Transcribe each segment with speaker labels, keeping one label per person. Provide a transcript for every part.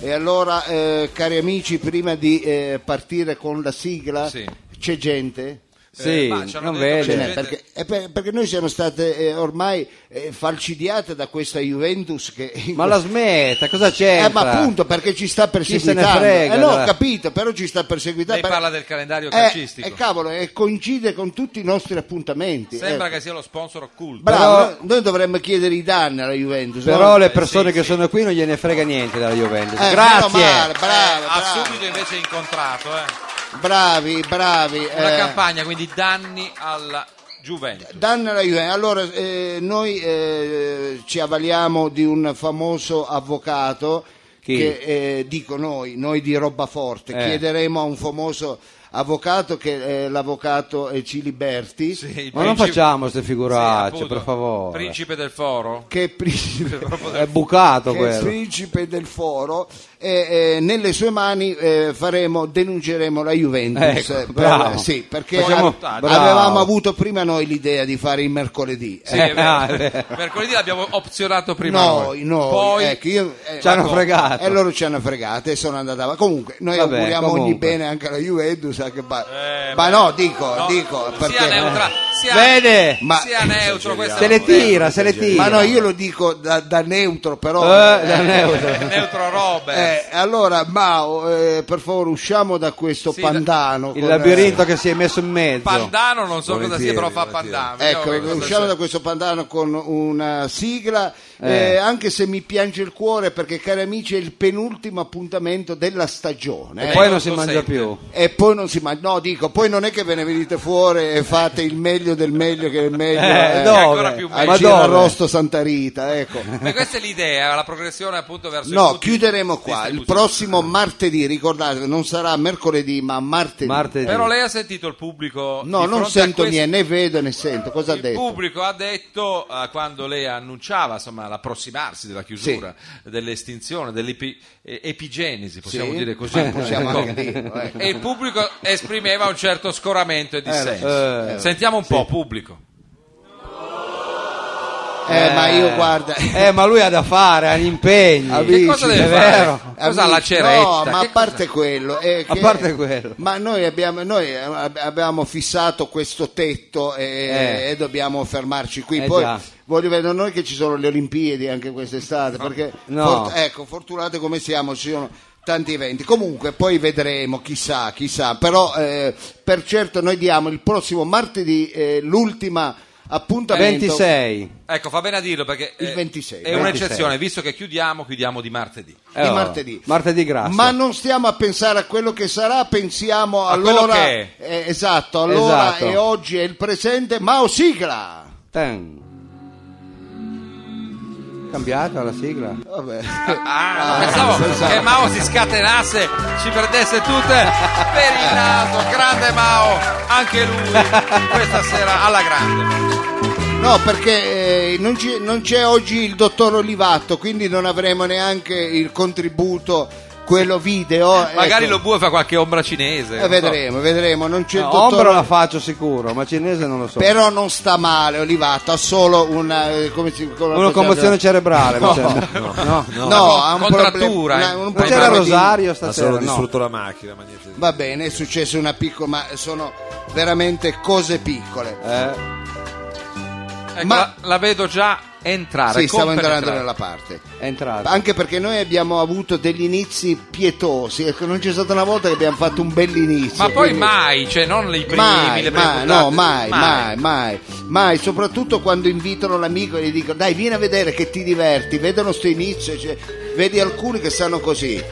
Speaker 1: E allora, eh, cari amici, prima di eh, partire con la sigla,
Speaker 2: Sì.
Speaker 1: c'è gente?
Speaker 3: Sì,
Speaker 2: Eh, ma ci hanno
Speaker 3: non
Speaker 2: detto che
Speaker 1: Ce
Speaker 3: vede.
Speaker 1: n'è,
Speaker 2: gente-
Speaker 1: perché, eh, per- perché noi siamo state eh, ormai eh, falcidiate da questa Juventus che in
Speaker 3: Ma la smetta, cosa c'è?
Speaker 1: Eh, ma appunto perché ci sta
Speaker 3: Chi se ne
Speaker 1: perseguitando.
Speaker 3: frega,
Speaker 1: eh, no,
Speaker 3: allora.
Speaker 1: ho capito, però ci sta perseguitando.
Speaker 2: Lei
Speaker 1: per-
Speaker 2: parla del calendario
Speaker 1: eh,
Speaker 2: calcistico.
Speaker 1: eh, cavolo, eh, coincide con tutti i nostri appuntamenti.
Speaker 2: Sembra
Speaker 1: eh.
Speaker 2: che sia lo sponsor occulto.
Speaker 1: Bravo,
Speaker 3: Però-
Speaker 1: no- noi dovremmo chiedere i danni alla Juventus.
Speaker 3: Però
Speaker 1: no?
Speaker 3: le persone
Speaker 2: sì,
Speaker 3: che
Speaker 2: sì.
Speaker 3: sono qui non gliene frega niente della Juventus.
Speaker 1: Eh,
Speaker 3: Grazie.
Speaker 1: meno male, bravo,
Speaker 2: Eh, ha
Speaker 1: bravo.
Speaker 2: subito invece incontrato eh.
Speaker 1: bravi, bravi.
Speaker 2: una
Speaker 1: eh.
Speaker 2: campagna, quindi danni alla Juventus.
Speaker 1: Danno alla Juventus. Allora, eh, noi eh, ci avvaliamo di un famoso avvocato
Speaker 3: Chi?
Speaker 1: che eh, dico noi, noi di roba forte.
Speaker 3: Eh.
Speaker 1: Chiederemo a un famoso avvocato che è l'avvocato eh, Ciliberti.
Speaker 2: Sì, il
Speaker 3: Ma non
Speaker 2: principe-
Speaker 3: facciamo queste
Speaker 2: Sì,
Speaker 3: figuracce,
Speaker 2: appunto,
Speaker 3: per favore.
Speaker 2: Principe del foro?
Speaker 1: Che è principe,
Speaker 3: È bucato
Speaker 1: che è
Speaker 3: quello.
Speaker 1: principe del foro, e, eh, nelle sue mani eh, faremo, denunceremo la Juventus.
Speaker 3: Ecco,
Speaker 1: eh, per-
Speaker 3: bravo.
Speaker 1: sì, perché
Speaker 3: Facciamo-
Speaker 1: a-
Speaker 3: bravo.
Speaker 1: avevamo avuto prima noi l'idea di fare il mercoledì.
Speaker 2: Sì,
Speaker 1: eh.
Speaker 2: è vero.
Speaker 3: ah, è vero.
Speaker 2: Mercoledì l'abbiamo opzionato prima
Speaker 1: Noi, noi,
Speaker 2: Poi
Speaker 1: ecco, io- eh,
Speaker 3: Ci hanno
Speaker 1: ecco,
Speaker 3: fregato.
Speaker 1: E loro ci hanno fregato e sono andata avanti. Comunque, noi
Speaker 3: Vabbè,
Speaker 1: auguriamo ogni
Speaker 3: comunque.
Speaker 1: bene anche alla Juventus. Anche ba-
Speaker 2: Eh,
Speaker 1: ma
Speaker 2: beh,
Speaker 1: no, dico,
Speaker 2: no,
Speaker 1: dico.
Speaker 2: sia
Speaker 1: perché-
Speaker 2: neutra, sia,
Speaker 3: Vede?
Speaker 1: Ma-
Speaker 2: sia neutro questo
Speaker 3: Se le
Speaker 2: è un-
Speaker 3: tira, se le tira.
Speaker 1: Ma no, io lo dico da, da neutro, però.
Speaker 3: Eh, da
Speaker 1: eh,
Speaker 3: neutro.
Speaker 2: è neutro Robert.
Speaker 1: eh, allora, Mao, eh, per favore, usciamo da questo
Speaker 2: Sì, da-
Speaker 1: pandano.
Speaker 3: Il
Speaker 1: con-
Speaker 3: labirinto che si è messo in mezzo.
Speaker 2: Pandano non so cosa sia,
Speaker 4: Volentieri,
Speaker 2: però fa
Speaker 4: volentieri.
Speaker 2: Pandano.
Speaker 1: Ecco,
Speaker 2: Vediamo cosa
Speaker 1: usciamo
Speaker 2: c'è.
Speaker 1: da questo pandano con una sigla,
Speaker 3: Eh.
Speaker 1: eh, anche se mi piange il cuore perché, cari amici, è il penultimo appuntamento della stagione.
Speaker 3: E
Speaker 2: Eh,
Speaker 3: poi
Speaker 2: non
Speaker 3: non si
Speaker 2: lo
Speaker 3: mangia
Speaker 2: sente.
Speaker 3: più.
Speaker 1: E poi non si mangia, no, dico, poi non è che ve ne venite fuori e fate il meglio del meglio che è il meglio
Speaker 3: Eh,
Speaker 1: eh,
Speaker 3: dove?
Speaker 2: ancora più
Speaker 1: al
Speaker 2: meglio.
Speaker 3: Ma dove?
Speaker 1: Girarosto Santa Rita, ecco.
Speaker 2: Ma Eh, questa è l'idea, la progressione appunto verso il
Speaker 1: No,
Speaker 2: punto
Speaker 1: chiuderemo
Speaker 2: di
Speaker 1: qua. Il
Speaker 2: distribuzione.
Speaker 1: prossimo martedì, ricordate, non sarà mercoledì, ma martedì.
Speaker 3: Martedì.
Speaker 2: Però lei ha sentito il pubblico
Speaker 1: No,
Speaker 2: di
Speaker 1: non
Speaker 2: fronte a
Speaker 1: sento
Speaker 2: questo-
Speaker 1: niente, né vedo né sento. Cosa ha
Speaker 2: Il
Speaker 1: detto?
Speaker 2: pubblico ha detto eh, quando lei annunciava insomma, l'approssimarsi della chiusura, dell'estinzione, dell'epigenesi, possiamo
Speaker 1: Sì.
Speaker 2: dire così.
Speaker 1: Eh, possiamo
Speaker 2: Ecco.
Speaker 1: anche dirlo, ecco.
Speaker 2: E il pubblico esprimeva un certo scoramento e dissenso.
Speaker 3: eh, eh.
Speaker 2: Sentiamo un po', pubblico.
Speaker 1: Eh, ma io guarda.
Speaker 3: Eh, ma lui ha da fare, ha gli impegni.
Speaker 1: Amici,
Speaker 2: che cosa deve
Speaker 3: è
Speaker 2: fare?
Speaker 3: vero.
Speaker 2: Cosa ha
Speaker 1: Amici,
Speaker 2: la ceretta?
Speaker 1: No, ma a
Speaker 2: Che
Speaker 1: parte quello, è
Speaker 3: A
Speaker 1: che-
Speaker 3: parte quello.
Speaker 1: Ma noi abbiamo, noi eh, ab- abbiamo fissato questo tetto e,
Speaker 3: Eh.
Speaker 1: e dobbiamo fermarci qui.
Speaker 3: Eh,
Speaker 1: Poi
Speaker 3: già.
Speaker 1: voglio vedere noi che ci sono le Olimpiadi anche quest'estate, perché
Speaker 3: No.
Speaker 1: ecco, fortunate come siamo, ci sono tanti eventi. Comunque poi vedremo, chissà, chissà, però eh, per certo noi diamo il prossimo martedì eh, l'ultima appuntamento
Speaker 3: 26.
Speaker 2: Ecco, fa bene a dirlo perché
Speaker 1: Il
Speaker 2: eh,
Speaker 1: 26,
Speaker 2: è un'eccezione, visto che chiudiamo, chiudiamo di martedì.
Speaker 3: Eh,
Speaker 1: di
Speaker 3: oh,
Speaker 1: martedì.
Speaker 3: Martedì grasso.
Speaker 1: Ma non stiamo a pensare a quello che sarà, pensiamo
Speaker 2: A
Speaker 1: allora.
Speaker 2: quello che
Speaker 1: eh, esatto, allora
Speaker 3: Esatto.
Speaker 1: e oggi è il presente. Mao sigla!
Speaker 3: Tan. Cambiata la sigla?
Speaker 1: Vabbè.
Speaker 2: Ah, pensavo che Mao si scatenasse, ci perdesse tutte per il naso. Grande Mao, anche lui questa sera alla grande.
Speaker 1: No, perché eh, non, ci- non c'è oggi il dottor Olivato, quindi non avremo neanche il contributo, quello video.
Speaker 2: Magari
Speaker 1: ecco.
Speaker 2: lo bue fa qualche ombra cinese.
Speaker 1: Eh,
Speaker 2: non so.
Speaker 1: vedremo, vedremo. Non c'è il
Speaker 3: No,
Speaker 1: dottor
Speaker 3: ombra la faccio sicuro, ma cinese non lo so.
Speaker 1: Però non sta male Olivato, ha solo una, eh, come si- come la
Speaker 3: Una
Speaker 1: possiamo-
Speaker 3: commozione cerebrale, mi
Speaker 1: No.
Speaker 3: sembra. No, no.
Speaker 1: No,
Speaker 2: Una
Speaker 1: ha un
Speaker 2: contrattura,
Speaker 1: problema-
Speaker 2: eh.
Speaker 1: una- un
Speaker 3: Ma c'era
Speaker 1: problema di-
Speaker 3: Rosario
Speaker 4: Ha solo
Speaker 3: stasera? No.
Speaker 4: distrutto la macchina, ma niente. di-
Speaker 1: Va bene, è successo una piccola, ma sono veramente cose piccole.
Speaker 3: Eh,
Speaker 2: Ecco,
Speaker 1: Ma-
Speaker 2: la, la vedo già entrare.
Speaker 1: sì, stiamo
Speaker 2: compenetrare.
Speaker 1: entrando nella parte.
Speaker 3: è entrato.
Speaker 1: Anche perché noi abbiamo avuto degli inizi pietosi, ecco, non c'è stata una volta che abbiamo fatto un bell'inizio.
Speaker 2: Ma poi
Speaker 1: quindi-
Speaker 2: mai, cioè non i primi,
Speaker 1: Mai,
Speaker 2: le prime
Speaker 1: mai,
Speaker 2: puntate,
Speaker 1: no, mai, mai, mai, mai, soprattutto quando invitano l'amico e gli dicono dai vieni a vedere che ti diverti, vedono sto inizio, cioè, vedi alcuni che sanno così,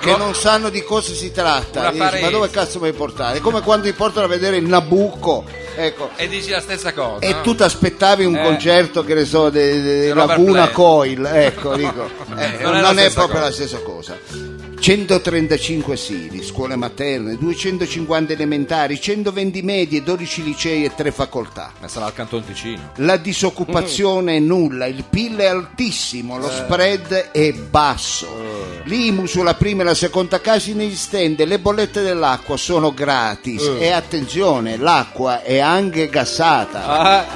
Speaker 1: che
Speaker 2: No.
Speaker 1: non sanno di cosa si tratta,
Speaker 2: Una
Speaker 1: Dici, ma
Speaker 2: paresi.
Speaker 1: dove cazzo mi vuoi portare? È come quando ti portano a vedere il Nabucco, ecco,
Speaker 2: E dici la stessa cosa.
Speaker 1: E
Speaker 2: Ecco, no?
Speaker 1: tu ti aspettavi un
Speaker 3: Eh.
Speaker 1: concerto, che ne so, de- de- della
Speaker 2: Robert
Speaker 1: Vuna
Speaker 2: Plant.
Speaker 1: Coil, ecco, dico. Eh,
Speaker 2: Non
Speaker 1: non
Speaker 2: è
Speaker 1: è,
Speaker 2: la stessa
Speaker 1: proprio
Speaker 2: cosa.
Speaker 1: la stessa cosa. 135 sili, scuole materne, 250 elementari, 120 medie, 12 licei e 3 facoltà.
Speaker 2: Ma sarà al Canton Ticino.
Speaker 1: La disoccupazione è nulla, il PIL è altissimo,
Speaker 2: Eh.
Speaker 1: lo spread è basso. L'IMU sulla prima e la seconda casa inesistente, le bollette dell'acqua sono gratis
Speaker 2: Eh.
Speaker 1: e attenzione, l'acqua è anche gassata.
Speaker 3: Ah,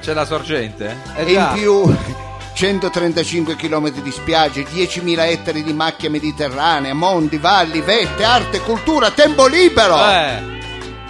Speaker 2: C'è la sorgente?
Speaker 3: eh
Speaker 1: E in
Speaker 3: già.
Speaker 1: più, 135 km di spiagge, 10.000 ettari di macchia mediterranea, mondi, valli, vette, arte, cultura, tempo libero.
Speaker 2: Eh,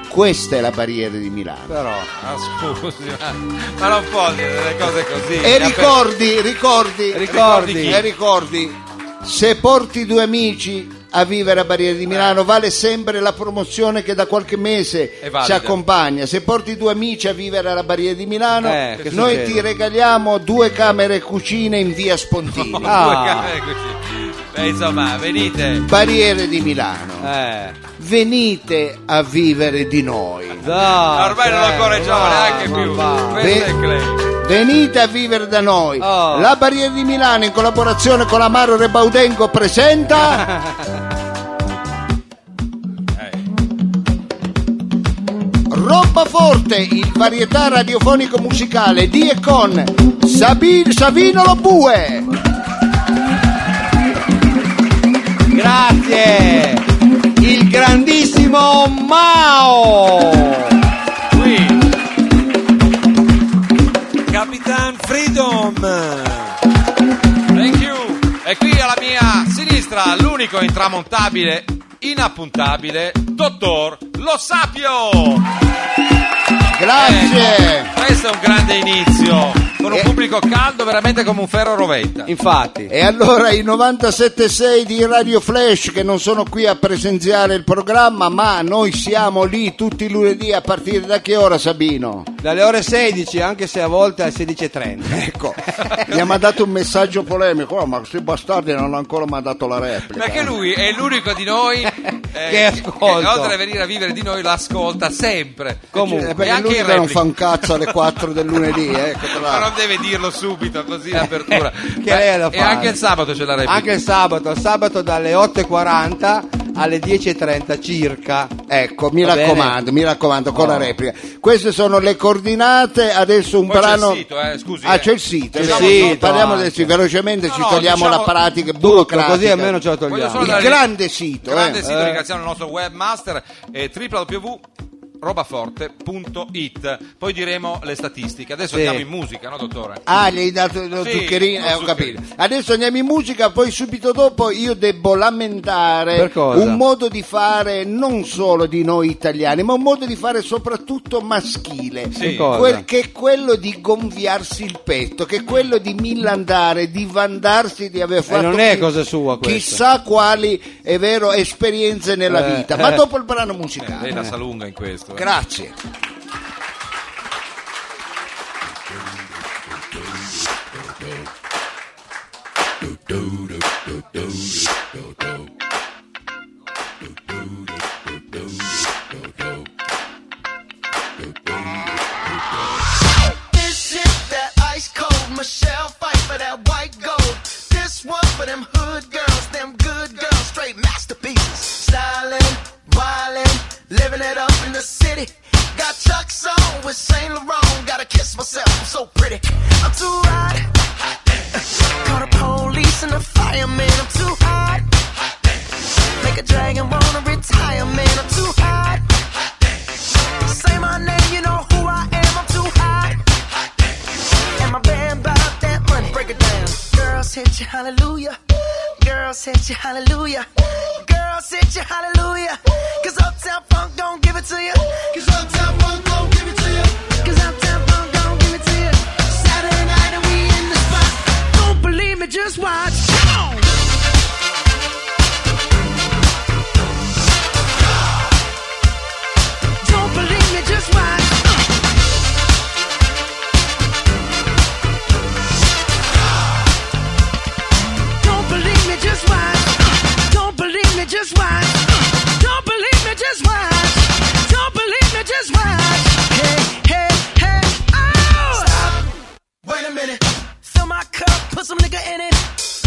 Speaker 1: Questa è la barriera di Milano.
Speaker 3: Però,
Speaker 2: ma Ah, scusi, ma, ma non può dire delle cose così.
Speaker 1: E ricordi, ricordi,
Speaker 2: Ricordi chi?
Speaker 1: e ricordi, se porti due amici a vivere a Barriera di Milano vale sempre la promozione che da qualche mese
Speaker 2: È valida.
Speaker 1: ci accompagna. Se porti due amici a vivere alla Barriera di Milano,
Speaker 3: Eh, che
Speaker 1: noi
Speaker 3: succede?
Speaker 1: ti regaliamo due camere e cucine in via Spontini.
Speaker 2: Due
Speaker 3: Ah.
Speaker 2: camere così. Beh, insomma, venite.
Speaker 1: Barriere di Milano,
Speaker 3: eh,
Speaker 1: venite a vivere di noi.
Speaker 3: dai,
Speaker 2: Ormai non
Speaker 3: eh,
Speaker 2: accorreggiamo
Speaker 3: va,
Speaker 2: neanche
Speaker 3: ma
Speaker 2: più.
Speaker 3: va.
Speaker 2: Questo
Speaker 1: Ve-
Speaker 2: è Clay.
Speaker 1: Venite a vivere da noi.
Speaker 3: Oh.
Speaker 1: La Barriera di Milano in collaborazione con Amaro Rebaudengo presenta
Speaker 2: Eh,
Speaker 1: Roba Forte, il varietà radiofonico musicale di e con Sabi- Savino Lobue.
Speaker 3: Grazie! Il grandissimo Mao!
Speaker 2: qui.
Speaker 4: Capitan Freedom!
Speaker 2: Thank you. E qui alla mia sinistra l'unico intramontabile, inappuntabile, dottor Lo Sapio.
Speaker 1: Grazie.
Speaker 2: Ecco, questo è un grande inizio, con un
Speaker 1: Ah, Eh.
Speaker 2: pubblico caldo veramente come un ferro rovetta.
Speaker 3: Infatti,
Speaker 1: E allora i 97.6 di Radio Flash che non sono qui a presenziare il programma, ma noi siamo lì tutti i lunedì a partire da che ora Sabino?
Speaker 3: dalle ore 16, anche se a volte alle 16.30.
Speaker 1: Ecco, mi ha mandato un messaggio polemico, "Oh, ma questi bastardi non hanno ancora mandato la replica. Eh,
Speaker 2: Perché lui è l'unico di noi eh,
Speaker 3: Che ascolta.
Speaker 2: che oltre a venire a vivere di noi, l'ascolta sempre.
Speaker 3: Comunque,
Speaker 1: Eh,
Speaker 2: e
Speaker 1: perché
Speaker 2: anche
Speaker 1: lui
Speaker 2: in
Speaker 1: non
Speaker 2: replica.
Speaker 1: fa un cazzo alle 4 del lunedì, ecco, tra
Speaker 2: Ma
Speaker 1: l'altro.
Speaker 2: non deve dirlo subito, così
Speaker 1: Eh,
Speaker 2: in apertura.
Speaker 3: Che
Speaker 2: Beh,
Speaker 3: lei lo
Speaker 2: e
Speaker 3: fa.
Speaker 2: anche il sabato c'è la replica.
Speaker 3: Anche il sabato, il sabato dalle 8.40 alle 10.30 circa.
Speaker 1: Ecco, mi
Speaker 3: Va bene?
Speaker 1: raccomando, mi raccomando, con la replica. Queste sono le coordinate, adesso un
Speaker 2: Poi c'è
Speaker 1: brano...
Speaker 2: il sito, eh, scusi,
Speaker 1: ah,
Speaker 2: eh.
Speaker 1: c'è il sito,
Speaker 3: C'è il
Speaker 1: diciamo,
Speaker 3: sito
Speaker 1: parliamo
Speaker 3: anche.
Speaker 1: del sito, velocemente
Speaker 2: No,
Speaker 1: ci
Speaker 2: no,
Speaker 1: togliamo
Speaker 2: diciamo
Speaker 1: la pratica
Speaker 3: Tutto,
Speaker 1: burocratica.
Speaker 3: così almeno ce lo
Speaker 2: Voglio solo
Speaker 1: Il
Speaker 3: togliamo.
Speaker 2: dare-
Speaker 1: grande sito,
Speaker 2: grande
Speaker 1: eh.
Speaker 2: sito, ringraziamo il nostro webmaster eh, www.robaforte.it. Poi diremo le statistiche. Adesso
Speaker 3: Sì.
Speaker 2: andiamo in musica, no, dottore?
Speaker 1: Ah, gli hai dato lo
Speaker 2: Sì,
Speaker 1: zuccherino,
Speaker 2: lo
Speaker 1: eh, ho
Speaker 2: zuccherino.
Speaker 1: capito. Adesso andiamo in musica, poi subito dopo io devo lamentare
Speaker 3: Per cosa?
Speaker 1: un modo di fare non solo di noi italiani, ma un modo di fare soprattutto maschile.
Speaker 2: Sì.
Speaker 3: cosa?
Speaker 1: Quel- che è quello di gonfiarsi il petto, che è quello di millandare, di vandarsi di aver fatto
Speaker 3: Eh, non è
Speaker 1: chi-
Speaker 3: cosa sua questa.
Speaker 1: chissà quali è vero esperienze nella
Speaker 3: Eh,
Speaker 1: vita. Ma
Speaker 3: eh.
Speaker 1: dopo il brano
Speaker 2: Eh,
Speaker 1: musicale.
Speaker 2: lei la sa lunga in questo. eh.
Speaker 1: Grazie.
Speaker 5: This is that ice cold Michelle fight for that white gold. This one for them hood girls, them good girls, straight masterpieces. Stylin', wildin', living it up in the city. Got Chuck's on with Saint Laurent. Gotta kiss myself, I'm so pretty. I'm too hot. Call the police and the fireman. I'm too hot. Make a dragon wanna retire, man. I'm too hot. Say my name, you know who I am. I'm too hot. And my band bought that money. Break it down. Girls hit you, hallelujah. Girls hit you, hallelujah. Girls hit you, hallelujah. Cause Uptown Funk don't give it to you. Cause Uptown Funk don't give it to you. Cause Uptown Funk don't give it to you. Saturday night and we in the spot. Don't believe me, just watch. Come on. Don't believe me, just watch. Don't believe me, just watch. Don't believe me, just watch. Don't believe me, just watch. Don't believe me, just watch. Hey, hey, hey, oh!
Speaker 4: Wait a minute,
Speaker 5: Fill my cup, put some nigga in it.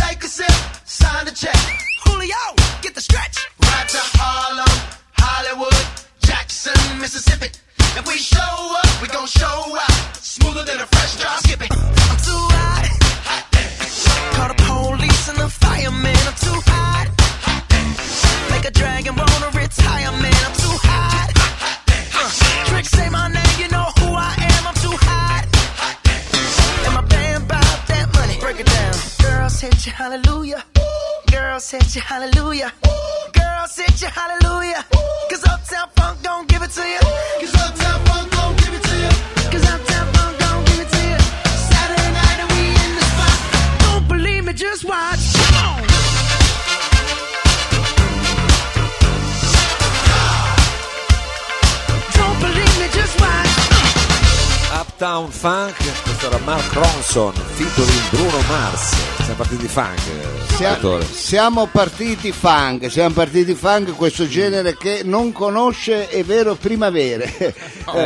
Speaker 4: take a sip, sign the check.
Speaker 5: Julio, get the stretch.
Speaker 4: Ride to Harlem, Hollywood, Jackson, Mississippi. If we show up, we gon' show out. Smoother than a fresh drop. Skip it.
Speaker 5: I'm too hot. Call the police and the fireman. I'm too hot. Make a dragon wanna retire, man. I'm too hot. Uh, Trick say my name, you know who I am. I'm too hot. And my band bought that money. Break hallelujah. Girls, hit your hallelujah. Cause Uptown Funk gon' give it to you. Cause Uptown Funk gon' give it to you. Cause Uptown Funk gon' give it to you. Saturday night and we in the spot. Don't believe me, just watch. Come on. Don't believe me, just watch.
Speaker 6: Uptown Funk, questo era Mark Ronson, featuring Bruno Mars. Siamo partiti di funk, eh,
Speaker 1: Siamo,
Speaker 6: dottore.
Speaker 1: siamo partiti funk, siamo partiti funk, questo genere che non conosce, è vero, primavere. Eh,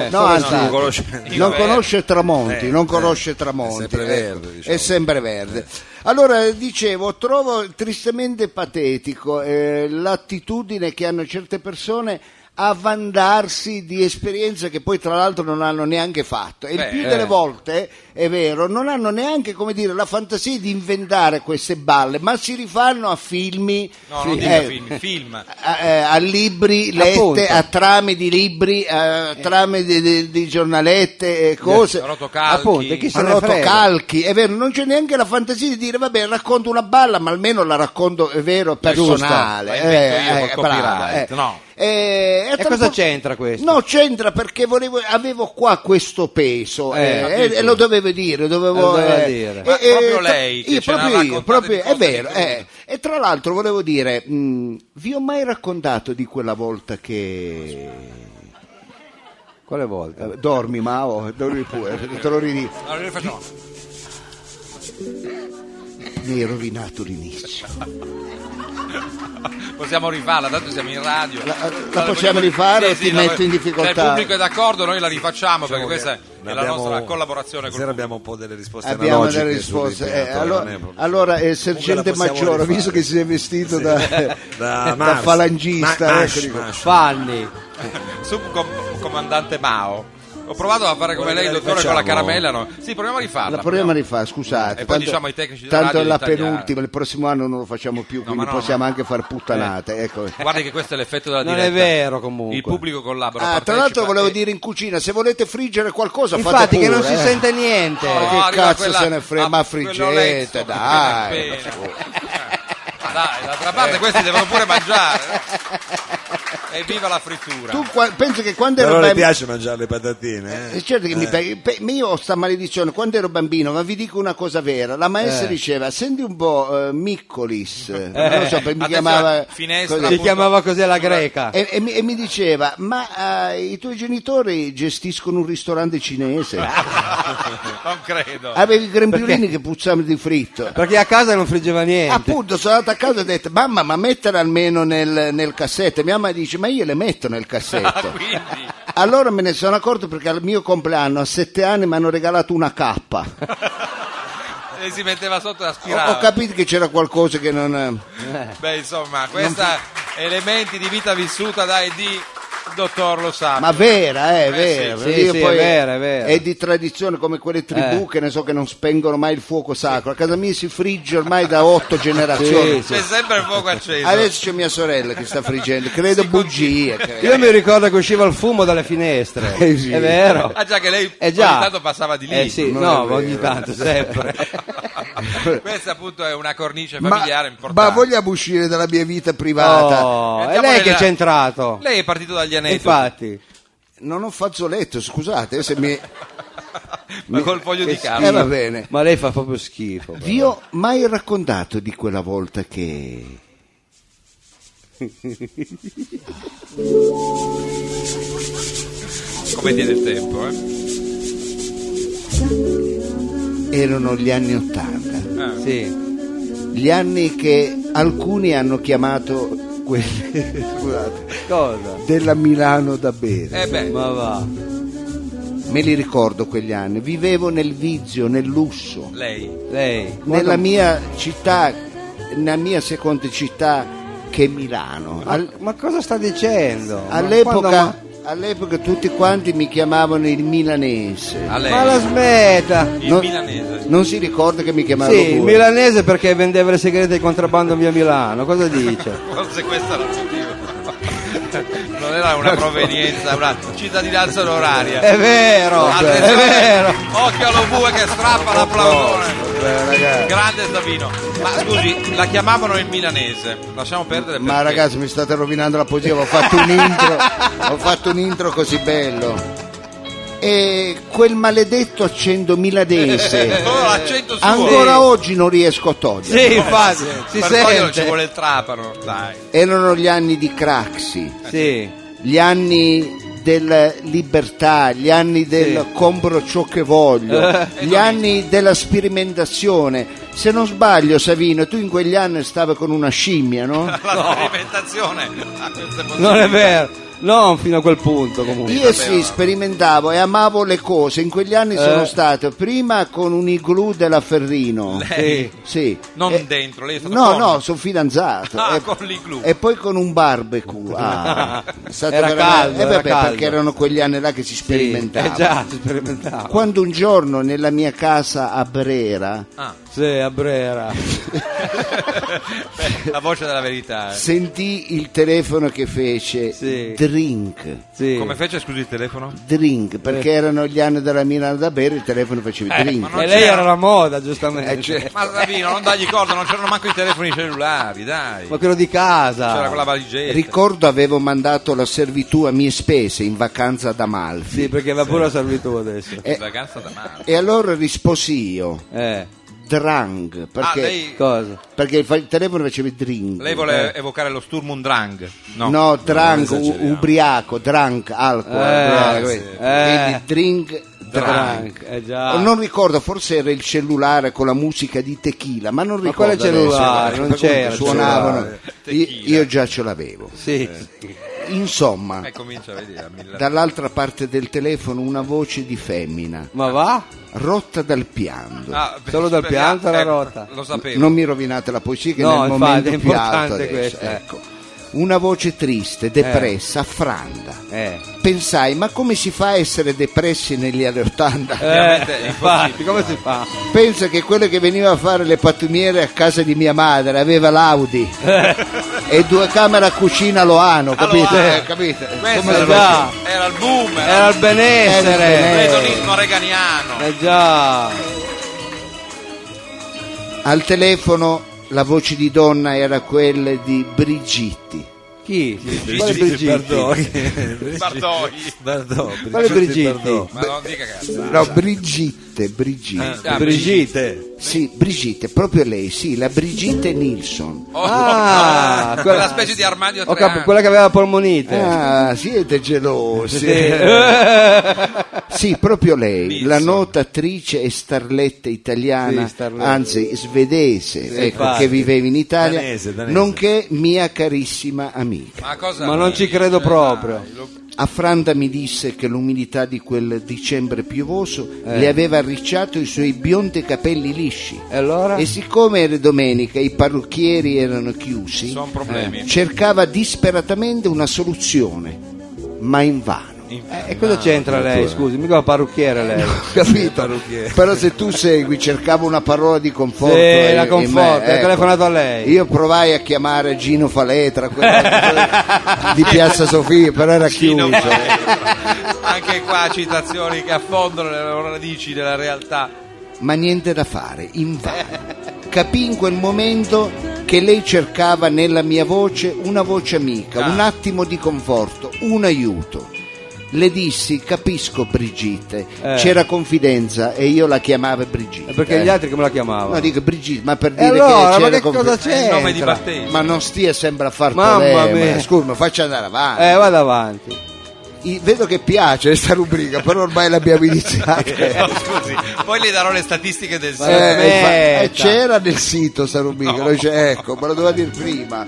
Speaker 6: solo
Speaker 1: anzi,
Speaker 6: non conosce-
Speaker 1: non
Speaker 2: primavera.
Speaker 1: conosce tramonti,
Speaker 6: Eh,
Speaker 1: non
Speaker 6: eh,
Speaker 1: conosce tramonti.
Speaker 6: sempre
Speaker 1: eh,
Speaker 6: verde, diciamo.
Speaker 1: È sempre verde. Allora, dicevo, trovo tristemente patetico eh, l'attitudine che hanno certe persone a vandarsi di esperienze che poi tra l'altro non hanno neanche fatto e il
Speaker 2: Beh,
Speaker 1: più
Speaker 2: eh.
Speaker 1: delle volte è vero non hanno neanche come dire la fantasia di inventare queste balle ma si rifanno a filmi
Speaker 2: No, non
Speaker 1: Sì,
Speaker 2: dica
Speaker 1: eh,
Speaker 2: film, film.
Speaker 1: a, eh, a libri lette,
Speaker 3: Appunto.
Speaker 1: a trame di libri, a trame di, di- di giornalette e cose.
Speaker 2: A rotocalchi.
Speaker 3: Appunto, chi
Speaker 1: A
Speaker 3: se ne frega.
Speaker 1: rotocalchi, è vero, non c'è neanche la fantasia di dire vabbè racconto una balla, ma almeno la racconto, è vero, personale. Eh,
Speaker 2: Giusto, la invento io col
Speaker 1: brava,
Speaker 2: copyright, no.
Speaker 1: Eh, a
Speaker 3: E
Speaker 1: tal
Speaker 3: cosa
Speaker 1: punto-
Speaker 3: c'entra questo?
Speaker 1: No, c'entra perché volevo, avevo qua questo peso eh,
Speaker 3: Eh,
Speaker 1: e, e lo dovevo dire, dovevo
Speaker 3: Lo doveva
Speaker 1: eh,
Speaker 3: dire.
Speaker 2: Ma proprio
Speaker 1: tra-
Speaker 2: lei che
Speaker 3: cioè,
Speaker 1: io,
Speaker 2: ce n'ha
Speaker 1: proprio io,
Speaker 2: raccontate
Speaker 1: proprio-
Speaker 2: di
Speaker 1: è
Speaker 2: cose
Speaker 1: vero.
Speaker 2: di crude.
Speaker 1: eh. E tra l'altro volevo dire, mh, vi ho mai raccontato di quella volta che
Speaker 3: Quale volta?
Speaker 1: eh, dormi Mao, dormi pure, te lo ridico.
Speaker 2: Allora, noi facciamo-
Speaker 1: Mi hai rovinato l'inizio.
Speaker 2: possiamo rifarla, tanto siamo in radio.
Speaker 1: La- la possiamo rifare o ti metto in difficoltà?
Speaker 2: Se il pubblico è d'accordo, noi la rifacciamo perché
Speaker 6: Diciamo
Speaker 2: questa
Speaker 6: che
Speaker 2: è
Speaker 6: ne
Speaker 2: la
Speaker 6: abbiamo-
Speaker 2: nostra collaborazione col
Speaker 6: stasera abbiamo un po' delle risposte
Speaker 1: Abbiamo
Speaker 6: analogiche
Speaker 1: delle risposte.
Speaker 6: sul
Speaker 1: Eh,
Speaker 6: rimpianto,
Speaker 1: allora,
Speaker 6: non è proprio-
Speaker 1: allora, eh,
Speaker 6: Comunque
Speaker 1: sergente
Speaker 6: la possiamo
Speaker 1: Maggiore,
Speaker 6: rifare.
Speaker 1: visto che si è vestito
Speaker 6: Sì.
Speaker 1: da, da
Speaker 6: Mars.
Speaker 1: falangista,
Speaker 6: Ma-
Speaker 1: ecco,
Speaker 6: Mash,
Speaker 1: dico,
Speaker 6: Mash.
Speaker 3: Fanni.
Speaker 2: subcomandante Mao. Ho provato a fare come
Speaker 6: Vuole
Speaker 2: lei,
Speaker 6: che la
Speaker 2: dottore, con la
Speaker 6: rifacciamo?
Speaker 2: caramella. No? Sì, proviamo a rifarla.
Speaker 1: La proviamo a rifare, scusate.
Speaker 2: E poi diciamo ai tecnici della
Speaker 1: tanto
Speaker 2: radio
Speaker 1: è la
Speaker 2: di tagliare.
Speaker 1: penultima, il prossimo anno non lo facciamo più, quindi
Speaker 2: ma no,
Speaker 1: possiamo
Speaker 2: no.
Speaker 1: anche far puttanate. Ecco.
Speaker 2: Guardi che questo è l'effetto della
Speaker 3: Non
Speaker 2: diretta.
Speaker 3: è vero, comunque.
Speaker 2: Il pubblico collabora.
Speaker 1: Ah, tra
Speaker 2: partecipa Eh,
Speaker 1: l'altro volevo
Speaker 2: e-
Speaker 1: dire in cucina, se volete friggere qualcosa fate
Speaker 3: Infatti
Speaker 1: pure.
Speaker 3: che non si
Speaker 1: eh.
Speaker 3: sente niente.
Speaker 1: Ma
Speaker 2: No,
Speaker 1: che
Speaker 2: arriva
Speaker 1: cazzo
Speaker 2: quella-
Speaker 1: se ne frega,
Speaker 2: ah,
Speaker 1: ma
Speaker 2: quello
Speaker 1: friggete,
Speaker 2: Lenzo,
Speaker 1: dai.
Speaker 2: appena appena. Ma Dai, d'altra parte questi devono pure mangiare. eh. E viva la frittura.
Speaker 1: Tu qua- pensi che quando
Speaker 6: Però
Speaker 1: ero
Speaker 6: le
Speaker 1: bambino...
Speaker 6: piace mangiare le patatine? eh?
Speaker 1: Eh, certo che mi pe- pe- ma io ho sta maledizione quando ero bambino ma vi dico una cosa vera la maestra
Speaker 6: Eh.
Speaker 1: diceva senti un po' eh, Miccolis non lo so, mi
Speaker 2: Attenzione,
Speaker 1: chiamava
Speaker 2: finestra,
Speaker 1: così.
Speaker 3: Si
Speaker 2: appunto.
Speaker 3: chiamava così alla greca.
Speaker 1: E, e mi, e mi diceva, ma eh, i tuoi genitori gestiscono un ristorante cinese?
Speaker 2: Non credo.
Speaker 1: Avevi i grembiolini che puzzavano di fritto.
Speaker 3: Perché a casa non friggeva niente.
Speaker 1: Appunto, sono andato a casa e ho detto, mamma, ma mettela almeno nel, nel cassetto. Mia mamma dice, ma io le metto nel cassetto.
Speaker 2: Ah, Quindi,
Speaker 1: Allora me ne sono accorto perché al mio compleanno, a sette anni, mi hanno regalato una cappa.
Speaker 2: e eh, si metteva sotto la
Speaker 1: Ho, ho
Speaker 2: spirale.
Speaker 1: capito che c'era qualcosa che non... eh,
Speaker 2: Beh, insomma, questi elementi di vita vissuta dai di dottor Lo Sapio.
Speaker 1: Ma vera, eh,
Speaker 2: Eh,
Speaker 1: vera.
Speaker 2: sì,
Speaker 1: Perché
Speaker 3: sì,
Speaker 1: io
Speaker 3: sì, è vera, è vera.
Speaker 1: è di tradizione come quelle tribù
Speaker 3: Eh.
Speaker 1: che ne so che non spengono mai il fuoco sacro. A casa mia si frigge ormai da otto generazioni.
Speaker 2: C'è sempre il fuoco acceso.
Speaker 3: Ah,
Speaker 1: Adesso c'è mia sorella che sta friggendo, credo
Speaker 2: Si
Speaker 1: bugie. credo.
Speaker 3: Io mi ricordo che usciva il fumo dalle finestre.
Speaker 1: Eh sì.
Speaker 3: È vero.
Speaker 2: Ah già che lei
Speaker 3: Eh già.
Speaker 2: ogni tanto passava di lì.
Speaker 3: Eh sì,
Speaker 1: Non
Speaker 3: no,
Speaker 1: è
Speaker 3: ma ogni
Speaker 1: vero.
Speaker 3: tanto, sempre.
Speaker 2: Questa appunto è una cornice
Speaker 1: Ma,
Speaker 2: familiare
Speaker 1: ma
Speaker 2: importante.
Speaker 1: vogliamo uscire dalla mia vita privata?
Speaker 3: Oh, è
Speaker 2: Mettiamo
Speaker 3: lei
Speaker 2: nella-
Speaker 3: che c'è entrato.
Speaker 2: Lei è partito dagli aneddoti.
Speaker 3: Infatti.
Speaker 1: Non ho fazzoletto, scusate se mi...
Speaker 2: ma col foglio di carta.
Speaker 1: Eh, va bene.
Speaker 3: Ma lei fa proprio schifo. però.
Speaker 1: Vi ho mai raccontato di quella volta che...
Speaker 2: Come tiene il tempo, eh?
Speaker 1: erano gli anni Ottanta?
Speaker 2: eh.
Speaker 3: Sì.
Speaker 1: gli anni che alcuni hanno chiamato quelli scusate,
Speaker 3: Cosa?
Speaker 1: della Milano da bere.
Speaker 2: Eh beh,
Speaker 3: Ma va.
Speaker 1: Me li ricordo quegli anni, vivevo nel vizio, nel lusso,
Speaker 2: lei.
Speaker 3: Lei.
Speaker 1: nella mia città, nella mia seconda città che è Milano.
Speaker 3: Ma,
Speaker 1: Al-
Speaker 3: ma cosa sta dicendo? Ma quando-
Speaker 1: all'epoca,
Speaker 3: Ma,
Speaker 1: all'epoca tutti quanti mi chiamavano il milanese.
Speaker 2: A lei.
Speaker 3: ma la smetta.
Speaker 2: il
Speaker 1: non-
Speaker 2: milanese.
Speaker 1: Non si ricorda che mi chiamavano
Speaker 3: Sì, il
Speaker 1: voi.
Speaker 3: milanese perché vendeva le segrete di contrabbando via Milano. Cosa dice?
Speaker 2: Forse questo era il motivo. non era una provenienza, una cittadinanza onoraria.
Speaker 3: Eh, cioè, È vero, è
Speaker 2: Attenzione,
Speaker 3: vero.
Speaker 2: Occhio allo bue che strappa l'applausone.
Speaker 6: eh, ragazzi.
Speaker 2: Grande Savino. Ma scusi, la chiamavano il milanese. Lasciamo perdere perché...
Speaker 1: Ma ragazzi mi state rovinando la poesia, ho fatto un intro, ho fatto un intro così bello. E quel maledetto accendo
Speaker 3: Eh,
Speaker 1: miladese
Speaker 2: Solo l'accento suo.
Speaker 1: ancora oggi non riesco a togliere.
Speaker 3: Sì, infatti, si
Speaker 2: per toglierlo ci
Speaker 3: sente.
Speaker 2: vuole il trapano, dai.
Speaker 1: Erano gli anni di Craxi,
Speaker 3: Sì.
Speaker 1: gli anni della libertà, gli anni del
Speaker 3: Sì. Eh,
Speaker 1: compro ciò che voglio, gli anni della sperimentazione. Se non sbaglio, Savino, tu in quegli anni stavi con una scimmia, no?
Speaker 2: La sperimentazione. Ah, questo possibile.
Speaker 3: Non è vero. Non fino a quel punto comunque.
Speaker 1: Io sì, sperimentavo e amavo le cose. In quegli
Speaker 2: Eh?
Speaker 1: anni sono stato prima con un igloo della Ferrino.
Speaker 3: Sì.
Speaker 1: Sì.
Speaker 2: Non
Speaker 1: E-
Speaker 2: dentro, lei è stato
Speaker 1: No,
Speaker 2: comodo.
Speaker 1: no, sono fidanzato.
Speaker 2: Ah,
Speaker 1: e,
Speaker 2: con l'igloo.
Speaker 1: e poi con un barbecue. Ah, è stato
Speaker 3: Era
Speaker 1: veramente-
Speaker 3: caldo,
Speaker 1: eh,
Speaker 3: era
Speaker 1: vabbè,
Speaker 3: caldo.
Speaker 1: perché erano quegli anni là che si sperimentava.
Speaker 3: Eh già, si sperimentava.
Speaker 1: Quando un giorno nella mia casa a Brera
Speaker 2: Ah,
Speaker 3: Sì, a Brera.
Speaker 2: beh, la voce della verità. eh.
Speaker 1: sentii il telefono che fece
Speaker 3: Sì.
Speaker 1: drink.
Speaker 3: Sì.
Speaker 2: Come fece, scusi, il telefono?
Speaker 1: Drink, perché erano gli anni della Milano da bere, il telefono faceva
Speaker 2: Eh,
Speaker 1: drink.
Speaker 2: ma non
Speaker 3: E lei
Speaker 2: c'era.
Speaker 3: era la moda, giustamente.
Speaker 2: Ma Savino, non dagli corda, non c'erano manco i telefoni cellulari, dai.
Speaker 3: Ma quello di casa.
Speaker 2: C'era quella valigetta.
Speaker 1: Ricordo avevo mandato la servitù a mie spese in vacanza ad Amalfi
Speaker 3: Sì, perché aveva pure la servitù adesso.
Speaker 1: eh.
Speaker 2: Vacanza da mare.
Speaker 1: e allora risposi io,
Speaker 3: Eh,
Speaker 1: drang,
Speaker 2: Ah,
Speaker 1: perché,
Speaker 2: lei,
Speaker 3: cosa?
Speaker 1: perché il, fa- il telefono faceva drink.
Speaker 2: lei
Speaker 3: Eh.
Speaker 2: vuole evocare lo Sturm und Drang? No.
Speaker 1: No, drunk, u- ubriaco, drunk, alcol,
Speaker 3: Eh,
Speaker 1: ubriaco,
Speaker 3: sì.
Speaker 1: quindi
Speaker 3: Eh.
Speaker 1: drink, drunk.
Speaker 3: Drunk, eh già.
Speaker 1: Non ricordo, forse era il cellulare con la musica di tequila, ma non ricordo.
Speaker 3: quale
Speaker 1: adesso,
Speaker 3: cellulare? Non
Speaker 1: perché
Speaker 3: c'era il
Speaker 1: Suonavano.
Speaker 3: cellulare.
Speaker 1: Io,
Speaker 2: Tequila.
Speaker 1: io già ce l'avevo.
Speaker 3: Sì,
Speaker 1: Eh.
Speaker 3: sì.
Speaker 1: Insomma,
Speaker 2: Eh, comincia, vedi, a mille...
Speaker 1: dall'altra parte del telefono una voce di femmina,
Speaker 3: Ma va?
Speaker 1: rotta dal pianto.
Speaker 2: Ah, beh,
Speaker 3: Solo dal
Speaker 2: speriamo-
Speaker 3: pianto alla
Speaker 2: eh,
Speaker 3: rotta.
Speaker 2: Lo sapevo.
Speaker 1: Non mi rovinate la poesia che
Speaker 3: No,
Speaker 1: nel
Speaker 3: infatti,
Speaker 1: momento
Speaker 3: è
Speaker 1: più alto
Speaker 3: importante
Speaker 1: adesso,
Speaker 3: questo, eh.
Speaker 1: ecco. Una voce triste, depressa, affranta.
Speaker 3: Eh.
Speaker 1: Pensai, ma come si fa a essere depressi negli anni 80?
Speaker 2: Ovviamente è
Speaker 3: Eh, infatti, come si fa?
Speaker 1: Pensa che quello che veniva a fare le pattumiere a casa di mia madre aveva l'Audi
Speaker 3: Eh.
Speaker 1: e due camere a cucina a Loano,
Speaker 3: Ah,
Speaker 1: capite?
Speaker 2: Loano.
Speaker 1: Eh, capite?
Speaker 2: Questo
Speaker 1: Come
Speaker 2: era,
Speaker 1: lo
Speaker 3: già.
Speaker 2: il- era il boom, era
Speaker 3: Era il
Speaker 1: Eh,
Speaker 3: benessere.
Speaker 1: il
Speaker 2: l'edonismo reganiano.
Speaker 3: Eh già.
Speaker 1: faccio? Al telefono la voce di donna era quella di Brigitti.
Speaker 3: Chi? Quale
Speaker 6: Brigitti
Speaker 3: Brigitti?
Speaker 6: Bardoni.
Speaker 2: Bardoi.
Speaker 6: Bardoni.
Speaker 3: Quale Brigitti?
Speaker 6: Bardoni.
Speaker 2: Ma non dica cazzo.
Speaker 1: No, Brigitte,
Speaker 3: Eh.
Speaker 1: Brigitte.
Speaker 2: Ah,
Speaker 3: Brigitte.
Speaker 1: Sì, Brigitte, proprio lei, sì, la Brigitte Nilsson.
Speaker 2: Oh,
Speaker 3: Ah,
Speaker 2: no, quella,
Speaker 3: quella-
Speaker 2: specie di armadio a
Speaker 3: Ho
Speaker 2: tre
Speaker 3: capito,
Speaker 2: anni.
Speaker 3: quella che aveva la polmonite.
Speaker 1: Ah, siete gelosi. Eh.
Speaker 3: Sì.
Speaker 1: Sì, proprio lei,
Speaker 2: Nilsson.
Speaker 1: la nota attrice e starletta italiana,
Speaker 3: Sì, starletta.
Speaker 1: anzi svedese, ecco,
Speaker 3: infatti.
Speaker 1: che viveva in Italia,
Speaker 6: Danese, danese.
Speaker 1: nonché mia carissima amica.
Speaker 2: Ma, cosa
Speaker 3: Ma non ci
Speaker 2: dice?
Speaker 3: credo
Speaker 1: Eh.
Speaker 2: Dai,
Speaker 3: proprio.
Speaker 2: lo-
Speaker 1: A Franda mi disse che l'umidità di quel dicembre piovoso
Speaker 3: Eh.
Speaker 1: le aveva arricciato i suoi biondi capelli lisci.
Speaker 3: E allora?
Speaker 1: E siccome era domenica e i parrucchieri erano chiusi, eh,
Speaker 2: Son problemi.
Speaker 1: cercava disperatamente una soluzione, ma invano.
Speaker 3: Eh, e cosa c'entra lei? Scusi, mica la parrucchiere lei.
Speaker 1: capito?
Speaker 2: Eh.
Speaker 6: parrucchiere.
Speaker 1: Però se tu segui, cercavo una parola di conforto.
Speaker 3: Sì,
Speaker 1: eh,
Speaker 3: la
Speaker 1: in
Speaker 3: conforto,
Speaker 1: me, ecco.
Speaker 3: ha telefonato a lei.
Speaker 1: Io provai a chiamare Gino Faletra, quello di Piazza Sofia, però era
Speaker 2: Gino
Speaker 1: chiuso.
Speaker 2: Paoli. Anche qua citazioni che affondano le loro radici della realtà.
Speaker 1: Ma niente da fare, invano. Capì in quel momento che lei cercava nella mia voce una voce amica,
Speaker 2: Ah.
Speaker 1: un attimo di conforto, un aiuto. Le dissi, capisco Brigitte,
Speaker 3: Eh.
Speaker 1: c'era confidenza e io la chiamavo Brigitte.
Speaker 3: Eh, Perché
Speaker 1: Eh.
Speaker 3: gli altri come la chiamavano?
Speaker 1: No, dico Brigitte, ma per
Speaker 3: e
Speaker 1: dire
Speaker 3: allora,
Speaker 1: che
Speaker 3: ma
Speaker 1: c'era
Speaker 3: che cosa
Speaker 1: confidenza.
Speaker 2: È il nome
Speaker 3: c'entra?
Speaker 2: di battesimo.
Speaker 1: Ma non stia sempre a far
Speaker 3: Mamma
Speaker 1: polemica,
Speaker 3: mia.
Speaker 1: scusa, ma faccia andare avanti.
Speaker 3: Eh, vado avanti.
Speaker 1: I- vedo che piace questa rubrica, però ormai l'abbiamo iniziata.
Speaker 3: Eh.
Speaker 2: No, Eh, scusi, poi le darò le statistiche del
Speaker 1: Eh,
Speaker 2: sito.
Speaker 1: infa- eh,
Speaker 3: Aspetta.
Speaker 1: c'era nel sito sta rubrica, lo dice, ecco, me lo doveva dire prima.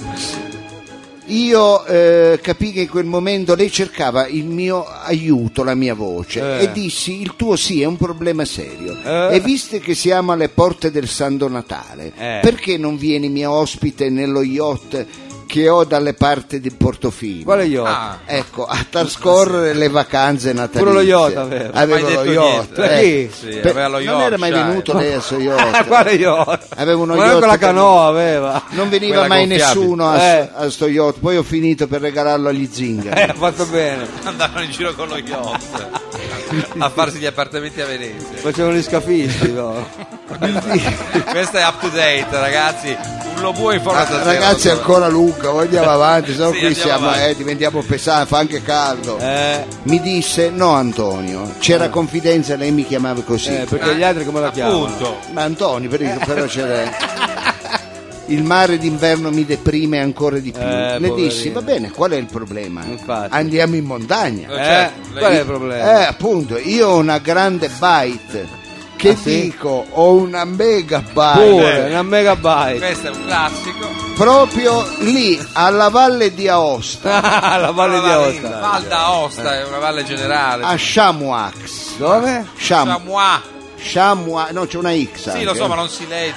Speaker 1: Io eh, capii che in quel momento lei cercava il mio aiuto, la mia voce,
Speaker 3: Eh.
Speaker 1: e dissi: Il tuo sì è un problema serio.
Speaker 3: Eh.
Speaker 1: E visto che siamo alle porte del Santo Natale,
Speaker 3: Eh.
Speaker 1: perché non vieni mia ospite nello yacht che ho dalle parti di Portofino?
Speaker 3: Quale io?
Speaker 2: Ah,
Speaker 1: Ecco, a trascorrere le vacanze natalizie.
Speaker 3: Pure lo yacht aveva.
Speaker 1: Avevo
Speaker 2: Mai
Speaker 1: lo
Speaker 2: detto
Speaker 1: yacht.
Speaker 2: niente.
Speaker 1: eh.
Speaker 2: Sì,
Speaker 1: Per-
Speaker 2: aveva lo
Speaker 1: non era mai
Speaker 2: Yorkshire.
Speaker 1: venuto lei al suo
Speaker 3: Ah,
Speaker 1: yacht.
Speaker 3: quale yacht?
Speaker 1: Avevo uno
Speaker 3: Ma
Speaker 1: yacht
Speaker 3: anche la
Speaker 1: per-
Speaker 3: canoa aveva.
Speaker 1: Non veniva
Speaker 2: Quella
Speaker 1: mai
Speaker 2: gonfiabile.
Speaker 1: nessuno a,
Speaker 3: Eh.
Speaker 1: a sto yacht, poi ho finito per regalarlo agli zingari.
Speaker 3: Eh, ha fatto bene.
Speaker 2: andavano in giro con lo yacht. a farsi gli appartamenti a Venezia.
Speaker 3: Facevano gli scafisti, no?
Speaker 2: Questo è up to date, ragazzi. Un lobo in
Speaker 3: Ah,
Speaker 2: forma da zero.
Speaker 1: Ragazzi, è ancora lunga, voi andiamo avanti, sennò
Speaker 2: Sì,
Speaker 1: qui
Speaker 2: andiamo
Speaker 1: siamo,
Speaker 2: avanti.
Speaker 1: eh, diventiamo pesanti, fa anche caldo.
Speaker 3: Eh,
Speaker 1: Mi disse: No, Antonio, c'era confidenza, lei mi chiamava così.
Speaker 3: eh, perché gli altri come la chiamano?
Speaker 2: Appunto.
Speaker 1: Ma Antonio, per però c'era. Il mare d'inverno mi deprime ancora di più.
Speaker 3: Eh,
Speaker 1: Le
Speaker 3: poverino.
Speaker 1: dissi, va bene, qual è il problema?
Speaker 3: Infatti.
Speaker 1: Andiamo in montagna.
Speaker 2: Eh,
Speaker 3: Eh,
Speaker 2: Certo,
Speaker 3: qual è
Speaker 2: lei-
Speaker 3: il problema?
Speaker 1: Eh, appunto, io ho una grande bite. Che
Speaker 3: Ah, sì?
Speaker 1: dico, ho una mega bite.
Speaker 3: Pure, una megabyte.
Speaker 2: Questo è un classico.
Speaker 1: Proprio lì, alla valle di Aosta,
Speaker 3: Ah, la valle di
Speaker 2: La
Speaker 3: Aosta. Eh.
Speaker 2: Val d'Aosta è una valle generale. Cioè,
Speaker 1: a Shamuax.
Speaker 3: Dove?
Speaker 1: Sham,
Speaker 2: Chamois.
Speaker 1: Shamua- no, c'è una X.
Speaker 2: Sì,
Speaker 1: anche.
Speaker 2: lo so, ma non si legge.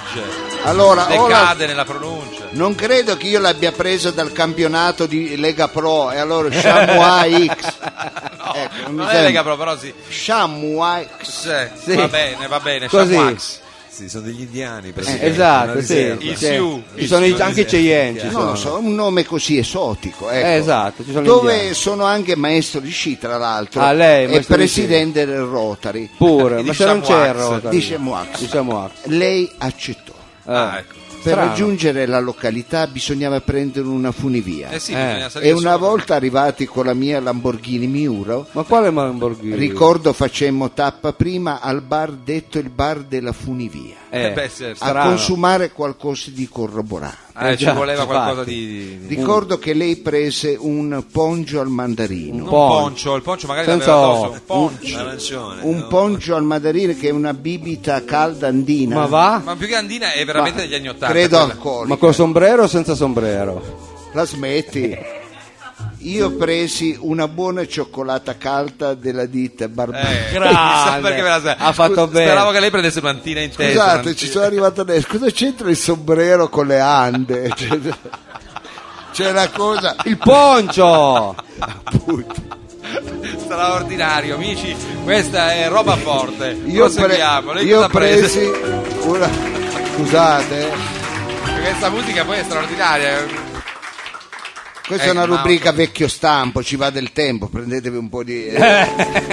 Speaker 1: Allora, o la-
Speaker 2: Decade nella pronuncia.
Speaker 1: non credo che io l'abbia presa dal campionato di Lega Pro, e allora Shamua X.
Speaker 2: No,
Speaker 1: Ecco, non mi
Speaker 2: non
Speaker 1: sembra.
Speaker 2: è lega, però, però sì.
Speaker 1: Shamua X.
Speaker 2: Sì,
Speaker 3: Sì.
Speaker 2: Va bene, va bene.
Speaker 3: Così.
Speaker 2: Chamois.
Speaker 6: Sì, sono degli indiani.
Speaker 3: Eh,
Speaker 6: presidente,
Speaker 3: esatto,
Speaker 6: una
Speaker 3: sì.
Speaker 6: riserva.
Speaker 2: Il
Speaker 3: c'è-
Speaker 2: Sioux.
Speaker 3: Ci sono i- anche i Cheyenne. ci
Speaker 1: Non lo
Speaker 3: sono.
Speaker 1: so, un nome così esotico. Ecco.
Speaker 3: Eh, esatto, ci sono gli
Speaker 1: Dove
Speaker 3: indiani.
Speaker 1: sono anche maestro di sci, tra l'altro,
Speaker 3: Ah, lei
Speaker 1: e
Speaker 3: è maestro di sci.
Speaker 1: presidente del Rotary.
Speaker 3: Pure, ma
Speaker 2: Di
Speaker 3: se non c'è
Speaker 2: Chamois.
Speaker 3: Rotary.
Speaker 1: Di Chamois.
Speaker 3: Di Chamois.
Speaker 1: Lei accettò.
Speaker 3: Eh.
Speaker 2: Ah, ecco.
Speaker 1: Per
Speaker 3: Strano.
Speaker 1: raggiungere la località bisognava prendere una funivia.
Speaker 2: Eh sì,
Speaker 3: Eh.
Speaker 2: bisogna salire
Speaker 1: e una
Speaker 2: sopra.
Speaker 1: volta arrivati con la mia Lamborghini Miuro,
Speaker 3: Ma quale Lamborghini?
Speaker 1: ricordo facemmo tappa prima al bar detto il bar della funivia.
Speaker 3: Eh,
Speaker 2: Eh, beh, sì,
Speaker 1: A
Speaker 3: strano.
Speaker 1: consumare qualcosa di corroborante.
Speaker 2: Eh,
Speaker 3: Eh,
Speaker 2: ci
Speaker 3: già,
Speaker 2: voleva
Speaker 3: infatti.
Speaker 2: qualcosa di... di-
Speaker 1: Ricordo che lei prese un pongio al mandarino.
Speaker 2: Un
Speaker 3: Poncio.
Speaker 2: poncio, il poncio magari
Speaker 3: Senza
Speaker 2: l'aveva addosso,
Speaker 3: O.
Speaker 2: un poncio.
Speaker 6: L'arancione,
Speaker 1: un
Speaker 6: no?
Speaker 1: poncio al mandarino che è una bibita calda andina.
Speaker 3: Ma va?
Speaker 2: Ma più che andina è veramente degli anni Ottanta.
Speaker 1: Credo
Speaker 2: quella.
Speaker 1: alcolica.
Speaker 3: Ma col sombrero o senza sombrero?
Speaker 1: La smetti. Io presi una buona cioccolata calda della ditta Barbera.
Speaker 2: Eh,
Speaker 3: Grande.
Speaker 2: chissà perché me la sa-
Speaker 3: Ha fatto bene. Esatto,
Speaker 2: Speravo che lei prendesse mantina in testa.
Speaker 1: Scusate,
Speaker 2: mantina.
Speaker 1: ci sono arrivato adesso. Cosa c'entra il sombrero con le ande? Cioè, C'è una cosa.
Speaker 3: Il poncio!
Speaker 2: straordinario, amici. Questa è roba forte.
Speaker 1: Io, pre-
Speaker 2: Proseguiamo. Lei
Speaker 1: io
Speaker 2: cosa ha preso?
Speaker 1: presi una. Scusate, eh.
Speaker 2: Questa musica poi è straordinaria.
Speaker 3: Eh,
Speaker 1: questa
Speaker 2: Eh,
Speaker 1: è una
Speaker 2: ma-
Speaker 1: rubrica vecchio stampo, ci va del tempo, prendetevi un po' di. eh.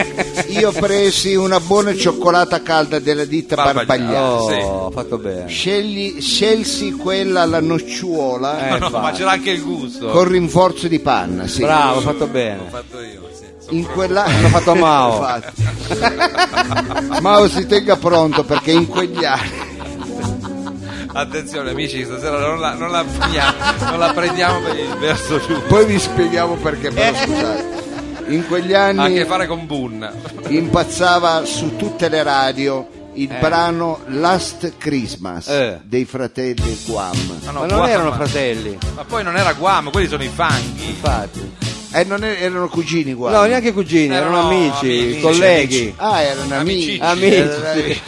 Speaker 1: Io presi una buona cioccolata calda della ditta
Speaker 2: Barbagia-
Speaker 1: Barbagliano.
Speaker 3: Oh,
Speaker 2: Sì.
Speaker 3: ha fatto bene.
Speaker 1: Scegli- scelsi quella alla nocciola
Speaker 3: Eh,
Speaker 2: No,
Speaker 3: infatti.
Speaker 2: ma c'era anche il gusto.
Speaker 1: con rinforzo di panna, sì.
Speaker 3: Bravo, ha fatto bene.
Speaker 6: Fatto io, sì.
Speaker 1: In quella...
Speaker 3: L'hanno fatto Mao.
Speaker 1: Infatti. Mao si tenga pronto perché in quegli anni
Speaker 2: Attenzione, amici, stasera non la, non la finiamo, non la prendiamo per il verso giusto.
Speaker 1: poi vi spieghiamo perché però
Speaker 2: Eh.
Speaker 1: scusate in quegli
Speaker 2: Ha a che
Speaker 1: anni
Speaker 2: fare con Bunna.
Speaker 1: impazzava su tutte le radio il brano Last Christmas
Speaker 3: Eh.
Speaker 1: dei fratelli Guam
Speaker 2: no,
Speaker 3: Ma non
Speaker 2: Guam,
Speaker 3: erano
Speaker 2: ma-
Speaker 3: fratelli,
Speaker 2: Ma poi non era Guam, quelli sono i fanghi.
Speaker 3: infatti.
Speaker 1: eh, non er- erano cugini Guam
Speaker 3: No, neanche cugini, erano
Speaker 2: Erano
Speaker 3: amici,
Speaker 2: amici,
Speaker 3: colleghi.
Speaker 1: ah erano amici
Speaker 2: Amici.
Speaker 3: Amici.
Speaker 1: Erano amici.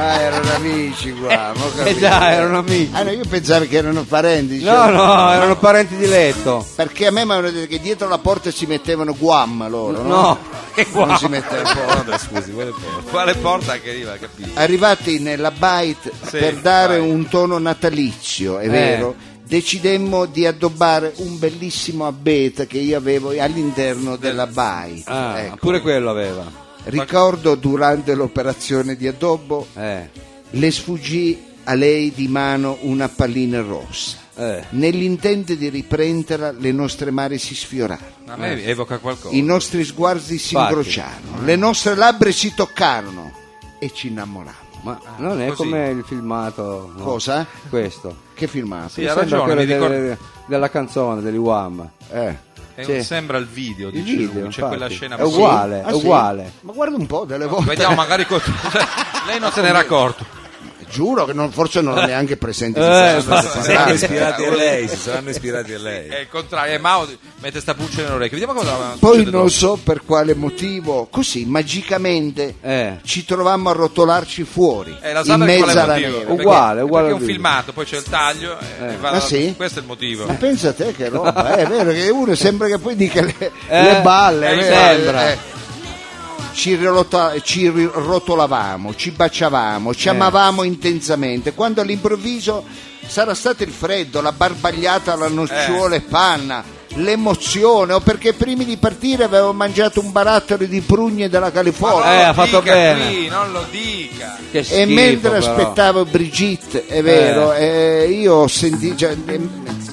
Speaker 1: ah erano amici Guam ho
Speaker 3: Eh
Speaker 1: capito.
Speaker 3: già, erano amici.
Speaker 1: Ah, no, io pensavo che erano parenti.
Speaker 3: No,
Speaker 1: dicevo.
Speaker 3: no, erano parenti di letto.
Speaker 1: Perché a me mi hanno detto che dietro la porta si mettevano guam loro, no?
Speaker 3: No.
Speaker 1: Non si mettevano.
Speaker 6: Vabbè, scusi, quale porta?
Speaker 2: Quale porta che arriva, capito?
Speaker 1: Arrivati nella bite
Speaker 2: Sì,
Speaker 1: per dare
Speaker 2: vai.
Speaker 1: un tono natalizio, è vero? Decidemmo di addobbare un bellissimo abete che io avevo all'interno della bite.
Speaker 3: Ah,
Speaker 1: Ecco.
Speaker 3: pure quello aveva.
Speaker 1: Ricordo durante l'operazione di addobbo
Speaker 3: Eh,
Speaker 1: le sfuggì a lei di mano una pallina rossa.
Speaker 3: eh.
Speaker 1: Nell'intento di riprenderla le nostre mari si sfiorarono.
Speaker 2: A me
Speaker 3: Eh.
Speaker 2: evoca qualcosa.
Speaker 1: I nostri sguardi si
Speaker 3: Infatti.
Speaker 1: incrociarono, le nostre labbra si toccarono e ci innamorammo.
Speaker 3: Ma non è
Speaker 2: così.
Speaker 3: come il filmato. no?
Speaker 1: Cosa?
Speaker 3: Questo.
Speaker 1: Che filmato?
Speaker 2: Sì, ha
Speaker 3: Sembra
Speaker 2: ragione,
Speaker 3: quello
Speaker 2: mi ricordo-
Speaker 3: delle- della canzone degli Wham.
Speaker 1: Eh.
Speaker 2: È un-
Speaker 3: Sì.
Speaker 2: Sembra il video,
Speaker 3: cioè, Il
Speaker 2: dice
Speaker 3: video,
Speaker 2: lui, c'è
Speaker 3: infatti.
Speaker 2: quella scena
Speaker 3: è uguale,
Speaker 1: Ah,
Speaker 3: è
Speaker 1: sì?
Speaker 3: uguale.
Speaker 1: Ma guarda un po', delle volte.
Speaker 2: Vediamo magari con- cioè, lei non se n'era accorto.
Speaker 1: Giuro che non- forse non ho neanche presente. di
Speaker 3: Eh,
Speaker 1: cosa
Speaker 3: infatti,
Speaker 1: state
Speaker 6: Si saranno
Speaker 1: parlando.
Speaker 6: ispirati a lei, si saranno ispirati a
Speaker 2: È
Speaker 6: lei.
Speaker 2: il contrario, e Mao mette sta pulce nell'orecchio. Vediamo cosa
Speaker 1: Poi
Speaker 2: succede dopo.
Speaker 1: non so per quale motivo, così magicamente
Speaker 3: Eh.
Speaker 1: ci trovammo a rotolarci fuori
Speaker 2: Eh, la sa
Speaker 1: in
Speaker 2: per quale
Speaker 1: mezzo alla
Speaker 2: motivo?
Speaker 1: neve.
Speaker 3: Perché- Uguale, uguale
Speaker 2: Perché è
Speaker 3: al
Speaker 2: un
Speaker 3: video.
Speaker 2: filmato, poi c'è il taglio. e- e va-
Speaker 1: Ah, sì? Eh.
Speaker 2: Questo è il motivo.
Speaker 1: Ma pensa a te che roba, eh, è vero che uno sembra che poi dica le,
Speaker 3: Eh,
Speaker 1: le balle,
Speaker 2: eh,
Speaker 1: vero?
Speaker 3: sembra.
Speaker 1: Eh. Ci, rilota- ci ri- rotolavamo, ci baciavamo,
Speaker 3: Eh.
Speaker 1: ci amavamo intensamente,
Speaker 3: Eh.
Speaker 1: quando all'improvviso sarà stato il freddo, la barbagliata alla nocciola e panna, l'emozione o perché prima di partire avevo mangiato un barattolo di prugne della California.
Speaker 2: non
Speaker 3: Eh,
Speaker 2: lo
Speaker 3: ha fatto
Speaker 2: dica
Speaker 3: bene.
Speaker 2: qui, non lo dica.
Speaker 3: Che
Speaker 1: E
Speaker 3: eh, schifo,
Speaker 1: mentre
Speaker 3: però.
Speaker 1: aspettavo Brigitte, è vero, eh, io ho sentito. già- ehm,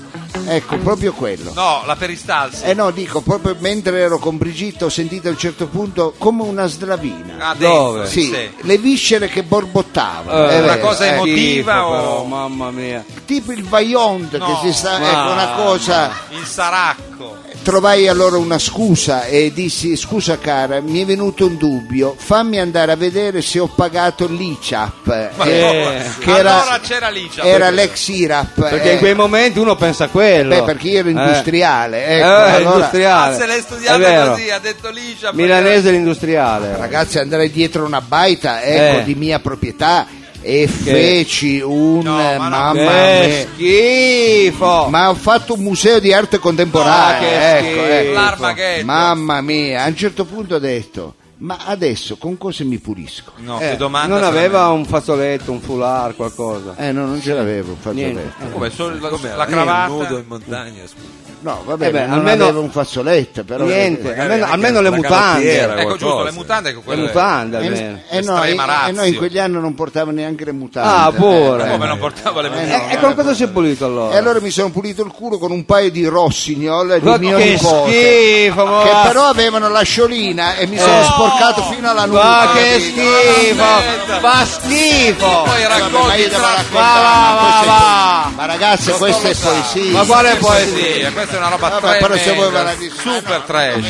Speaker 1: ecco, proprio quello.
Speaker 2: No, la peristalsi.
Speaker 1: Eh no, dico, proprio mentre ero con Brigitte ho sentito a un certo punto come una slavina.
Speaker 2: Ah, dentro,
Speaker 3: dove?
Speaker 2: sì,
Speaker 1: Sì,
Speaker 2: sì.
Speaker 1: le viscere che borbottavano.
Speaker 3: Eh,
Speaker 1: è
Speaker 2: una
Speaker 1: vero,
Speaker 2: cosa
Speaker 1: eh.
Speaker 3: Schifo,
Speaker 2: emotiva o-
Speaker 3: però, mamma mia.
Speaker 1: Tipo il Vaillant
Speaker 2: No,
Speaker 1: che si sta...
Speaker 3: ma-
Speaker 1: Ecco, una cosa...
Speaker 2: Il saracco.
Speaker 1: Trovai allora una scusa e dissi scusa cara, mi è venuto un dubbio, fammi andare a vedere se ho pagato l'ICAP.
Speaker 2: Ma
Speaker 1: Eh,
Speaker 2: allora-
Speaker 1: che era-
Speaker 2: allora c'era l'ICAP.
Speaker 1: Era l'ex IRAP.
Speaker 3: Perché
Speaker 1: eh.
Speaker 3: in quei momenti uno pensa a quello.
Speaker 1: Beh, perché io ero
Speaker 3: Eh.
Speaker 1: industriale,
Speaker 3: Eh,
Speaker 1: ecco, allora-
Speaker 3: industriale.
Speaker 2: Ah, se l'hai
Speaker 3: È
Speaker 2: studiato
Speaker 3: vero.
Speaker 2: così, ha detto Licia. perché-
Speaker 3: Milanese l'industriale.
Speaker 1: Ragazzi, andrei dietro una baita, ecco,
Speaker 3: Eh.
Speaker 1: di mia proprietà e feci un
Speaker 2: No, ma no.
Speaker 1: mamma
Speaker 3: che
Speaker 1: mia.
Speaker 3: schifo.
Speaker 1: Ma ho fatto un museo di arte contemporanea,
Speaker 3: Ah, che
Speaker 1: ecco,
Speaker 3: schifo.
Speaker 1: ecco.
Speaker 2: L'armaghetto.
Speaker 1: Mamma mia, a un certo punto ho detto, ma adesso con cosa mi pulisco?
Speaker 2: No,
Speaker 3: Eh,
Speaker 2: che domanda.
Speaker 3: non
Speaker 2: veramente.
Speaker 3: aveva un fazzoletto, un foulard, qualcosa.
Speaker 1: Eh no, non ce l'avevo, fatto
Speaker 3: Niente.
Speaker 1: detto.
Speaker 2: Come, solo la,
Speaker 6: Com'era?
Speaker 2: la
Speaker 6: Lei è nudo
Speaker 2: cravatta.
Speaker 6: in montagna, scusa.
Speaker 1: No, vabbè,
Speaker 3: Eh beh,
Speaker 1: non
Speaker 3: almeno-
Speaker 1: avevo un fazzoletto, però...
Speaker 3: Niente,
Speaker 6: magari
Speaker 3: almeno,
Speaker 6: anche
Speaker 3: almeno le
Speaker 6: la
Speaker 3: mutande. Eh,
Speaker 6: canottiera.
Speaker 2: Ecco, giusto,
Speaker 6: qualcosa.
Speaker 2: le mutande. Ecco,
Speaker 3: Le
Speaker 2: quelle-
Speaker 3: mutande,
Speaker 1: Eh,
Speaker 3: almeno.
Speaker 1: eh no,
Speaker 2: Estrema
Speaker 1: eh, eh, no, in
Speaker 2: ratio.
Speaker 1: quegli anni non portavo neanche le mutande.
Speaker 3: Ah, pure.
Speaker 1: Eh,
Speaker 2: Come non portava le mutande?
Speaker 3: E, e con cosa si è pulito allora?
Speaker 1: E allora mi sono pulito il culo con un paio di rossignol
Speaker 3: Ma
Speaker 1: di mio
Speaker 3: che
Speaker 1: nipote.
Speaker 3: schifo, ma
Speaker 1: che
Speaker 3: va-
Speaker 1: però avevano la sciolina e mi sono
Speaker 3: Eh.
Speaker 1: sporcato fino alla nuca.
Speaker 3: Ma che
Speaker 1: capito?
Speaker 3: schifo! Fa schifo!
Speaker 1: Eh, vabbè,
Speaker 2: Poi
Speaker 1: ma io
Speaker 2: racconti
Speaker 1: devo
Speaker 2: tra-
Speaker 1: raccontare,
Speaker 3: Va, va,
Speaker 1: ma questo è-
Speaker 3: va, va.
Speaker 1: Ma ragazzi, questa è poesia.
Speaker 3: Ma quale
Speaker 2: Che
Speaker 3: poesia?
Speaker 2: poesia, questa è una roba
Speaker 1: Vabbè, però se voi ve
Speaker 2: tremenda,
Speaker 1: la dite-
Speaker 2: super trash.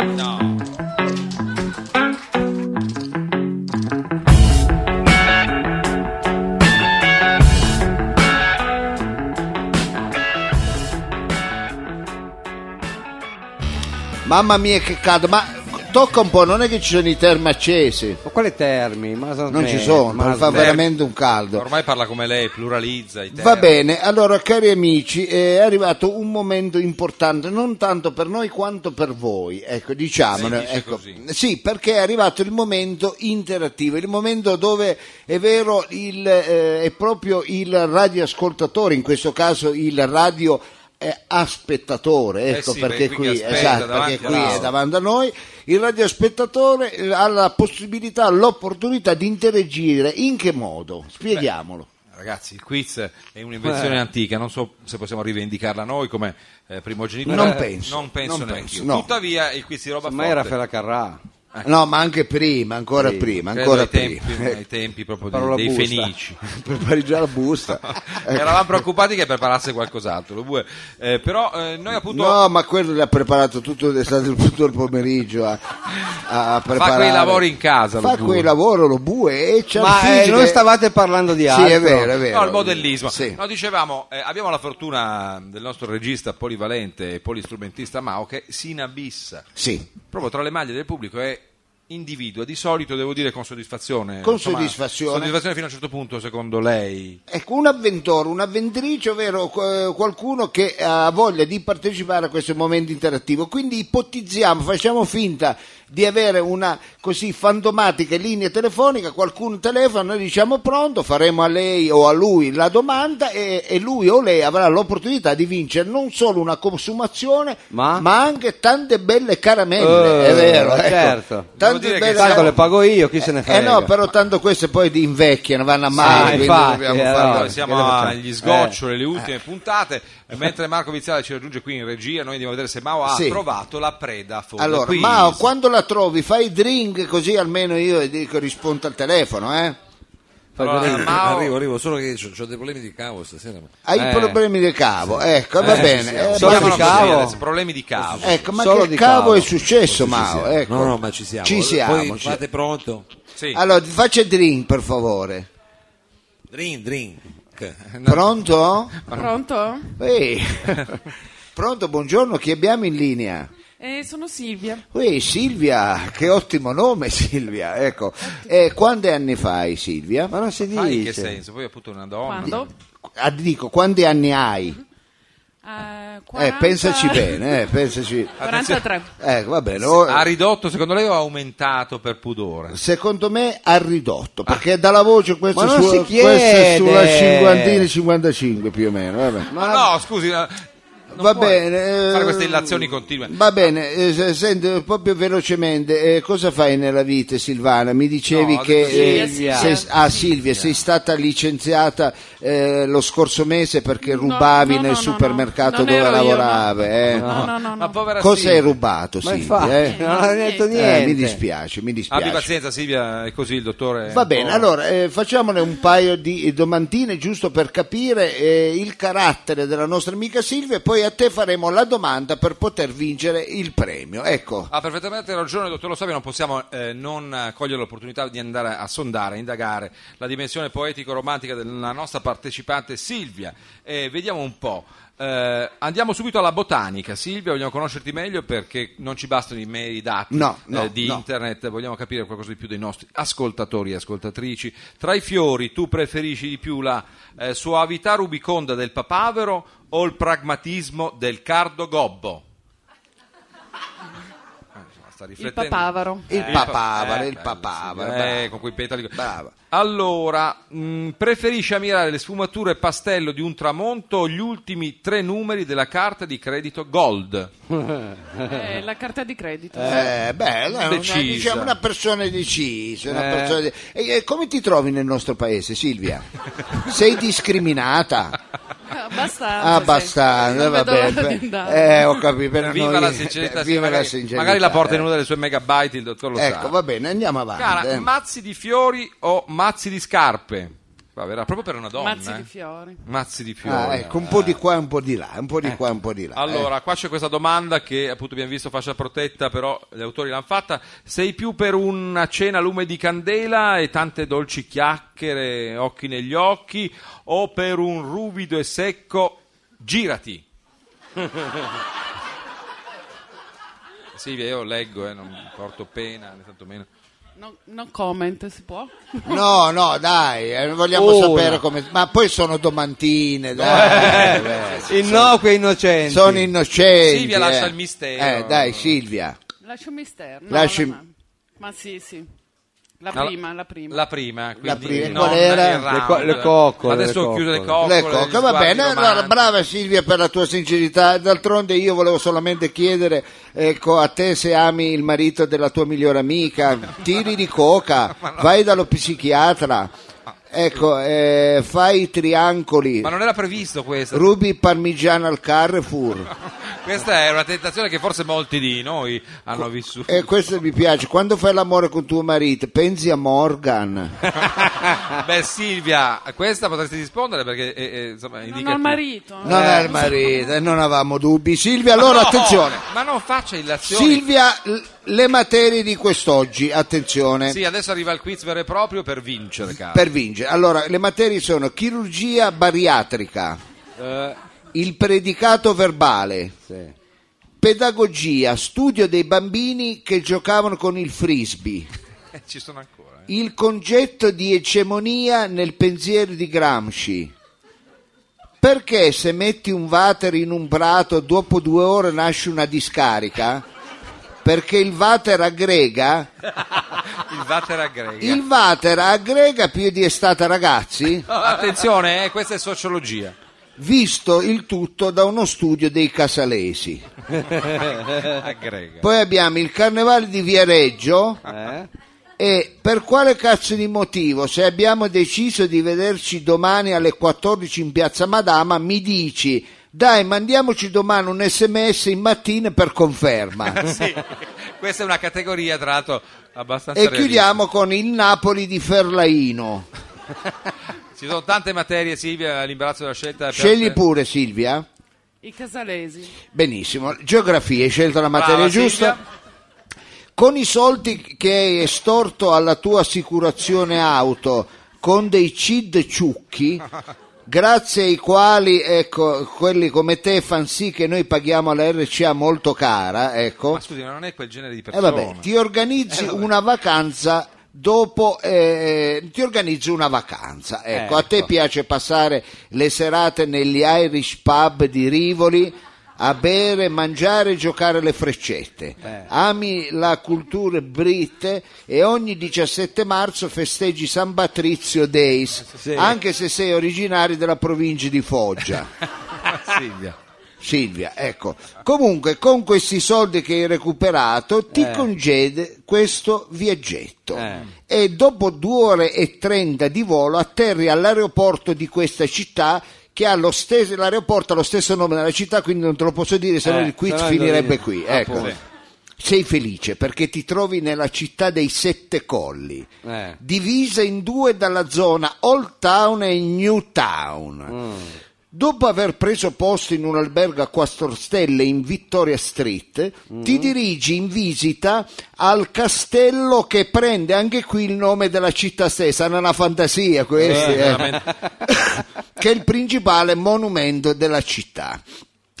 Speaker 2: No.
Speaker 1: Mamma mia che cado, ma tocca un po', non è che ci sono i termi accesi.
Speaker 3: Ma quale termi? Ma
Speaker 1: Non ci sono,
Speaker 3: ma
Speaker 1: non fa
Speaker 3: smetti.
Speaker 1: veramente un caldo.
Speaker 2: Ormai parla come lei, pluralizza i temi.
Speaker 1: Va bene, allora cari amici, è arrivato un momento importante, non tanto per noi quanto per voi, ecco, diciamolo.
Speaker 2: Si dice
Speaker 1: ecco.
Speaker 2: così.
Speaker 1: Sì, perché è arrivato il momento interattivo, il momento dove è vero, il, eh, è proprio il radioascoltatore, in questo caso il radio eh, aspettatore, ecco,
Speaker 2: Eh sì,
Speaker 1: perché
Speaker 2: perché
Speaker 1: qui,
Speaker 2: quindi aspetta
Speaker 1: esatto,
Speaker 2: davanti
Speaker 1: perché qui
Speaker 2: alla-
Speaker 1: è davanti a noi, il radiospetatore eh, ha la possibilità, l'opportunità di interagire, in che modo? Spieghiamolo.
Speaker 2: Ragazzi, il quiz è un'invenzione antica, non so se possiamo rivendicarla noi come eh, primogenitore.
Speaker 1: Non penso,
Speaker 2: Non penso
Speaker 1: non
Speaker 2: neanche
Speaker 1: penso,
Speaker 2: io.
Speaker 1: no.
Speaker 2: Tuttavia, il quiz di roba
Speaker 3: Ma era
Speaker 2: forte,
Speaker 3: Ferracarrà.
Speaker 1: Eh. No, ma anche prima, ancora prima,
Speaker 2: credo
Speaker 1: ancora
Speaker 2: ai
Speaker 1: prima. Ecco.
Speaker 2: tempi, ai tempi proprio
Speaker 3: Parola
Speaker 2: dei, dei
Speaker 3: busta.
Speaker 2: fenici.
Speaker 1: Prepari già la busta. Ecco.
Speaker 2: Eravamo preoccupati che preparasse qualcos'altro, lo vuoi. Eh, però eh, noi appunto
Speaker 1: No, ma quello l'ha preparato tutto, è stato tutto il pomeriggio a, a preparare.
Speaker 2: fa quei lavori in casa. lo
Speaker 1: Fa
Speaker 2: bue.
Speaker 1: quel lavoro lo bue e c'è
Speaker 3: Ma
Speaker 1: il
Speaker 3: eh,
Speaker 1: fisico
Speaker 3: noi
Speaker 1: che-
Speaker 3: stavate parlando di altro.
Speaker 1: Sì, è vero, è vero.
Speaker 2: No, il modellismo.
Speaker 1: Sì.
Speaker 2: No, dicevamo, eh, abbiamo la fortuna del nostro regista polivalente e polistrumentista Mao che si inabissa
Speaker 1: Sì.
Speaker 2: proprio tra le maglie del pubblico e individua di solito devo dire con soddisfazione
Speaker 1: Con
Speaker 2: insomma,
Speaker 1: soddisfazione.
Speaker 2: soddisfazione fino a un certo punto secondo lei
Speaker 1: Ecco, un avventore, un'avventrice, ovvero eh, qualcuno che ha voglia di partecipare a questo momento interattivo. Quindi ipotizziamo, facciamo finta di avere una così fantomatica linea telefonica, qualcuno telefona, noi diciamo pronto, faremo a lei o a lui la domanda e, e lui o lei avrà l'opportunità di vincere non solo una consumazione, ma,
Speaker 3: Ma?
Speaker 1: anche tante belle caramelle.
Speaker 3: Eh,
Speaker 1: è vero, ecco.
Speaker 3: certo.
Speaker 2: Devo
Speaker 1: Tante
Speaker 2: dire che
Speaker 1: belle
Speaker 3: Tanto
Speaker 1: caramelle.
Speaker 3: le pago io, chi se ne
Speaker 1: Eh
Speaker 3: frega.
Speaker 1: no, però tanto queste poi di invecchiano, vanno a
Speaker 3: Ah,
Speaker 1: male, quindi
Speaker 3: infatti,
Speaker 1: dobbiamo
Speaker 3: eh,
Speaker 1: farlo.
Speaker 3: allora.
Speaker 2: Allora,
Speaker 3: che
Speaker 2: siamo
Speaker 3: le facciamo?
Speaker 2: agli
Speaker 1: Eh.
Speaker 2: sgoccioli, le ultime puntate. Mentre Marco Viziale ci raggiunge qui in regia, noi andiamo a vedere se Mao ha
Speaker 1: Sì.
Speaker 2: trovato la preda a fondo.
Speaker 1: Allora,
Speaker 2: Quindi,
Speaker 1: Mao, quando la trovi fai drink così almeno io dico rispondo al telefono, eh?
Speaker 2: allora, Mao-
Speaker 6: Arrivo, arrivo, solo che ho dei problemi di cavo stasera.
Speaker 1: Hai
Speaker 3: Eh.
Speaker 1: problemi del cavo, ecco, va bene. eh,
Speaker 2: si
Speaker 3: Solo
Speaker 1: ma-
Speaker 2: chiamano
Speaker 3: di
Speaker 2: così
Speaker 3: cavo.
Speaker 2: adesso, problemi di cavo.
Speaker 1: Ecco, ma
Speaker 3: solo
Speaker 1: che
Speaker 3: di
Speaker 1: cavo,
Speaker 3: cavo.
Speaker 1: è successo, Mao? Ecco.
Speaker 6: No, no, ma ci siamo.
Speaker 1: Ci siamo.
Speaker 6: Poi
Speaker 1: ci-
Speaker 6: fate pronto?
Speaker 2: Sì.
Speaker 1: Allora, ti faccia drink, per favore.
Speaker 6: Drin, drin. Ok.
Speaker 1: Pronto?
Speaker 7: Pronto?
Speaker 1: Ehi. Pronto, buongiorno, chi abbiamo in linea?
Speaker 7: Eh, sono Silvia.
Speaker 1: Ehi, Silvia, che ottimo nome Silvia, ecco. Eh, quanti anni fai Silvia?
Speaker 3: Ma non si
Speaker 2: Ma in che
Speaker 3: dice.
Speaker 2: senso? Poi appunto è una donna.
Speaker 7: Quando?
Speaker 1: Ah, dico, quanti anni hai?
Speaker 7: Eh,
Speaker 1: Eh,
Speaker 7: 40
Speaker 1: pensaci bene, eh, pensaci.
Speaker 7: 43.
Speaker 1: Ecco, va bene. o-
Speaker 2: Ha ridotto, secondo lei, o ha aumentato per pudore?
Speaker 1: Secondo me ha ridotto, perché dalla voce questo,
Speaker 3: Ma non
Speaker 1: sulla-
Speaker 3: si chiede!
Speaker 1: questo è sulla cinquantina 55 più o meno. vabbè.
Speaker 2: Ma no, scusi, no, non
Speaker 1: Ah. Va
Speaker 2: puoi
Speaker 1: bene, eh,
Speaker 2: fare queste illazioni continue.
Speaker 1: Va bene, eh, se- senti, proprio velocemente, eh, cosa fai nella vita Silvana? Mi dicevi
Speaker 2: No, ho
Speaker 1: che...
Speaker 2: detto
Speaker 1: eh,
Speaker 7: Silvia.
Speaker 1: sei- ah Silvia, sei stata licenziata eh, lo scorso mese perché rubavi
Speaker 7: no,
Speaker 1: nel
Speaker 7: no, no,
Speaker 1: supermercato
Speaker 7: no. Non
Speaker 1: dove
Speaker 7: ero io,
Speaker 1: lavoravi. eh.
Speaker 7: No, no, no.
Speaker 2: Ma
Speaker 7: no.
Speaker 2: povera
Speaker 1: Cosa hai
Speaker 2: Silvia.
Speaker 1: rubato
Speaker 3: Ma
Speaker 1: Silvia?
Speaker 3: infatti,
Speaker 1: eh?
Speaker 3: non ha detto niente.
Speaker 1: Eh, mi dispiace, mi dispiace.
Speaker 2: Abbi pazienza Silvia, è così il dottore.
Speaker 1: Va bene, allora eh, facciamone un paio di domandine giusto per capire eh, il carattere della nostra amica Silvia e poi a te faremo la domanda per poter vincere il premio. Ecco,
Speaker 2: Ha perfettamente ragione, dottor Lo Sapio, non possiamo eh, non eh, cogliere l'opportunità di andare a sondare, a indagare la dimensione poetico-romantica della nostra partecipante Silvia. Eh, vediamo un po'. Eh, andiamo subito alla botanica, Silvia, vogliamo conoscerti meglio perché non ci bastano i meri dati eh,
Speaker 1: No, no,
Speaker 2: di
Speaker 1: no.
Speaker 2: internet, vogliamo capire qualcosa di più dei nostri ascoltatori e ascoltatrici. Tra i fiori tu preferisci di più la eh, suavità rubiconda del papavero o il pragmatismo del cardo gobbo? Sta
Speaker 7: Il
Speaker 2: riflettendo.
Speaker 7: papavaro.
Speaker 1: il
Speaker 2: Eh,
Speaker 1: papavaro,
Speaker 2: eh,
Speaker 1: il
Speaker 2: bello,
Speaker 1: papavaro.
Speaker 2: sì,
Speaker 1: bravo.
Speaker 2: eh, con quei petali.
Speaker 1: Brava.
Speaker 2: Allora, mh, preferisci ammirare le sfumature pastello di un tramonto o gli ultimi tre numeri della carta di credito Gold?
Speaker 7: Eh, la carta di credito.
Speaker 1: Eh, beh, allora, una,
Speaker 2: Decisa.
Speaker 1: diciamo una persona decisa. una
Speaker 3: Eh.
Speaker 1: persona de- E, e come ti trovi nel nostro paese, Silvia? Sei discriminata? Ah,
Speaker 7: Abbastanza.
Speaker 1: Abbastanza,
Speaker 7: sì. Non
Speaker 1: va
Speaker 7: vedo l'ora
Speaker 1: bene.
Speaker 7: di andare.
Speaker 1: Eh, ho capito. per
Speaker 2: Viva
Speaker 1: noi-
Speaker 2: la sincerità, sì,
Speaker 1: viva la
Speaker 2: magari,
Speaker 1: sincerità,
Speaker 2: magari la porta in
Speaker 1: eh.
Speaker 2: una delle sue megabyte, il dottor lo sa.
Speaker 1: Ecco, va bene, andiamo avanti.
Speaker 2: Cara,
Speaker 1: eh.
Speaker 2: mazzi di fiori o mazzi di scarpe? Va verrà proprio per una donna.
Speaker 7: Mazzi
Speaker 2: eh.
Speaker 7: di fiori.
Speaker 2: Mazzi di fiori.
Speaker 1: Ah, ecco, un po' di qua e un po' di là, un po' di qua e un po' di là. eh.
Speaker 2: Allora, qua c'è questa domanda che appunto abbiamo visto fascia protetta, però gli autori l'hanno fatta. Sei più per una cena a lume di candela e tante dolci chiacchiere, occhi negli occhi, o per un ruvido e secco girati? Silvia, io leggo, eh, non porto pena, né tantomeno.
Speaker 7: Non, non comment, si può?
Speaker 1: No, no, dai, eh, vogliamo
Speaker 3: Ora.
Speaker 1: sapere come... Ma poi sono domandine, dai. beh,
Speaker 3: Innocue innocenti.
Speaker 1: Eh, Sono innocenti.
Speaker 2: Eh. Silvia lascia
Speaker 1: eh.
Speaker 2: il mistero.
Speaker 1: Eh, dai, Silvia.
Speaker 7: Lascio un mistero. No,
Speaker 1: Lasci-
Speaker 7: la- Ma sì, sì. La
Speaker 2: No,
Speaker 7: prima, la prima.
Speaker 2: La prima, quindi
Speaker 1: prima,
Speaker 2: non
Speaker 1: qual era?
Speaker 2: il round.
Speaker 3: Le co- le coccole,
Speaker 2: Adesso
Speaker 3: le
Speaker 2: ho chiuso le
Speaker 3: coccole.
Speaker 2: coccole.
Speaker 1: Le coccole,
Speaker 2: gli
Speaker 1: va
Speaker 2: sguardi
Speaker 1: bene, allora,
Speaker 2: romantici.
Speaker 1: brava Silvia per la tua sincerità. D'altronde io volevo solamente chiedere ecco, a te se ami il marito della tua migliore amica, tiri di coca, vai dallo psichiatra, ecco, eh, fai i triangoli,
Speaker 2: Ma non era previsto questo.
Speaker 1: rubi il parmigiano al Carrefour.
Speaker 2: Questa è una tentazione che forse molti di noi hanno
Speaker 1: Ecco.
Speaker 2: vissuto.
Speaker 1: E Eh, questo mi piace. Quando fai l'amore con tuo marito, pensi a Morgan.
Speaker 2: Beh, Silvia, a questa potresti rispondere perché eh, eh, insomma,
Speaker 7: Non
Speaker 2: indica
Speaker 7: ho il
Speaker 2: tu.
Speaker 7: marito.
Speaker 1: Non è il marito, eh, non avevamo dubbi. Silvia, allora
Speaker 2: No,
Speaker 1: attenzione.
Speaker 2: Ma non faccia illazioni.
Speaker 1: Silvia, l- le materie di quest'oggi, attenzione.
Speaker 2: Sì, adesso arriva il quiz vero e proprio per vincere, cara.
Speaker 1: Per vincere. Allora, le materie sono chirurgia bariatrica,
Speaker 2: Eh,
Speaker 1: il predicato verbale,
Speaker 3: Sì.
Speaker 1: pedagogia, studio dei bambini che giocavano con il frisbee,
Speaker 2: Eh, Ci sono ancora. eh.
Speaker 1: il concetto di ecemonia nel pensiero di Gramsci. Perché se metti un water in un prato dopo due ore nasce una discarica? Perché il water aggrega
Speaker 2: Il Vater aggrega.
Speaker 1: Il Vater aggrega più di estate ragazzi,
Speaker 2: Attenzione, eh, questa è sociologia.
Speaker 1: visto il tutto da uno studio dei casalesi.
Speaker 3: Eh,
Speaker 2: Aggrega.
Speaker 1: Poi abbiamo il carnevale di Viareggio
Speaker 3: Eh?
Speaker 1: e per quale cazzo di motivo, se abbiamo deciso di vederci domani alle 14 in Piazza Madama, mi dici dai mandiamoci domani un sms in mattina per conferma.
Speaker 2: Sì, questa è una categoria, tra l'altro, abbastanza
Speaker 1: E
Speaker 2: realistica.
Speaker 1: chiudiamo con il Napoli di Ferlaino.
Speaker 2: Ci sono tante materie, Silvia, l'imbarazzo della scelta. per
Speaker 1: Scegli
Speaker 2: te.
Speaker 1: pure Silvia.
Speaker 7: I casalesi.
Speaker 1: Benissimo, geografia, hai scelto la materia
Speaker 2: Brava,
Speaker 1: giusta.
Speaker 2: Silvia.
Speaker 1: Con i soldi che hai estorto alla tua assicurazione auto con dei CID ciucchi, grazie ai quali ecco, quelli come te fanno sì che noi paghiamo la RCA molto cara, ecco.
Speaker 2: Ma scusi, ma non è quel genere di
Speaker 1: E
Speaker 2: persona.
Speaker 1: Eh, vabbè, ti organizzi una vacanza dopo eh, ti organizzi una vacanza ecco, a te piace passare le serate negli Irish pub di Rivoli a bere, mangiare e giocare le freccette ami la cultura brite e ogni 17 marzo festeggi San Patrizio Days anche se sei originario della provincia di Foggia
Speaker 2: Silvia.
Speaker 1: Silvia, ecco. Comunque, con questi soldi che hai recuperato, ti
Speaker 3: Eh.
Speaker 1: congede questo viaggetto. E dopo due ore e trenta di volo atterri all'aeroporto di questa città che ha lo stesso, l'aeroporto ha lo stesso nome della città, quindi non te lo posso dire, se no
Speaker 3: Eh,
Speaker 1: il quiz
Speaker 3: se no
Speaker 1: finirebbe
Speaker 3: indovini.
Speaker 1: qui.
Speaker 3: Ah,
Speaker 1: Ecco.
Speaker 2: sì.
Speaker 1: Sei felice perché ti trovi nella città dei sette colli,
Speaker 3: Eh.
Speaker 1: divisa in due dalla zona Old Town e New Town.
Speaker 3: Mm.
Speaker 1: Dopo aver preso posto in un albergo a quattro stelle in Victoria Street,
Speaker 2: Mhm.
Speaker 1: ti dirigi in visita al castello che prende anche qui il nome della città stessa. È una fantasia questa,
Speaker 2: Eh,
Speaker 1: eh.
Speaker 2: veramente.
Speaker 1: che è il principale monumento della città.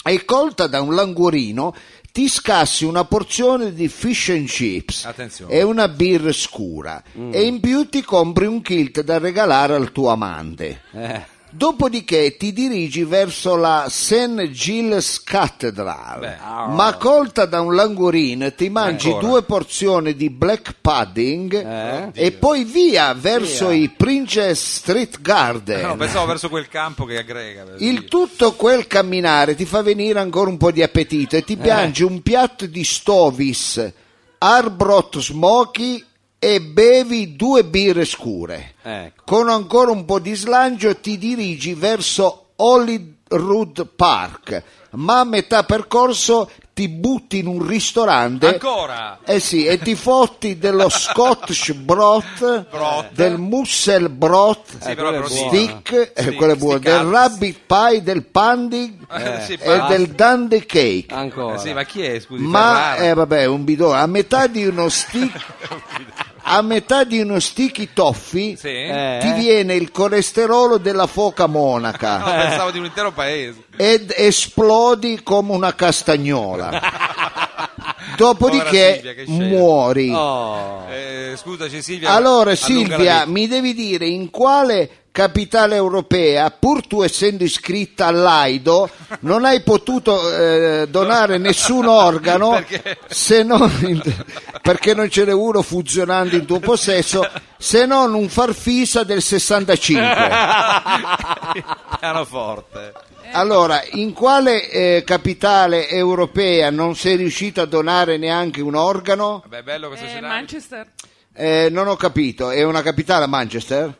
Speaker 1: E colta da un languorino, ti scassi una porzione di fish and chips
Speaker 2: Attenzione. Mm.
Speaker 1: e una birra scura e in più ti compri un kilt da regalare al tuo amante.
Speaker 2: Eh.
Speaker 1: Dopodiché ti dirigi verso la St. Giles Cathedral,
Speaker 2: Beh.
Speaker 1: ma colta da un languorino ti mangi
Speaker 2: Ancora. Eh?
Speaker 1: due porzioni di black pudding e poi via verso i Princess Street Garden.
Speaker 2: No, pensavo verso quel campo che aggrega. per
Speaker 1: Eh, Il
Speaker 2: dire.
Speaker 1: tutto quel camminare ti fa venire ancora un po' di appetito
Speaker 2: Eh.
Speaker 1: e ti piangi un piatto di Stovis, Arbrot Smoky e bevi due birre scure.
Speaker 3: Ecco.
Speaker 1: Con ancora un po' di slancio ti dirigi verso Holyrood Park, ma a metà percorso ti butti in un ristorante.
Speaker 2: Ancora!
Speaker 1: Eh sì, e ti fotti dello Scottish broth,
Speaker 2: Broth.
Speaker 1: del mussel broth,
Speaker 2: Sì, però
Speaker 3: Eh, quello è
Speaker 2: però
Speaker 3: buono.
Speaker 1: stick, eh,
Speaker 2: Stick,
Speaker 1: quello è buono,
Speaker 2: stick
Speaker 1: del
Speaker 2: up.
Speaker 1: rabbit pie, del panding
Speaker 2: Eh, sì,
Speaker 1: e
Speaker 2: pa-
Speaker 1: del dandy cake.
Speaker 3: Ancora.
Speaker 2: Eh sì, ma chi è, scusi,
Speaker 1: Ma
Speaker 2: Ferrara?
Speaker 1: eh, vabbè, un bidone, a metà di uno stick a metà di uno sticky toffee
Speaker 2: Sì?
Speaker 3: Eh.
Speaker 1: ti viene il colesterolo della foca monaca
Speaker 2: No, pensavo di un intero paese.
Speaker 1: ed esplodi come una castagnola.
Speaker 2: Povera
Speaker 1: Dopodiché
Speaker 2: Silvia, che scena.
Speaker 1: muori.
Speaker 3: Oh.
Speaker 2: Eh, scusaci Silvia.
Speaker 1: Allora
Speaker 2: allunga la
Speaker 1: Silvia,
Speaker 2: vita.
Speaker 1: mi devi dire in quale capitale europea, pur tu essendo iscritta all'AIDO, non hai potuto eh, donare nessun organo
Speaker 2: Perché?
Speaker 1: se non perché non ce n'è uno funzionante in tuo possesso, se non un farfisa del 65.
Speaker 2: pianoforte.
Speaker 1: Allora, in quale eh, capitale europea non sei riuscita a donare neanche un organo?
Speaker 2: Vabbè, è bello questo
Speaker 7: Eh,
Speaker 2: scenario.
Speaker 7: Manchester.
Speaker 1: Eh, non ho capito, è una capitale Manchester?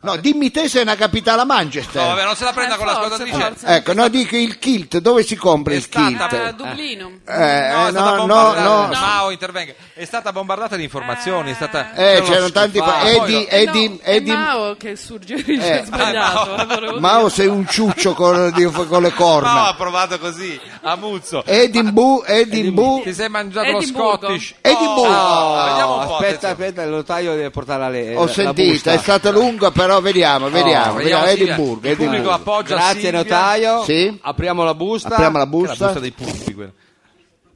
Speaker 1: No, dimmi te se è una capitale Manchester.
Speaker 2: No, vabbè, non se la prenda
Speaker 7: Eh,
Speaker 2: con la
Speaker 7: forza,
Speaker 2: squadratrice.
Speaker 7: forza.
Speaker 1: Ecco, no, dico il kilt, dove si compra
Speaker 2: È
Speaker 1: il
Speaker 2: stata-
Speaker 1: kilt?
Speaker 7: Eh,
Speaker 2: Te.
Speaker 7: Dublino.
Speaker 1: Eh, eh,
Speaker 2: è stata
Speaker 1: no, no,
Speaker 2: bombardata.
Speaker 1: no.
Speaker 7: No.
Speaker 2: Mao intervenga. È stata bombardata di informazioni, è stata
Speaker 1: Eh,
Speaker 2: c'erano
Speaker 1: c'erano tanti fa-
Speaker 2: schifate.
Speaker 1: eh,
Speaker 2: Poi
Speaker 1: di-
Speaker 2: lo-
Speaker 1: eh,
Speaker 7: Eh, no,
Speaker 1: di-
Speaker 7: è
Speaker 1: eh, di-
Speaker 7: Mao che suggerisce
Speaker 1: Eh.
Speaker 7: sbagliato.
Speaker 2: Ah,
Speaker 7: eh, volevo
Speaker 1: Mao
Speaker 7: dire.
Speaker 1: sei un ciuccio con, di- con le
Speaker 2: Mao ha
Speaker 1: corna.
Speaker 2: provato così, a Muzzo.
Speaker 1: Edimbu,
Speaker 2: Ti
Speaker 1: Edimbu.
Speaker 2: sei mangiato lo
Speaker 7: Edimburgo.
Speaker 2: Scottish.
Speaker 1: Edimburgo. Ah,
Speaker 2: Oh, vediamo un po'.
Speaker 3: aspetta,
Speaker 2: attenzione.
Speaker 3: aspetta, il notaio deve portare la legge.
Speaker 1: Ho sentito, è stata lunga, però vediamo, vediamo,
Speaker 2: Vediamo
Speaker 1: vediamo,
Speaker 2: Silvia.
Speaker 1: Edimburgo,
Speaker 2: Il pubblico
Speaker 1: Edimburgo.
Speaker 2: appoggia
Speaker 3: Grazie
Speaker 2: Silvia.
Speaker 3: notaio.
Speaker 1: Sì.
Speaker 3: Apriamo la busta.
Speaker 1: Apriamo la
Speaker 2: Che è La
Speaker 1: busta.
Speaker 2: busta dei pupi quella.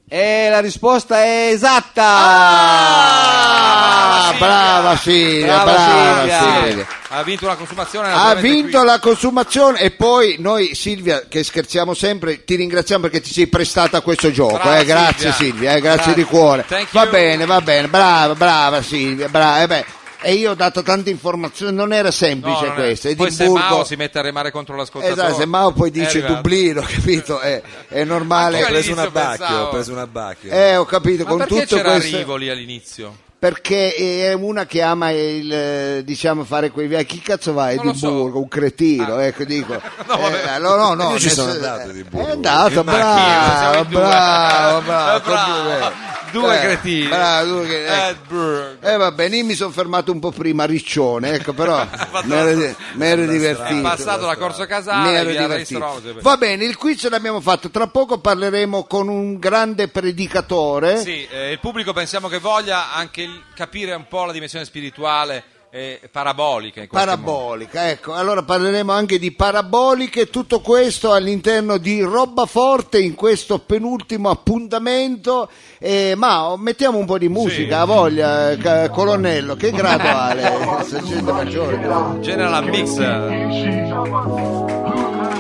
Speaker 3: E la risposta è esatta.
Speaker 1: Ah, brava Silvia,
Speaker 3: Brava
Speaker 1: brava
Speaker 3: Silvia.
Speaker 1: Silvia.
Speaker 2: Ha vinto la consumazione
Speaker 1: Ha
Speaker 2: naturalmente
Speaker 1: vinto
Speaker 2: qui.
Speaker 1: la consumazione e poi noi Silvia, che scherziamo sempre, ti ringraziamo perché ti sei prestata a questo gioco.
Speaker 2: Brava
Speaker 1: eh, grazie Silvia,
Speaker 2: Silvia.
Speaker 1: eh, grazie di cuore.
Speaker 2: Thank
Speaker 1: Va
Speaker 2: you.
Speaker 1: bene, va bene, brava, brava Silvia, brava. eh beh, E io ho dato tante informazioni, non era
Speaker 2: No,
Speaker 1: semplice
Speaker 2: non è-
Speaker 1: questo.
Speaker 2: Poi se
Speaker 1: Edimburgo-
Speaker 2: Mao si mette a remare contro l'ascoltatore.
Speaker 1: Esatto, se Mao poi
Speaker 2: È
Speaker 1: dice
Speaker 2: arrivato.
Speaker 1: Dublino, capito? È, è
Speaker 6: Ho
Speaker 2: Io
Speaker 1: normale.
Speaker 2: Anche
Speaker 6: preso un
Speaker 2: all'inizio
Speaker 6: abbacchio,
Speaker 2: pensavo-
Speaker 6: ho preso un abbacchio.
Speaker 1: Eh, ho capito,
Speaker 2: Ma
Speaker 1: con
Speaker 2: perché
Speaker 1: tutto
Speaker 2: c'era
Speaker 1: questo...
Speaker 2: Rivoli all'inizio?
Speaker 1: Perché è una che ama il eh, diciamo fare quei viaggi. Chi cazzo va a
Speaker 2: Non lo so. Ah.
Speaker 1: Edimburgo? Un cretino, ecco, dico. no,
Speaker 2: vabbè.
Speaker 1: no, no, no,
Speaker 6: Io ci sono
Speaker 1: ness-
Speaker 6: andato a Edimburgo.
Speaker 1: È andato,
Speaker 6: In macchina,
Speaker 2: siamo in
Speaker 1: bravo,
Speaker 2: due.
Speaker 1: bravo, bravo,
Speaker 2: Eh, bravo.
Speaker 1: complimenti.
Speaker 2: Due
Speaker 1: Eh,
Speaker 2: cretini.
Speaker 1: bravo, due cretini, ecco.
Speaker 2: Edinburgh.
Speaker 1: Eh vabbè, lì mi sono fermato un po' prima a Riccione, ecco, però mi ero, mi ero divertito.
Speaker 2: È passato la Corso Casale,
Speaker 1: Mi ero
Speaker 2: via
Speaker 1: divertito.
Speaker 2: Race Rose.
Speaker 1: Va bene, il quiz l'abbiamo fatto. Tra poco parleremo con un grande predicatore.
Speaker 2: Sì, eh, il pubblico pensiamo che voglia anche il- capire un po' la dimensione spirituale e parabolica. in qualche modo.
Speaker 1: Parabolica, ecco, allora parleremo anche di paraboliche, tutto questo all'interno di Roba Forte in questo penultimo appuntamento, Eh, ma oh, mettiamo un po' di musica, ha voglia, eh, ca- colonnello, che grado ha le sergente maggiore?
Speaker 2: General Mix. eh,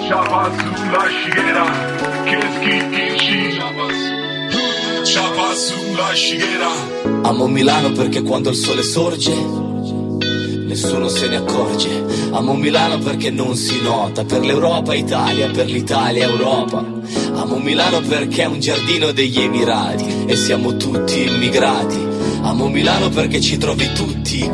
Speaker 8: Şapasula şigera keski inşi Şapasula şigera
Speaker 9: Amo Milano perché quando il sole sorge nessuno se ne accorge. Amo Milano perché non si nota, per l'Europa Italia, per l'Italia Europa. Amo Milano perché è un giardino degli Emirati e siamo tutti immigrati. Amo Milano perché ci trovi tutti.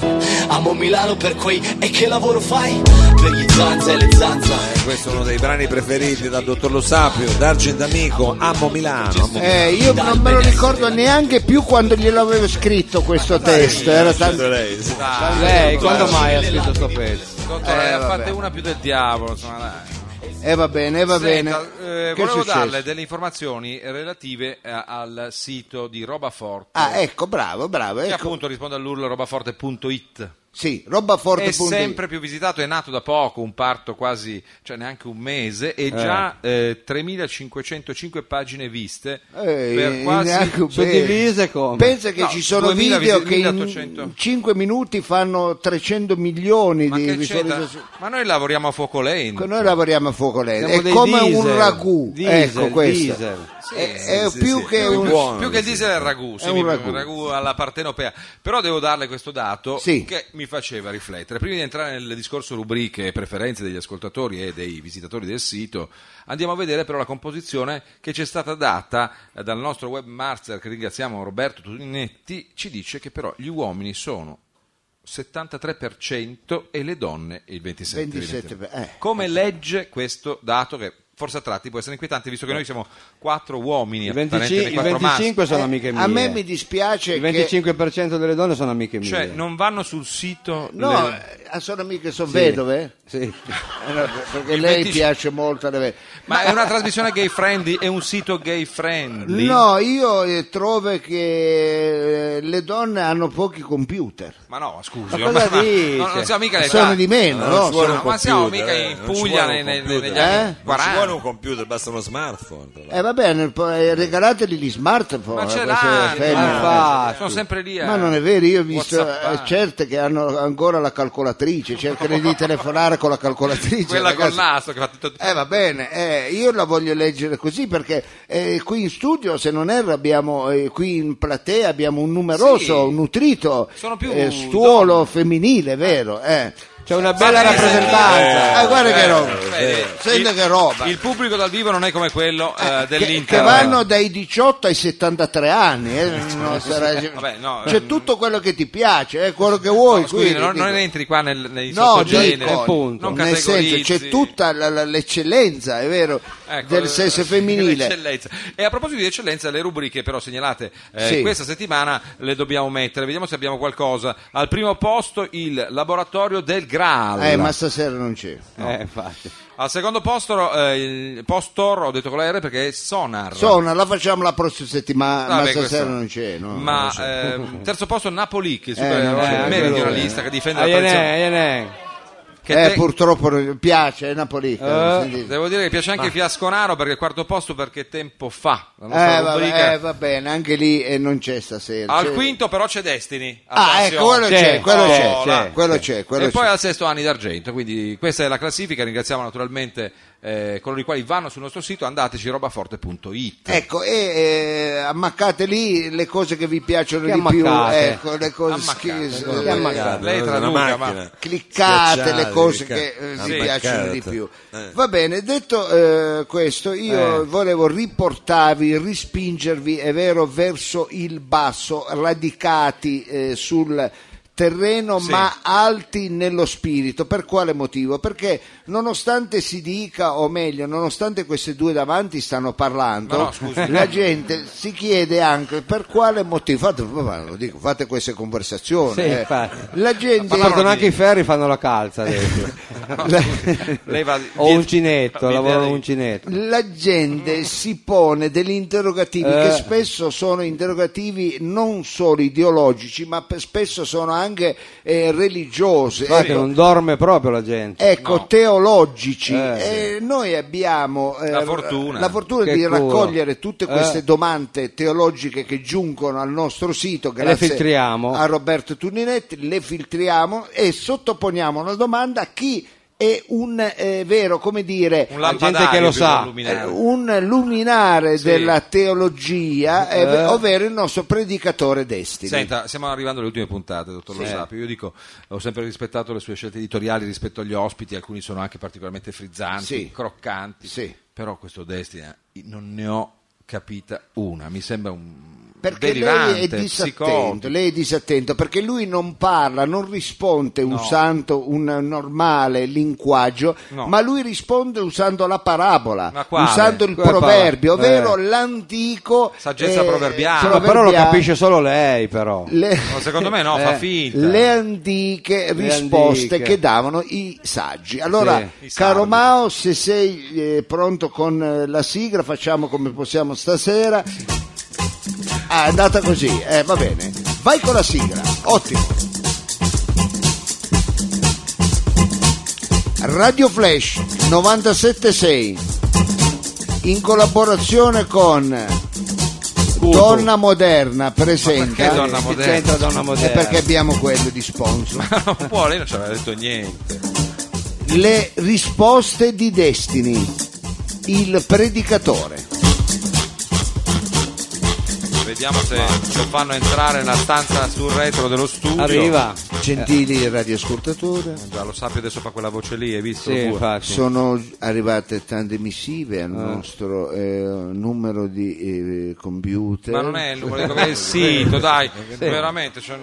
Speaker 9: Amo Milano per quei e che lavoro fai? Per gli zanza e le zanza. eh.
Speaker 6: Questo è uno dei brani preferiti dal dottor Lo Sapio, D'Argent Amico, Amo Milano. Amo Milano.
Speaker 1: Eh, io non me lo ricordo neanche più quando gliel'avevo scritto questo testo. Era Eh, tanto...
Speaker 2: Dai,
Speaker 3: Lei, quando mai ha scritto sto pezzo?
Speaker 2: dottore, ne
Speaker 1: Eh,
Speaker 2: ha fatte una più del diavolo. Insomma, dai.
Speaker 1: E va bene, eh, va bene.
Speaker 2: Senta, eh,
Speaker 1: che è
Speaker 2: volevo
Speaker 1: successo?
Speaker 2: darle delle informazioni relative eh, al sito di Robaforte,
Speaker 1: Ah, ecco, bravo, bravo.
Speaker 2: che
Speaker 1: Ecco.
Speaker 2: appunto risponde all'urlo robaforte.it.
Speaker 1: Sì,
Speaker 2: È
Speaker 1: robaforte.it.
Speaker 2: sempre più visitato, è nato da poco, un parto quasi, cioè neanche un mese, e già eh, 3.505 pagine viste
Speaker 1: Eh,
Speaker 2: per quasi
Speaker 1: neanche un
Speaker 3: Suddivise
Speaker 1: pezzo.
Speaker 3: come?
Speaker 1: Pensa che
Speaker 2: No,
Speaker 1: ci sono
Speaker 2: 2000
Speaker 1: video
Speaker 2: visi-
Speaker 1: che
Speaker 2: 1800.
Speaker 1: in 5 minuti fanno 300 milioni
Speaker 2: Ma
Speaker 1: di
Speaker 2: che c'entra?
Speaker 1: visualizzazioni.
Speaker 2: Ma noi lavoriamo a fuoco lento.
Speaker 1: Noi lavoriamo a fuoco lento,
Speaker 3: Siamo
Speaker 1: è
Speaker 3: dei
Speaker 1: come un
Speaker 3: diesel.
Speaker 1: ragù,
Speaker 3: Diesel,
Speaker 1: ecco questo.
Speaker 3: diesel.
Speaker 1: è, è più che
Speaker 6: Più
Speaker 1: un
Speaker 6: buono.
Speaker 2: Più che il diesel è il ragù, sì,
Speaker 1: un
Speaker 2: mi-
Speaker 1: ragù.
Speaker 2: un ragù alla partenopea. Però devo darle questo dato
Speaker 1: Sì.
Speaker 2: che mi faceva riflettere. Prima di entrare nel discorso rubriche e preferenze degli ascoltatori e dei visitatori del sito, andiamo a vedere però la composizione che ci è stata data eh, dal nostro webmaster, che ringraziamo Roberto Tuninetti, ci dice che però gli uomini sono 73% e le donne il 27%.
Speaker 1: 27,
Speaker 2: evidentemente.
Speaker 1: eh.
Speaker 2: Come legge questo dato che forse a tratti può essere inquietante, visto che noi siamo quattro uomini
Speaker 3: Il
Speaker 2: apparentemente
Speaker 3: 25, il
Speaker 2: quattro maschi.
Speaker 3: 25 sono amiche mie.
Speaker 1: Eh, A me mi dispiace
Speaker 3: il
Speaker 1: che
Speaker 3: 25% delle donne sono amiche mie.
Speaker 2: Cioè, non vanno sul sito.
Speaker 1: No,
Speaker 2: le-
Speaker 1: eh, sono amiche, sono vedove.
Speaker 3: Sì.
Speaker 1: Eh, no, perché lei
Speaker 2: 25
Speaker 1: piace molto alle vedove.
Speaker 2: Ma è una trasmissione gay friendly? È un sito gay friendly?
Speaker 1: No, io eh, trovo che eh, le donne hanno pochi computer.
Speaker 2: Ma no, scusi,
Speaker 3: Ma cosa dice?
Speaker 2: no, non siamo mica le
Speaker 1: Sono
Speaker 2: età.
Speaker 1: di meno,
Speaker 6: Non
Speaker 1: no?
Speaker 6: ci vuole
Speaker 1: Sono-
Speaker 6: un
Speaker 2: ma siamo
Speaker 6: computer,
Speaker 2: mica
Speaker 6: eh,
Speaker 2: in
Speaker 6: non ci
Speaker 2: Puglia
Speaker 6: vuole
Speaker 2: nei-
Speaker 6: un
Speaker 2: nei-
Speaker 6: computer.
Speaker 2: negli anni
Speaker 1: Eh?
Speaker 6: Non ci
Speaker 2: 40.
Speaker 6: vuole un computer, basta uno smartphone. tra l'altro.
Speaker 1: Eh va bene, poi regalategli gli smartphone.
Speaker 2: Ma ce
Speaker 1: a queste
Speaker 2: l'hanno,
Speaker 1: femmine.
Speaker 3: ma
Speaker 2: ma
Speaker 3: infatti.
Speaker 2: sono sempre lì. eh. a-
Speaker 1: Ma non è vero, io ho visto eh,
Speaker 2: Whatsappare.
Speaker 1: certe che hanno ancora la calcolatrice, cercano di telefonare con la calcolatrice.
Speaker 2: Quella col
Speaker 1: ragazzi.
Speaker 2: nastro che fa tutto.
Speaker 1: Eh va bene, eh, io la voglio leggere così perché eh, qui in studio, se non erro, abbiamo eh, qui in platea abbiamo un numeroso,
Speaker 2: Sì.
Speaker 1: un nutrito
Speaker 2: Sono più
Speaker 1: eh, stuolo femminile, vero? Eh.
Speaker 3: C'è una bella rappresentanza.
Speaker 1: Eh, guarda che roba,
Speaker 2: Eh,
Speaker 1: senta
Speaker 2: il-
Speaker 1: che roba.
Speaker 2: Il pubblico dal vivo non è come quello eh,
Speaker 1: Che,
Speaker 2: dell'Inter.
Speaker 1: che vanno dai 18 ai 73 anni, eh, non sarà-
Speaker 2: Vabbè, no,
Speaker 1: c'è
Speaker 2: mm.
Speaker 1: tutto quello che ti piace, eh, quello che vuoi.
Speaker 2: Scusi,
Speaker 1: quindi,
Speaker 2: non, non
Speaker 1: dico.
Speaker 2: entri qua nel, nei
Speaker 1: No,
Speaker 2: sottogeneri,
Speaker 1: dico,
Speaker 3: appunto.
Speaker 2: non
Speaker 1: nel senso c'è
Speaker 2: categorizzi.
Speaker 1: tutta la- la- l'eccellenza, è vero,
Speaker 2: Ecco,
Speaker 1: del
Speaker 2: eh,
Speaker 1: sesso femminile.
Speaker 2: l'eccellenza. E a proposito di eccellenza, le rubriche però segnalate eh,
Speaker 1: Sì.
Speaker 2: questa settimana le dobbiamo mettere. Vediamo se abbiamo qualcosa. Al primo posto il laboratorio del Graal.
Speaker 1: Eh, ma stasera non c'è.
Speaker 3: Eh, infatti.
Speaker 2: Al secondo posto eh, il postor, ho detto con la R perché è Sonar.
Speaker 1: Sonna, la facciamo la prossima settimana, ma
Speaker 2: Vabbè,
Speaker 1: stasera
Speaker 2: questo-
Speaker 1: Ah, non c'è. No,
Speaker 2: ma
Speaker 1: non c'è.
Speaker 2: ehm, terzo posto Napoli che è
Speaker 1: Eh, non c'è,
Speaker 2: super
Speaker 1: anche
Speaker 2: meridionalista che difende la
Speaker 3: Aienè,
Speaker 2: tradizione
Speaker 3: aienè.
Speaker 2: che
Speaker 1: Eh,
Speaker 2: te-
Speaker 1: purtroppo non- piace, è napolitano.
Speaker 3: Eh,
Speaker 1: sentite.
Speaker 2: devo dire che piace
Speaker 1: Ah.
Speaker 2: anche Fiasconaro perché è quarto posto perché tempo fa la nostra
Speaker 1: Eh, va,
Speaker 2: rubrica.
Speaker 1: eh, va bene, anche lì eh, non c'è stasera.
Speaker 2: al
Speaker 1: c'è-
Speaker 2: quinto però c'è Destiny
Speaker 1: Ah,
Speaker 2: Attenzione.
Speaker 1: ecco, quello c'è,
Speaker 3: C'è,
Speaker 1: quello
Speaker 2: c'è,
Speaker 1: c'è,
Speaker 2: c'è,
Speaker 1: quello c'è, quello
Speaker 2: e
Speaker 1: c'è.
Speaker 2: poi al sesto anni d'argento, quindi questa è la classifica, ringraziamo naturalmente eh, coloro i quali vanno sul nostro sito, andateci robaforte.it.
Speaker 1: Ecco, e eh, ammaccate lì le cose che vi piacciono
Speaker 3: Che
Speaker 1: di più,
Speaker 3: ammaccate?
Speaker 1: ecco, le cose
Speaker 2: Ammaccate,
Speaker 1: schis-
Speaker 2: come
Speaker 1: eh,
Speaker 2: le-
Speaker 6: Ammaccate,
Speaker 2: lei
Speaker 6: una
Speaker 2: traduca, ma-
Speaker 6: macchina.
Speaker 1: cliccate le
Speaker 6: Schiacciate,
Speaker 1: cose che
Speaker 6: cliccate.
Speaker 1: eh, vi
Speaker 6: Sì.
Speaker 1: piacciono di
Speaker 6: Ammaccate.
Speaker 1: più.
Speaker 6: Eh.
Speaker 1: Va bene, detto eh, questo, io
Speaker 3: Eh.
Speaker 1: volevo riportarvi, rispingervi, è vero, verso il basso, radicati eh, sul terreno
Speaker 2: Sì.
Speaker 1: ma alti nello spirito per quale motivo? perché nonostante si dica o meglio nonostante queste due davanti stanno parlando
Speaker 2: No, no, scusi.
Speaker 1: la gente si chiede anche per quale motivo fate, ma lo dico, fate queste conversazioni
Speaker 3: Sì,
Speaker 1: eh.
Speaker 3: infatti.
Speaker 1: la gente
Speaker 3: Ma partono anche i ferri fanno la calza adesso.
Speaker 2: Lei va
Speaker 3: o
Speaker 2: dietro-
Speaker 3: un cinetto,
Speaker 2: va-
Speaker 3: lavorano
Speaker 2: lei-
Speaker 3: un cinetto.
Speaker 1: la gente si pone degli interrogativi
Speaker 3: Eh.
Speaker 1: che spesso sono interrogativi non solo ideologici ma pe- spesso sono anche eh, religiosi
Speaker 3: Guarda che
Speaker 1: Ecco,
Speaker 3: non dorme proprio la gente.
Speaker 1: ecco,
Speaker 2: No.
Speaker 1: teologici.
Speaker 3: Eh.
Speaker 1: Eh, noi abbiamo eh,
Speaker 2: La fortuna.
Speaker 1: la fortuna
Speaker 3: Che
Speaker 1: di
Speaker 3: culo.
Speaker 1: raccogliere tutte queste
Speaker 3: Eh.
Speaker 1: domande teologiche che giungono al nostro sito grazie
Speaker 3: filtriamo.
Speaker 1: a Roberto Turninetti, le filtriamo e sottoponiamo una domanda a chi è un eh, vero, come dire,
Speaker 2: un
Speaker 3: La gente che
Speaker 2: lampadario
Speaker 3: lo
Speaker 2: più
Speaker 3: sa.
Speaker 2: che un luminare.
Speaker 1: eh, un luminare della teologia, eh,
Speaker 3: Eh.
Speaker 1: ovvero il nostro predicatore destino.
Speaker 2: Senta, stiamo arrivando alle ultime puntate, dottor Lo Sapio. Io dico, ho sempre rispettato le sue scelte editoriali rispetto agli ospiti, alcuni sono anche particolarmente frizzanti,
Speaker 1: Sì.
Speaker 2: croccanti.
Speaker 1: Sì.
Speaker 2: Però questo Destina non ne ho capita una, mi sembra un
Speaker 1: Perché lei è
Speaker 2: derivante,
Speaker 1: disattento,
Speaker 2: psicotico.
Speaker 1: lei è disattento, perché lui non parla, non risponde usando un normale linguaggio,
Speaker 2: No.
Speaker 1: ma lui risponde usando la parabola,
Speaker 2: Ma quale? Eh.
Speaker 1: usando il
Speaker 3: Quale
Speaker 1: proverbio,
Speaker 3: parola?
Speaker 1: ovvero l'antico... eh,
Speaker 2: Saggezza proverbiale.
Speaker 3: Insomma, però lo capisce solo lei, però.
Speaker 1: le-
Speaker 2: No, secondo me no, fa finta.
Speaker 1: Eh. le antiche risposte
Speaker 3: antiche.
Speaker 1: che davano i saggi. Allora,
Speaker 2: Sì. I
Speaker 1: caro
Speaker 2: sardi.
Speaker 1: Mao, se sei eh, pronto con eh, la sigla, facciamo come possiamo stasera. Ah, è andata così, eh, va bene. Vai con la sigla, ottimo. Radio Flash 976 in collaborazione con Donna Moderna presenta
Speaker 2: Che donna
Speaker 3: Che
Speaker 2: moderna?
Speaker 3: c'entra donna
Speaker 1: è
Speaker 3: moderna?
Speaker 1: perché abbiamo quello di sponsor.
Speaker 2: non può, lei non ci aveva detto niente.
Speaker 1: Le risposte di Destiny. Il predicatore.
Speaker 2: Vediamo se lo fanno entrare nella stanza sul retro dello studio.
Speaker 3: Arriva.
Speaker 1: Gentili
Speaker 3: Eh.
Speaker 1: radioascoltatori,
Speaker 2: Già lo sappi adesso fa quella voce lì, hai visto?
Speaker 3: Sì,
Speaker 2: pure?
Speaker 3: infatti.
Speaker 1: sono arrivate tante missive al nostro eh, numero di eh, computer.
Speaker 2: Ma non è il numero di comando, è il sito, dai, veramente, cioè,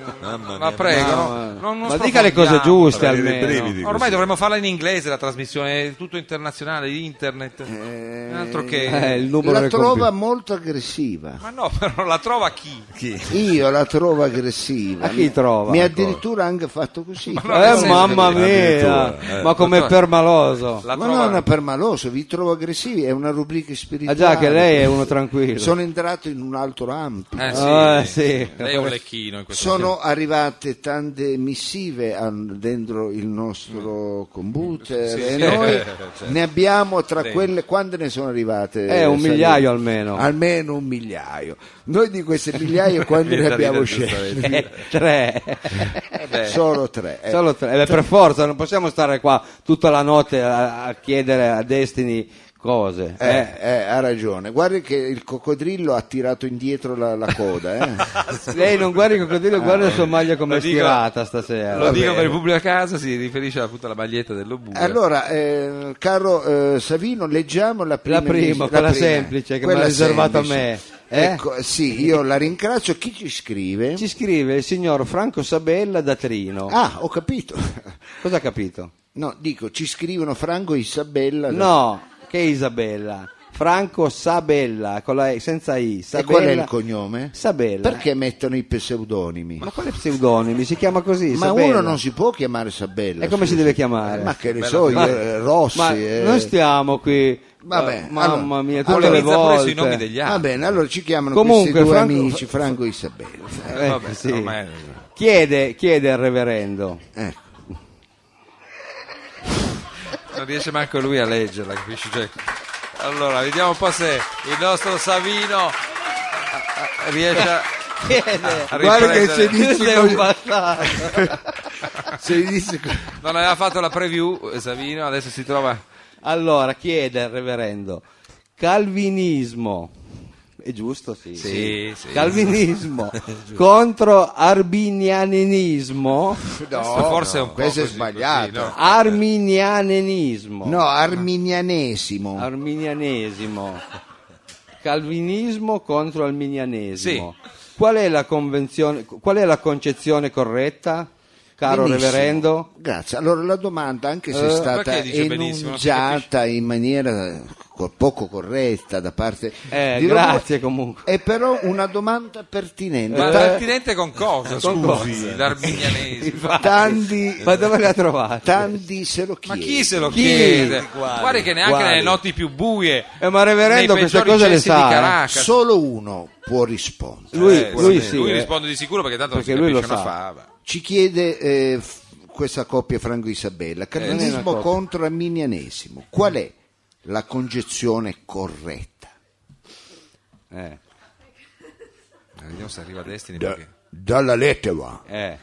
Speaker 2: la
Speaker 6: Mamma mia.
Speaker 2: prego.
Speaker 3: No,
Speaker 2: no,
Speaker 3: ma-
Speaker 2: non- non
Speaker 3: ma dica le cose
Speaker 2: sprofondiamo.
Speaker 3: giuste
Speaker 6: per avere i
Speaker 3: almeno.
Speaker 6: brividi.
Speaker 2: Ormai dovremmo farla in inglese la trasmissione, è tutto internazionale, internet,
Speaker 1: Eh,
Speaker 2: un altro che...
Speaker 3: Eh, il numero
Speaker 1: La
Speaker 3: del
Speaker 1: trova
Speaker 3: computer.
Speaker 1: molto aggressiva.
Speaker 2: Ma no, però la trova chi?
Speaker 1: Io la trovo aggressiva.
Speaker 3: A chi trova?
Speaker 1: Mi ha addirittura anche fatto così.
Speaker 2: no, nel
Speaker 3: Eh,
Speaker 2: senso
Speaker 3: mamma
Speaker 2: che-
Speaker 3: mia,
Speaker 6: addirittura, eh.
Speaker 3: ma come
Speaker 2: Dottore.
Speaker 3: permaloso.
Speaker 2: La
Speaker 1: Ma
Speaker 2: trova...
Speaker 1: non è permaloso, vi trovo aggressivi, è una rubrica
Speaker 3: Ah
Speaker 1: spirituale.
Speaker 3: già che lei è uno tranquillo.
Speaker 1: Sono entrato in un altro ampio.
Speaker 2: Eh,
Speaker 3: Ah,
Speaker 2: sì,
Speaker 3: sì.
Speaker 2: Lei è un lecchino in questo
Speaker 1: Sono arrivate tante missive a- dentro il nostro computer
Speaker 2: Mm. Sì,
Speaker 1: e
Speaker 2: sì,
Speaker 1: noi
Speaker 2: eh, certo.
Speaker 1: ne abbiamo tra
Speaker 2: Dentro.
Speaker 1: quelle quante ne sono arrivate?
Speaker 3: Eh, un
Speaker 1: Sabrina?
Speaker 3: migliaio almeno.
Speaker 1: Almeno un migliaio. Noi di queste migliaia quante ne
Speaker 2: Viene da
Speaker 1: abbiamo
Speaker 2: ridere questa
Speaker 1: scelte?
Speaker 3: Eh, tre.
Speaker 1: Solo tre. eh.
Speaker 3: Solo tre. Eh, beh, per forza, non possiamo stare qua tutta la notte a, a chiedere a Destiny cose.
Speaker 1: Eh,
Speaker 3: Eh,
Speaker 1: eh, ha ragione. Guardi che il coccodrillo ha tirato indietro la, la coda. eh.
Speaker 3: Lei non guarda il coccodrillo, guarda la sua maglia
Speaker 2: Lo
Speaker 3: come
Speaker 2: dico-
Speaker 3: stirata
Speaker 2: senso.
Speaker 3: stasera.
Speaker 2: Lo dico
Speaker 1: bene.
Speaker 2: per il pubblico a casa, si riferisce appunto alla maglietta dell'Obuga.
Speaker 1: Allora, eh, caro eh, Savino, leggiamo la prima.
Speaker 3: La prima,
Speaker 1: la
Speaker 3: quella
Speaker 1: prima.
Speaker 3: semplice che mi
Speaker 1: Quella
Speaker 3: ha riservato a
Speaker 1: semplice.
Speaker 3: me, eh?
Speaker 1: Ecco, sì, io la ringrazio. Chi ci scrive?
Speaker 3: Ci scrive il signor Franco Sabella da Trino.
Speaker 1: Ah, ho capito.
Speaker 3: Cosa ha capito?
Speaker 1: No, dico, ci scrivono Franco e Isabella.
Speaker 3: No, che Isabella. Franco Sabella, con la E, senza I.
Speaker 1: E
Speaker 3: Sabella.
Speaker 1: qual è il cognome?
Speaker 3: Sabella.
Speaker 1: Perché mettono i pseudonimi?
Speaker 3: Ma quale pseudonimi? Si chiama così?
Speaker 1: Ma
Speaker 3: Sabella.
Speaker 1: uno non si può chiamare Sabella.
Speaker 3: E come si
Speaker 1: scusi.
Speaker 3: deve chiamare?
Speaker 1: Ma che ne so io, eh, Rossi.
Speaker 3: Ma
Speaker 1: eh.
Speaker 3: noi stiamo qui.
Speaker 1: Vabbè,
Speaker 3: Eh, mamma
Speaker 1: allora-
Speaker 3: mia, tutte
Speaker 1: allora-
Speaker 3: le
Speaker 2: Polemizza pure
Speaker 3: volte.
Speaker 2: sui nomi degli
Speaker 1: Va
Speaker 2: altri.
Speaker 1: bene, allora ci chiamano
Speaker 3: Comunque,
Speaker 1: questi due
Speaker 3: Franco-
Speaker 1: amici, Franco e Isabella.
Speaker 3: Eh,
Speaker 2: Vabbè,
Speaker 3: sì.
Speaker 2: ormai-
Speaker 3: Chiede, chiede al reverendo.
Speaker 1: Ecco.
Speaker 2: Non riesce manco lui a leggerla, capisci? Cioè, allora, vediamo un po' se il nostro Savino a- a- riesce a...
Speaker 3: Chiede.
Speaker 2: a
Speaker 1: Guarda che
Speaker 2: riprendere.
Speaker 1: dice
Speaker 3: Questo è un bastardo.
Speaker 1: Se gli dice co-
Speaker 2: Non aveva fatto la preview, eh, Savino, adesso si trova...
Speaker 3: Eh, Allora, chiede al reverendo. Calvinismo. È giusto, sì.
Speaker 2: Sì, sì.
Speaker 3: Calvinismo contro arbinianismo,
Speaker 2: Questo forse è un po'
Speaker 1: questo è
Speaker 2: così,
Speaker 1: sbagliato.
Speaker 2: così, no?
Speaker 3: arminianesimo.
Speaker 1: No, arminianesimo.
Speaker 3: Arminianesimo. Calvinismo contro arminianesimo.
Speaker 2: Sì.
Speaker 3: Qual è la convenzione, qual è la concezione corretta, caro
Speaker 1: Benissimo.
Speaker 3: reverendo?
Speaker 1: Grazie. Allora la domanda, anche se è
Speaker 3: Eh,
Speaker 1: stata
Speaker 2: perché dice benissimo? Non si
Speaker 1: enunciata in maniera co- poco corretta da parte
Speaker 3: Eh,
Speaker 1: di
Speaker 3: grazie
Speaker 1: Roma,
Speaker 3: comunque.
Speaker 1: è però una domanda pertinente.
Speaker 2: Ma
Speaker 1: Ta-
Speaker 2: pertinente con cosa,
Speaker 3: Con
Speaker 2: scusi? L'arminianesimo.
Speaker 1: tanti,
Speaker 3: Ma dove l'ha trovata?
Speaker 1: tanti se lo
Speaker 2: Ma
Speaker 1: chiedono.
Speaker 2: chi se lo
Speaker 3: Chi?
Speaker 2: chiede?
Speaker 3: Quali?
Speaker 2: Guarda che neanche
Speaker 3: Quali?
Speaker 2: nelle notti più buie...
Speaker 3: Eh, ma reverendo
Speaker 2: nei
Speaker 3: queste
Speaker 2: peggiori
Speaker 3: cose le
Speaker 2: cessi
Speaker 3: sa,
Speaker 2: di
Speaker 3: eh.
Speaker 2: Caracas.
Speaker 1: Solo uno può rispondere.
Speaker 3: Lui,
Speaker 2: Eh,
Speaker 3: lui
Speaker 2: sì,
Speaker 3: sì.
Speaker 2: lui
Speaker 3: eh.
Speaker 2: risponde di sicuro perché tanto
Speaker 3: Perché
Speaker 2: non si
Speaker 3: lui lo
Speaker 2: capisce una
Speaker 3: sa.
Speaker 2: fava.
Speaker 1: Ci chiede eh, f- questa coppia Franco Isabella, calvinismo
Speaker 3: coppia.
Speaker 1: contro arminianesimo. Qual è la concezione corretta?
Speaker 3: Eh,
Speaker 2: Eh, Vediamo se arriva a Destiny
Speaker 1: Da-
Speaker 2: perché...
Speaker 1: dalla lettera
Speaker 3: eh.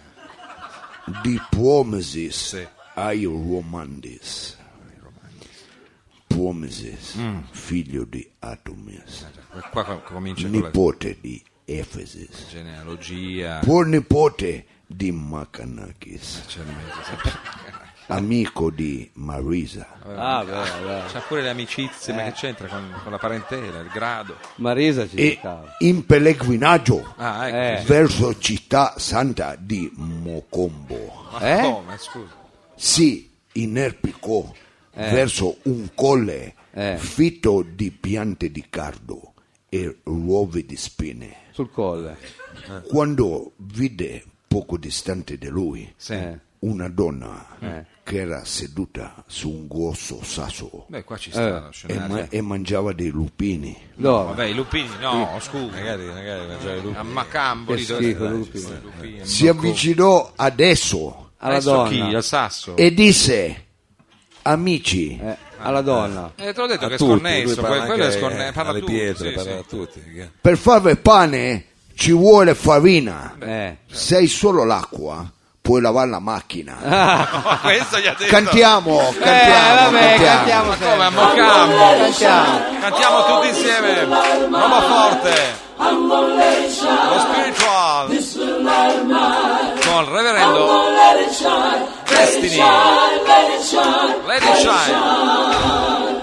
Speaker 1: di Pomesis
Speaker 2: Eh. Sì.
Speaker 1: ai Romandis. Promises,
Speaker 2: Mm.
Speaker 1: figlio di Atomis,
Speaker 2: cioè, Qua com- comincia con Eh, certo, la
Speaker 1: nipote di Efesis,
Speaker 2: genealogia.
Speaker 1: pronipote di Macanakis,
Speaker 2: Cioè, non mi- C'ha
Speaker 1: amico di Marisa,
Speaker 3: Ah, beh, beh.
Speaker 2: pure le amicizie,
Speaker 10: Eh.
Speaker 2: ma che c'entra con, con la parentela, il grado?
Speaker 3: Marisa ci
Speaker 1: e
Speaker 3: cercava.
Speaker 1: in pellegrinaggio
Speaker 2: Ah, ecco.
Speaker 3: Eh.
Speaker 1: verso città santa di Mocombo.
Speaker 2: Ma
Speaker 3: Eh?
Speaker 2: come, scusa?
Speaker 1: si inerpicò verso un colle
Speaker 3: Eh.
Speaker 1: fitto di piante di cardo e ruove di spine.
Speaker 3: Sul colle. Eh.
Speaker 1: Quando vide poco distante da lui
Speaker 3: Eh.
Speaker 1: una donna che era seduta su un grosso sasso
Speaker 2: Beh, qua ci sta
Speaker 10: Eh.
Speaker 2: lo
Speaker 1: e,
Speaker 2: scenario.
Speaker 1: ma- e mangiava dei lupini.
Speaker 3: Dove?
Speaker 2: Vabbè, i lupini, no, scusa.
Speaker 10: Magari, magari mangiare lupi.
Speaker 2: A Macamboli,
Speaker 3: Che
Speaker 2: dove
Speaker 3: schifo,
Speaker 2: dai,
Speaker 3: lupini.
Speaker 2: ci sta i lupini.
Speaker 10: Eh.
Speaker 1: Si avvicinò adesso
Speaker 3: Alla
Speaker 2: Adesso
Speaker 3: donna.
Speaker 2: chi? Al sasso?
Speaker 10: Eh,
Speaker 1: e disse: Amici,
Speaker 3: Eh, alla donna.
Speaker 2: Eh, te l'ho detto
Speaker 10: A
Speaker 2: che è
Speaker 10: tutti, lui
Speaker 2: sconnesso,
Speaker 10: parla
Speaker 2: que- quello è
Speaker 10: anche,
Speaker 2: sconnesso,
Speaker 10: eh,
Speaker 2: parla
Speaker 10: alle
Speaker 2: tu,
Speaker 10: pietre,
Speaker 2: sì,
Speaker 10: parla a
Speaker 2: sì.
Speaker 10: tutti.
Speaker 1: per fare pane ci vuole farina.
Speaker 3: Eh.
Speaker 1: Se hai solo l'acqua, puoi lavare la macchina.
Speaker 2: Ma questo gli ha detto.
Speaker 1: Cantiamo, cantiamo,
Speaker 3: Ah, ecco. eh, vabbè,
Speaker 1: cantiamo.
Speaker 3: cantiamo.
Speaker 2: Ma come, a Mocambo? Cantiamo tutti insieme, roba forte. Lo spiritual. Con il reverendo Destiny. Let it shine.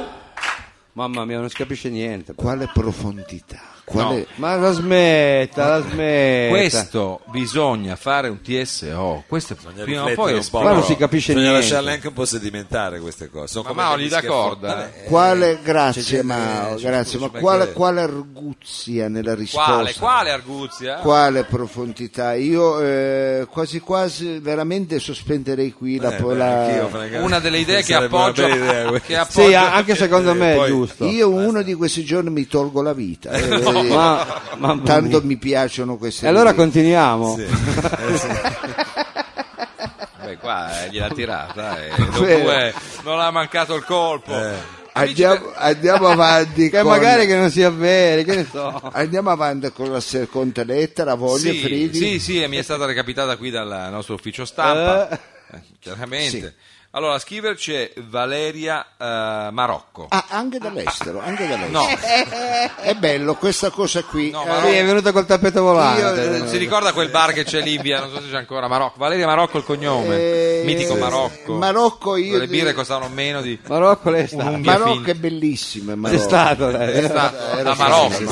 Speaker 3: Mamma mia, non si capisce niente.
Speaker 1: Quale profondità, quale...
Speaker 3: Ma la smetta, la smetta.
Speaker 2: Questo bisogna fare un TSO. Questo prima o poi
Speaker 10: un po',
Speaker 3: Qua non
Speaker 10: però.
Speaker 3: si capisce
Speaker 10: Bisogna
Speaker 3: niente.
Speaker 10: lasciarle anche un po' sedimentare queste cose. Sono
Speaker 2: Ma
Speaker 10: come
Speaker 2: Mao
Speaker 10: degli
Speaker 2: gli dà
Speaker 10: schiaffi-
Speaker 2: corda,
Speaker 10: Vabbè, eh,
Speaker 1: Quale,
Speaker 10: c'è
Speaker 1: grazie
Speaker 10: gente-
Speaker 1: Mao,
Speaker 10: c'è
Speaker 1: grazie,
Speaker 10: gente
Speaker 1: ma
Speaker 10: che ci
Speaker 1: quale,
Speaker 10: mancherebbe.
Speaker 1: quale arguzia nella risposta?
Speaker 2: Quale, quale Arguzia?
Speaker 1: Quale profondità? Io eh, quasi quasi veramente sospenderei qui la...
Speaker 10: Eh,
Speaker 1: po-
Speaker 10: beh,
Speaker 1: la-
Speaker 10: anch'io, francamente.
Speaker 2: Una delle idee che
Speaker 10: Sarebbe una
Speaker 2: appoggio.
Speaker 10: bella idea questa.
Speaker 2: Che appoggio
Speaker 3: Sì, a- anche secondo me
Speaker 10: Eh,
Speaker 3: è
Speaker 10: poi-
Speaker 3: giusto.
Speaker 1: Io uno di questi giorni mi tolgo la vita, eh, eh,
Speaker 3: Ma, mamma
Speaker 1: tanto
Speaker 3: mia.
Speaker 1: mi piacciono queste
Speaker 3: E allora
Speaker 1: idee.
Speaker 3: continuiamo.
Speaker 2: Beh, qua eh, gliel'ha tirata. eh. Dopo,
Speaker 1: Vero.
Speaker 2: eh, non ha mancato il colpo.
Speaker 1: Eh.
Speaker 2: Amici
Speaker 1: Andiamo, andiamo avanti.
Speaker 3: Che
Speaker 1: con-
Speaker 3: magari che non sia vero, che ne so.
Speaker 1: Andiamo avanti con la seconda lettera, voglio
Speaker 2: sì,
Speaker 1: Fridi.
Speaker 2: Sì, sì, e mi è stata recapitata qui dal nostro ufficio stampa, eh, chiaramente.
Speaker 1: Sì.
Speaker 2: Allora, a scriverci è Valeria eh, Marocco.
Speaker 1: Ah, anche dall'estero, anche dall'estero.
Speaker 2: No,
Speaker 1: È bello questa cosa qui.
Speaker 2: No,
Speaker 1: Eh,
Speaker 2: ma
Speaker 3: Sì, è venuta col tappeto volante.
Speaker 1: Io, eh,
Speaker 2: non si ricorda quel bar che c'è lì in via, non so se c'è ancora Marocco. Valeria Marocco è il cognome,
Speaker 1: Eh,
Speaker 2: mitico
Speaker 1: sì,
Speaker 2: Marocco.
Speaker 1: sì. Marocco io- Eh, Ah,
Speaker 2: Le birre costavano meno di...
Speaker 3: Marocco lei sta.
Speaker 2: un'unghia
Speaker 1: Marocco
Speaker 2: finta.
Speaker 1: è bellissima.
Speaker 3: C'è
Speaker 1: Marocco.
Speaker 3: stato
Speaker 2: eh?
Speaker 3: lei.
Speaker 2: a
Speaker 1: sì,
Speaker 2: Marocco,
Speaker 1: sì,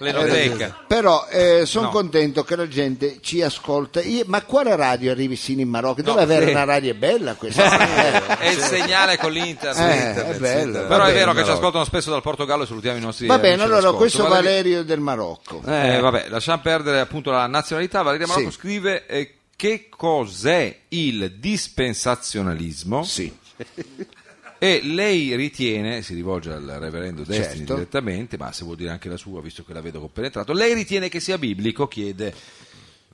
Speaker 2: l'enoteca.
Speaker 1: Però sono
Speaker 2: No.
Speaker 1: contento che la gente ci ascolta. Io- ma quale radio arrivi sino in Marocco? Deve
Speaker 2: No,
Speaker 1: avere
Speaker 2: sì.
Speaker 1: una radio bella questa.
Speaker 2: È il segnale con l'internet.
Speaker 1: Eh, è bello.
Speaker 2: Però
Speaker 10: Va bene,
Speaker 2: è vero eh, che ci
Speaker 10: Marocco.
Speaker 2: ascoltano spesso dal Portogallo e salutiamo i nostri
Speaker 1: Va bene,
Speaker 2: amici
Speaker 1: allora
Speaker 2: d'ascolto.
Speaker 1: questo
Speaker 2: Valeria-
Speaker 1: Valerio del Marocco.
Speaker 2: Eh, vabbè, lasciamo perdere appunto la nazionalità. Valeria Marocco
Speaker 1: Sì.
Speaker 2: scrive eh, che cos'è il dispensazionalismo
Speaker 1: Sì.
Speaker 2: e lei ritiene, si rivolge al reverendo Destini
Speaker 1: Certo.
Speaker 2: direttamente, ma se vuol dire anche la sua, visto che la vedo compenetrato, lei ritiene che sia biblico, chiede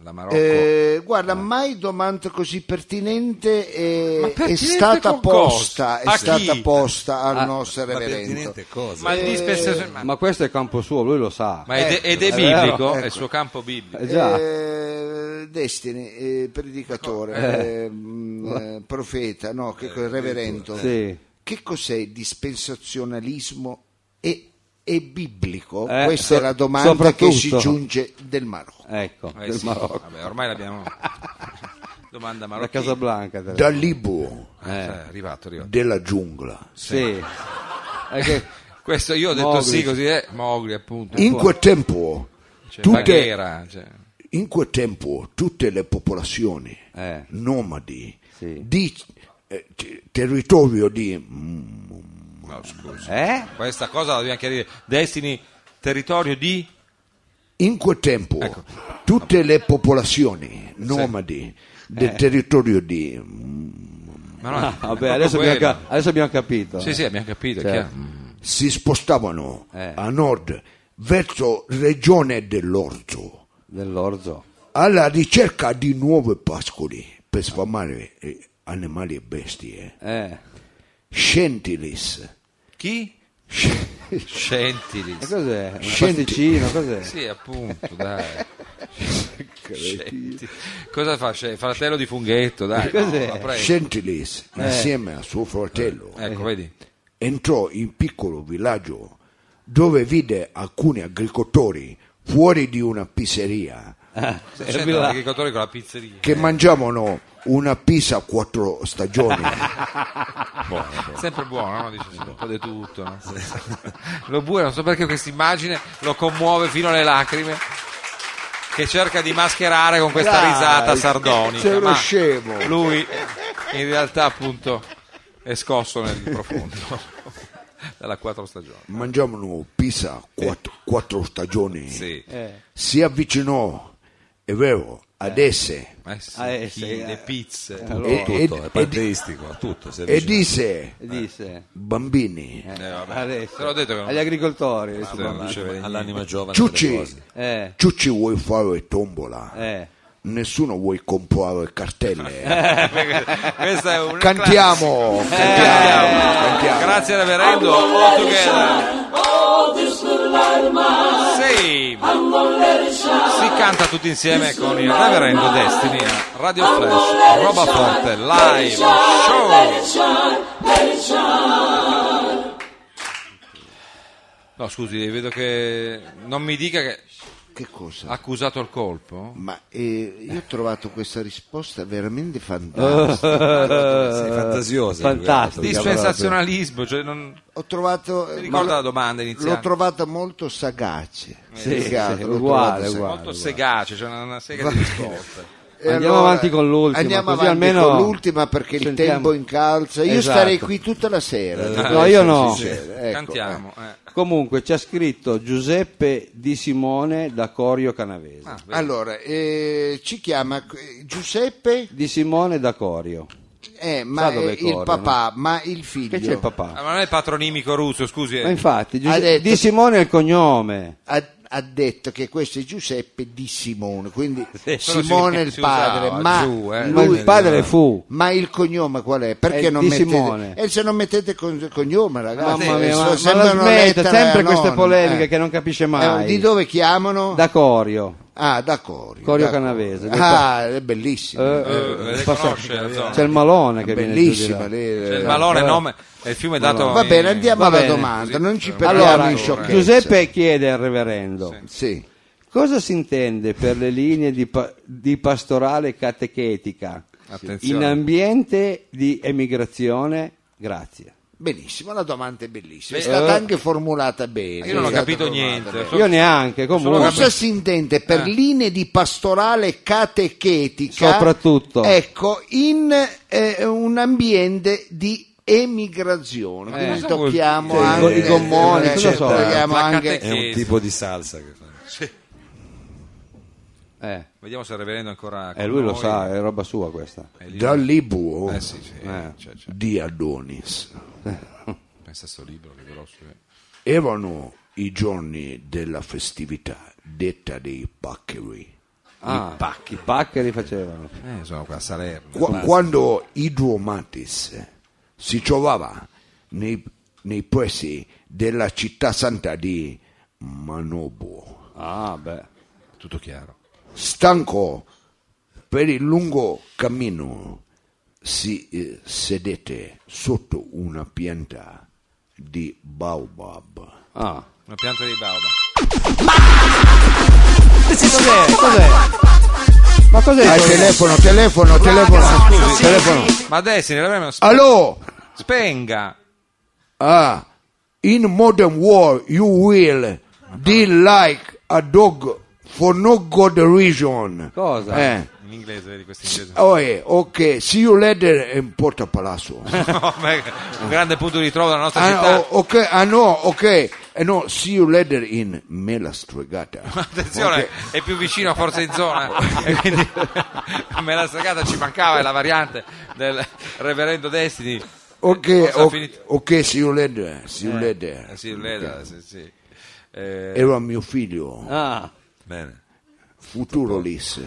Speaker 2: la Marocco.
Speaker 1: Eh, guarda, mai domanda così pertinente, eh,
Speaker 2: Ma pertinente
Speaker 1: è stata
Speaker 2: con
Speaker 1: posta, è
Speaker 2: cosa? A
Speaker 1: stata
Speaker 2: chi?
Speaker 1: posta al
Speaker 3: Ah,
Speaker 1: nostro
Speaker 10: Ma
Speaker 1: reverendo.
Speaker 10: pertinente cosa?
Speaker 2: ma, il
Speaker 1: eh,
Speaker 2: dispensazionalismo- ma-
Speaker 3: Ma questo è campo suo, lui lo sa.
Speaker 2: ma ed, è, ed è
Speaker 3: è vero,
Speaker 2: biblico, è
Speaker 1: ecco.
Speaker 2: il suo campo biblico.
Speaker 3: Eh, già.
Speaker 1: Eh, Destini, eh, predicatore, eh, mh, eh, profeta, no,
Speaker 2: Eh,
Speaker 1: che, co- reverendo.
Speaker 3: Sì.
Speaker 1: Che cos'è il dispensazionalismo e è biblico?
Speaker 3: Eh,
Speaker 1: Questa
Speaker 3: so-
Speaker 1: è la domanda che si
Speaker 3: soprattutto.
Speaker 1: giunge del Marocco.
Speaker 3: Ecco,
Speaker 2: Eh
Speaker 3: del
Speaker 2: sì,
Speaker 3: Marocco.
Speaker 2: vabbè, ormai l'abbiamo... Domanda
Speaker 3: Da
Speaker 2: marocchina.
Speaker 3: Casablanca. te-
Speaker 1: Dal libro
Speaker 2: Eh, è arrivato, è arrivato.
Speaker 1: della giungla,
Speaker 3: Sì. Eh, che-
Speaker 2: Questo io ho detto
Speaker 3: Mogri.
Speaker 2: sì, così è Mogri appunto.
Speaker 1: in quel tempo,
Speaker 2: C'è
Speaker 1: tutte,
Speaker 2: Baghera, cioè.
Speaker 1: in quel tempo tutte le popolazioni
Speaker 3: eh,
Speaker 1: nomadi
Speaker 3: Sì.
Speaker 1: di eh, te- territorio di mm,
Speaker 2: No, scusa.
Speaker 3: eh?
Speaker 2: Questa cosa la dobbiamo chiarire. Destini, territorio di...
Speaker 1: in quel tempo
Speaker 3: Ecco.
Speaker 1: tutte le popolazioni
Speaker 3: Eh.
Speaker 1: nomadi del territorio di mm,
Speaker 2: Ma no, è
Speaker 3: Ah, Vabbè,
Speaker 2: proprio
Speaker 3: adesso
Speaker 2: quello.
Speaker 3: abbiamo, ca- adesso abbiamo capito.
Speaker 2: Sì, sì, abbiamo capito, è
Speaker 3: Cioè.
Speaker 2: chiaro.
Speaker 1: si spostavano
Speaker 3: Eh.
Speaker 1: a nord verso regione dell'orzo
Speaker 3: Dell'orzo.
Speaker 1: alla ricerca di nuovi pascoli per sfamare eh, animali e bestie
Speaker 3: Eh.
Speaker 1: scentilis
Speaker 2: Chi? Scentili.
Speaker 3: E cos'è? Un
Speaker 1: Scienti-
Speaker 3: pasticcino, cos'è?
Speaker 2: Sì, appunto, dai. Scetti. Cosa fa? Sce- Fratello di Funghetto, dai.
Speaker 3: Cos'è?
Speaker 2: no, ma prego.
Speaker 1: Scentilis,
Speaker 3: Eh.
Speaker 1: insieme a suo fratello,
Speaker 2: Ecco, vedi.
Speaker 1: entrò in piccolo villaggio dove vide alcuni agricoltori fuori di una pizzeria
Speaker 3: Eh,
Speaker 2: Cosa c'entra l'agricoltore con la pizzeria?
Speaker 11: Eh.
Speaker 1: che mangiavano una pizza a quattro stagioni.
Speaker 2: Sempre buono, no? Dice, un po' di tutto. no? Lo bue, non so perché questa immagine lo commuove fino alle lacrime, che cerca di mascherare con questa
Speaker 1: Dai,
Speaker 2: risata sardonica.
Speaker 1: sei uno
Speaker 2: ma
Speaker 1: scemo.
Speaker 2: Lui in realtà appunto è scosso nel profondo dalla quattro stagioni.
Speaker 1: Mangiavano pizza a quattro, quattro stagioni.
Speaker 2: Sì.
Speaker 1: Si avvicinò, è vero, ad esse
Speaker 2: Eh sì,
Speaker 3: Ah, eh,
Speaker 2: chi,
Speaker 3: sì, eh.
Speaker 2: le pizze.
Speaker 1: e,
Speaker 11: tutto,
Speaker 1: e-
Speaker 11: è pantistico, tutto. si
Speaker 1: e
Speaker 11: avvicina.
Speaker 1: disse,
Speaker 3: Disse.
Speaker 1: bambini,
Speaker 2: Eh, vabbè.
Speaker 3: Adesso.
Speaker 2: Te l'ho detto che non- Ah,
Speaker 3: agli agricoltori.
Speaker 2: te lo
Speaker 3: supermercati.
Speaker 2: dicevo.
Speaker 11: all'anima giovane delle
Speaker 1: ciucci,
Speaker 11: cose.
Speaker 3: Eh,
Speaker 1: ciucci vuoi fare tombola?
Speaker 3: eh.
Speaker 1: Nessuno vuoi comprare cartelle.
Speaker 2: Questa è un
Speaker 1: Cantiamo,
Speaker 9: Eh.
Speaker 1: cantiamo, cantiamo.
Speaker 2: Grazie reverendo. All together. Sì. Si canta tutti insieme con il reverendo Destiny. a Radio Flash, roba forte, live, show. No, scusi, vedo che non mi dica che
Speaker 9: Che cosa?
Speaker 2: ha accusato il colpo.
Speaker 9: Ma eh, io ho trovato questa risposta veramente fantastica.
Speaker 11: Sei fantasiosa.
Speaker 3: Fantastico.
Speaker 2: Dispensazionalismo, cioè non
Speaker 9: Ho trovato. eh,
Speaker 2: mi ricorda la domanda
Speaker 9: L'ho
Speaker 2: iniziale.
Speaker 9: trovata molto sagace.
Speaker 3: Sì,
Speaker 9: Più che altro,
Speaker 3: sì,
Speaker 9: l'ho
Speaker 3: uguale,
Speaker 9: trovata sagace.
Speaker 3: uguale.
Speaker 2: molto segace, cioè una, una sega di risposte.
Speaker 9: E
Speaker 3: Andiamo avanti con l'ultima,
Speaker 9: Andiamo
Speaker 3: così
Speaker 9: avanti
Speaker 3: almeno
Speaker 9: con l'ultima perché il
Speaker 3: sentiamo.
Speaker 9: tempo incalza. Io
Speaker 3: Esatto. Eh,
Speaker 9: starei qui tutta la sera. devo
Speaker 3: no,
Speaker 9: essere
Speaker 3: io no.
Speaker 9: sincero. Ecco,
Speaker 2: Cantiamo. eh.
Speaker 3: Comunque ci ha scritto Giuseppe Di Simone da Corio Canavese.
Speaker 2: Ah,
Speaker 9: eh. Allora, eh, ci chiama eh, Giuseppe,
Speaker 3: Di Simone da Corio.
Speaker 9: eh,
Speaker 3: Sa
Speaker 9: ma
Speaker 3: dove
Speaker 9: eh, il
Speaker 3: corre,
Speaker 9: papà, ma il figlio.
Speaker 3: Che c'è il papà?
Speaker 2: Ah, ma non è patronimico russo, scusi. eh.
Speaker 3: Ah, Ma infatti, Giuse-
Speaker 9: Ha detto-
Speaker 3: Di Simone è il cognome.
Speaker 9: ha, ha detto che questo è Giuseppe di Simone, quindi
Speaker 2: solo
Speaker 9: Simone
Speaker 2: si-
Speaker 9: è il
Speaker 2: si
Speaker 9: padre,
Speaker 2: usava
Speaker 9: ma,
Speaker 2: giù, eh.
Speaker 3: Ma
Speaker 9: lui-
Speaker 3: il padre fu.
Speaker 9: ma il cognome qual è? Perché
Speaker 3: È
Speaker 9: non
Speaker 3: di
Speaker 9: mettete
Speaker 3: Simone.
Speaker 9: E se non mettete con- il cognome, ragazzi,
Speaker 3: Mamma mia, ma,
Speaker 9: eh, so-
Speaker 3: ma
Speaker 9: sembra
Speaker 3: la
Speaker 9: una
Speaker 3: smetta,
Speaker 9: lettera
Speaker 3: sempre queste
Speaker 9: anonima,
Speaker 3: polemiche
Speaker 9: eh.
Speaker 3: che non capisce
Speaker 9: Eh,
Speaker 3: mai.
Speaker 9: di dove
Speaker 2: Oh.
Speaker 9: chiamano?
Speaker 3: Da Corio.
Speaker 9: Ah, da Corio.
Speaker 3: Corio
Speaker 9: Da-
Speaker 3: Canavese, del
Speaker 9: Ah, è bellissimo.
Speaker 3: Eh,
Speaker 2: Eh, le
Speaker 3: passa-
Speaker 2: conosce la zona.
Speaker 3: C'è il Malone che viene giù di là.
Speaker 9: bellissima. lì,
Speaker 2: Cioè,
Speaker 9: eh.
Speaker 2: il Malone nome e il fiume è dato
Speaker 9: Va
Speaker 2: in-
Speaker 9: bene, andiamo
Speaker 3: Va
Speaker 9: alla
Speaker 3: bene.
Speaker 9: domanda, non ci perdiamo
Speaker 3: Allora,
Speaker 9: in sciocchezze.
Speaker 3: Giuseppe chiede al reverendo
Speaker 9: Sì.
Speaker 3: cosa si intende per le linee di, pa- di pastorale catechetica
Speaker 2: Attenzione.
Speaker 3: in ambiente di emigrazione? Grazie.
Speaker 9: Benissimo, la domanda è bellissima, è
Speaker 2: Beh,
Speaker 9: stata
Speaker 3: eh.
Speaker 9: anche formulata bene.
Speaker 2: Io non ho
Speaker 1: Esatto,
Speaker 9: È stata
Speaker 2: capito
Speaker 9: formulata
Speaker 2: niente.
Speaker 9: bene.
Speaker 2: So-
Speaker 3: Io neanche, comunque.
Speaker 9: Cosa si intende per
Speaker 3: Eh.
Speaker 9: linee di pastorale catechetica?
Speaker 3: Soprattutto.
Speaker 9: Ecco, in eh, un ambiente di emigrazione. Quindi
Speaker 2: Cosa vuol
Speaker 9: tocchiamo
Speaker 3: dire?
Speaker 9: anche
Speaker 3: Eh. I gommoni,
Speaker 9: eh,
Speaker 3: cosa
Speaker 9: cioè,
Speaker 3: so?
Speaker 9: tocchiamo
Speaker 2: La
Speaker 9: anche-
Speaker 2: catech-
Speaker 11: È un tipo di salsa che fa.
Speaker 3: Eh,
Speaker 2: Vediamo se il reverendo è ancora con
Speaker 3: eh, lui lo
Speaker 2: noi.
Speaker 3: sa, è roba sua questa.
Speaker 1: Dal Libuo
Speaker 2: Eh sì, sì, cioè, cioè,
Speaker 1: Certo. di Adonis
Speaker 2: pensa a sto libro che grosso è.
Speaker 1: erano i giorni della festività detta dei paccheri.
Speaker 3: Ah, I pacchi. paccheri facevano.
Speaker 2: Eh, sono qua a Salerno.
Speaker 1: Qua- quando Idromatis si trovava nei, nei pressi della città santa di Manobo,
Speaker 3: Ah, beh.
Speaker 2: Tutto chiaro.
Speaker 1: stanco per il lungo cammino, si eh, sedette sotto una pianta di baobab.
Speaker 3: Ah.
Speaker 2: Una pianta di bauba.
Speaker 3: Eh, Cos'è? Cos'è? Ma cos'è?
Speaker 1: Ah,
Speaker 3: questo?
Speaker 1: telefono, telefono, telefono.
Speaker 3: Scusi, telefono.
Speaker 2: Ma adesso il reverendo sp-
Speaker 1: Allora,
Speaker 2: spenga.
Speaker 1: ah, in modern war you will deal like a dog for no good reason.
Speaker 2: ah.
Speaker 3: Cosa?
Speaker 1: Eh.
Speaker 2: In inglese, vedi questo inglese.
Speaker 1: Oh, eh, ok, see you later in Porta Palazzo.
Speaker 2: No, ma è un grande punto di ritrovo della nostra città.
Speaker 1: ah, oh, ok, ah no, ok, eh, no, see you later in Mela Stregata.
Speaker 2: Attenzione, è più vicino a Forza in Zona e quindi me la stregata ci mancava è la variante del reverendo Destiny.
Speaker 1: Ok,
Speaker 2: Cosa ha
Speaker 1: ok,
Speaker 2: finito?
Speaker 1: ok, see you later, see you later.
Speaker 2: Eh sì, lei era- sì, sì. Eh,
Speaker 1: Era mio figlio,
Speaker 3: Ah.
Speaker 11: Bene.
Speaker 1: futuro Lis.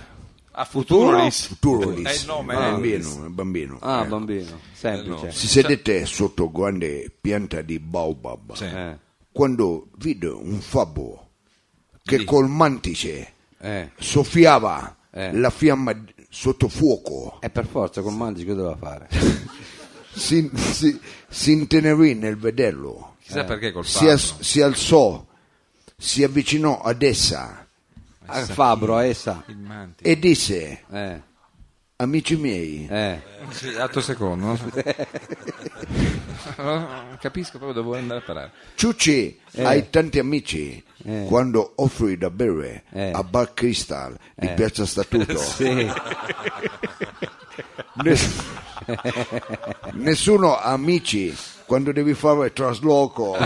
Speaker 2: a futuro
Speaker 1: Futuro
Speaker 2: È
Speaker 1: Lis,
Speaker 2: il nome, eh.
Speaker 1: bambino, bambino.
Speaker 3: Ah,
Speaker 1: eh.
Speaker 3: bambino, semplice.
Speaker 1: Si
Speaker 3: Cioè-
Speaker 1: sedette sotto grande pianta di baobab
Speaker 2: Sì.
Speaker 3: Eh,
Speaker 1: quando vide un fabbro che col mantice
Speaker 3: eh,
Speaker 1: soffiava
Speaker 12: la fiamma d- sotto fuoco
Speaker 3: E Eh, per forza con Manzi che doveva fare?
Speaker 12: si, si, si intenerì nel vederlo.
Speaker 2: Chissà perché col
Speaker 12: Si,
Speaker 2: fatto.
Speaker 12: as- si alzò, si avvicinò ad essa
Speaker 3: A Ah, Fabro, a Essa.
Speaker 2: Il manti.
Speaker 12: e disse:
Speaker 3: Eh,
Speaker 12: Amici miei,
Speaker 3: eh.
Speaker 2: Sì, atto secondo. Non Capisco proprio dove vuoi andare a parare.
Speaker 12: Ciucci,
Speaker 3: Eh.
Speaker 12: hai tanti amici. Quando offri da bere
Speaker 3: Eh.
Speaker 12: a Bar Crystal di
Speaker 3: Eh.
Speaker 12: Piazza Statuto,
Speaker 3: Sì.
Speaker 12: Ness- nessuno ha amici quando devi fare il trasloco.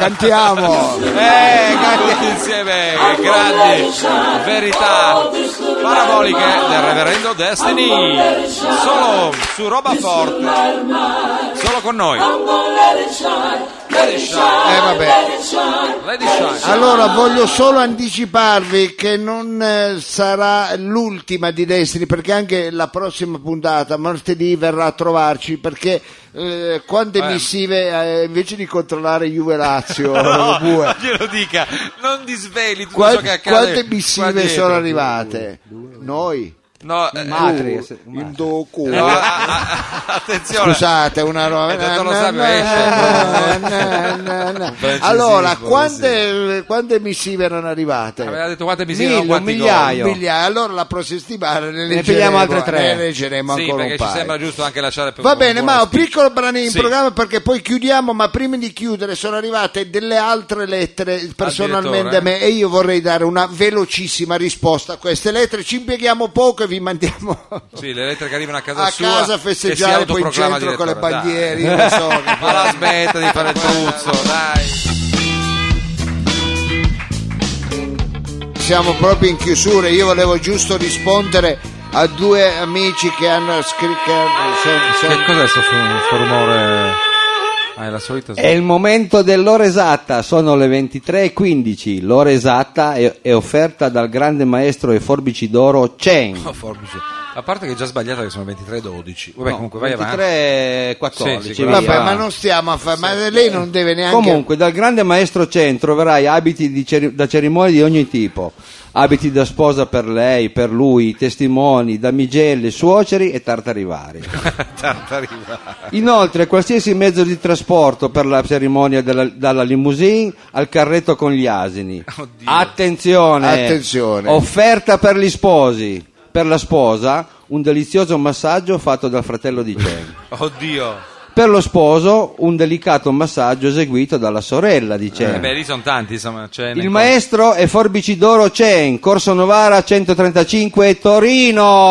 Speaker 12: Cantiamo!
Speaker 2: Eh, tutti insieme, grandi verità paraboliche del reverendo Destiny. Solo su roba forte, solo con noi. Lady Shine,
Speaker 1: Eh, vabbè.
Speaker 2: Lady Shine.
Speaker 1: Allora voglio solo anticiparvi che non eh, sarà l'ultima di Destiny perché anche la prossima puntata martedì verrà a trovarci perché eh, quante
Speaker 2: Eh.
Speaker 1: missive eh, invece di controllare Juve Lazio eh,
Speaker 2: No,
Speaker 1: Bue,
Speaker 2: non glielo dica, non disveli tutto
Speaker 1: qua-
Speaker 2: ciò che accade.
Speaker 1: quante
Speaker 2: qua
Speaker 1: missive
Speaker 2: dietro.
Speaker 1: sono arrivate? Noi,
Speaker 2: No, eh,
Speaker 3: Matri,
Speaker 12: Uh,
Speaker 3: se-
Speaker 12: il
Speaker 3: Matri.
Speaker 12: docu.
Speaker 2: no, a- a- attenzione.
Speaker 1: Scusate, una roba.
Speaker 2: Eh, dottor Lo
Speaker 1: Na,
Speaker 2: Sapio,
Speaker 1: na,
Speaker 2: esce.
Speaker 1: na, na, na, na.
Speaker 2: Precisismo,
Speaker 1: Allora,
Speaker 2: sì. Ah,
Speaker 1: quante, quante missive erano arrivate?
Speaker 2: Aveva detto quante missive, non
Speaker 1: Mille,
Speaker 2: quanti
Speaker 1: un
Speaker 2: gol.
Speaker 1: migliaio. Un migliaio. Allora la prossima settimana ne, leggeremo-
Speaker 3: pigliamo altre tre.
Speaker 1: Ne leggeremo
Speaker 2: Sì,
Speaker 1: ancora
Speaker 2: perché
Speaker 1: un
Speaker 2: ci
Speaker 1: paio.
Speaker 2: sembra giusto anche lasciare per
Speaker 1: Va bene, ma
Speaker 2: ma
Speaker 1: un piccolo branino in
Speaker 2: Sì.
Speaker 1: programma perché poi chiudiamo, ma prima di chiudere sono arrivate delle altre lettere personalmente a
Speaker 2: direttore,
Speaker 1: me e io vorrei dare una velocissima risposta a queste lettere. Ci impieghiamo poco e vi mandiamo
Speaker 2: Sì, le lettere che arrivano a casa
Speaker 1: a
Speaker 2: sua
Speaker 1: casa a
Speaker 2: che si
Speaker 1: festeggiare poi in
Speaker 2: autoproclama
Speaker 1: centro con le
Speaker 2: direttore, dai.
Speaker 1: bandiere. io lo so che-
Speaker 2: Ma la smetta di fare il puzzo, dai.
Speaker 1: Siamo proprio in chiusura, io volevo giusto rispondere a due amici che hanno scritto... che hanno- se- se-
Speaker 2: Che cos'è sto, rumore? Ah, è la solita
Speaker 3: È il momento dell'ora esatta, sono le 23.15. L'ora esatta è, è offerta dal grande maestro e forbici d'oro Chen.
Speaker 2: forbice. A parte che è già sbagliata che sono 23-12. Oh, Vabbè,
Speaker 3: No,
Speaker 2: comunque vai avanti.
Speaker 3: 23.14.
Speaker 2: Sì, sì,
Speaker 3: via.
Speaker 1: Vabbè, ma non stiamo a fare, ma lei non deve neanche...
Speaker 3: Comunque, dal grande maestro Chen troverai abiti di ceri- da cerimonia di ogni tipo. Abiti da sposa per lei, per lui, testimoni, damigelle, suoceri e tartarivari.
Speaker 2: Tartariva.
Speaker 3: Inoltre, qualsiasi mezzo di trasporto per la cerimonia della- dalla limousine al carretto con gli asini.
Speaker 2: Oddio.
Speaker 3: Attenzione!
Speaker 1: Attenzione.
Speaker 3: Offerta per gli sposi. Per la sposa, un delizioso massaggio fatto dal fratello di Chen.
Speaker 2: Oddio.
Speaker 3: per lo sposo, un delicato massaggio eseguito dalla sorella di Chen.
Speaker 2: Eh beh, lì sono tanti, insomma. cioè, c'è ne-
Speaker 3: Il maestro è Forbicidoro Chen, Corso Novara 135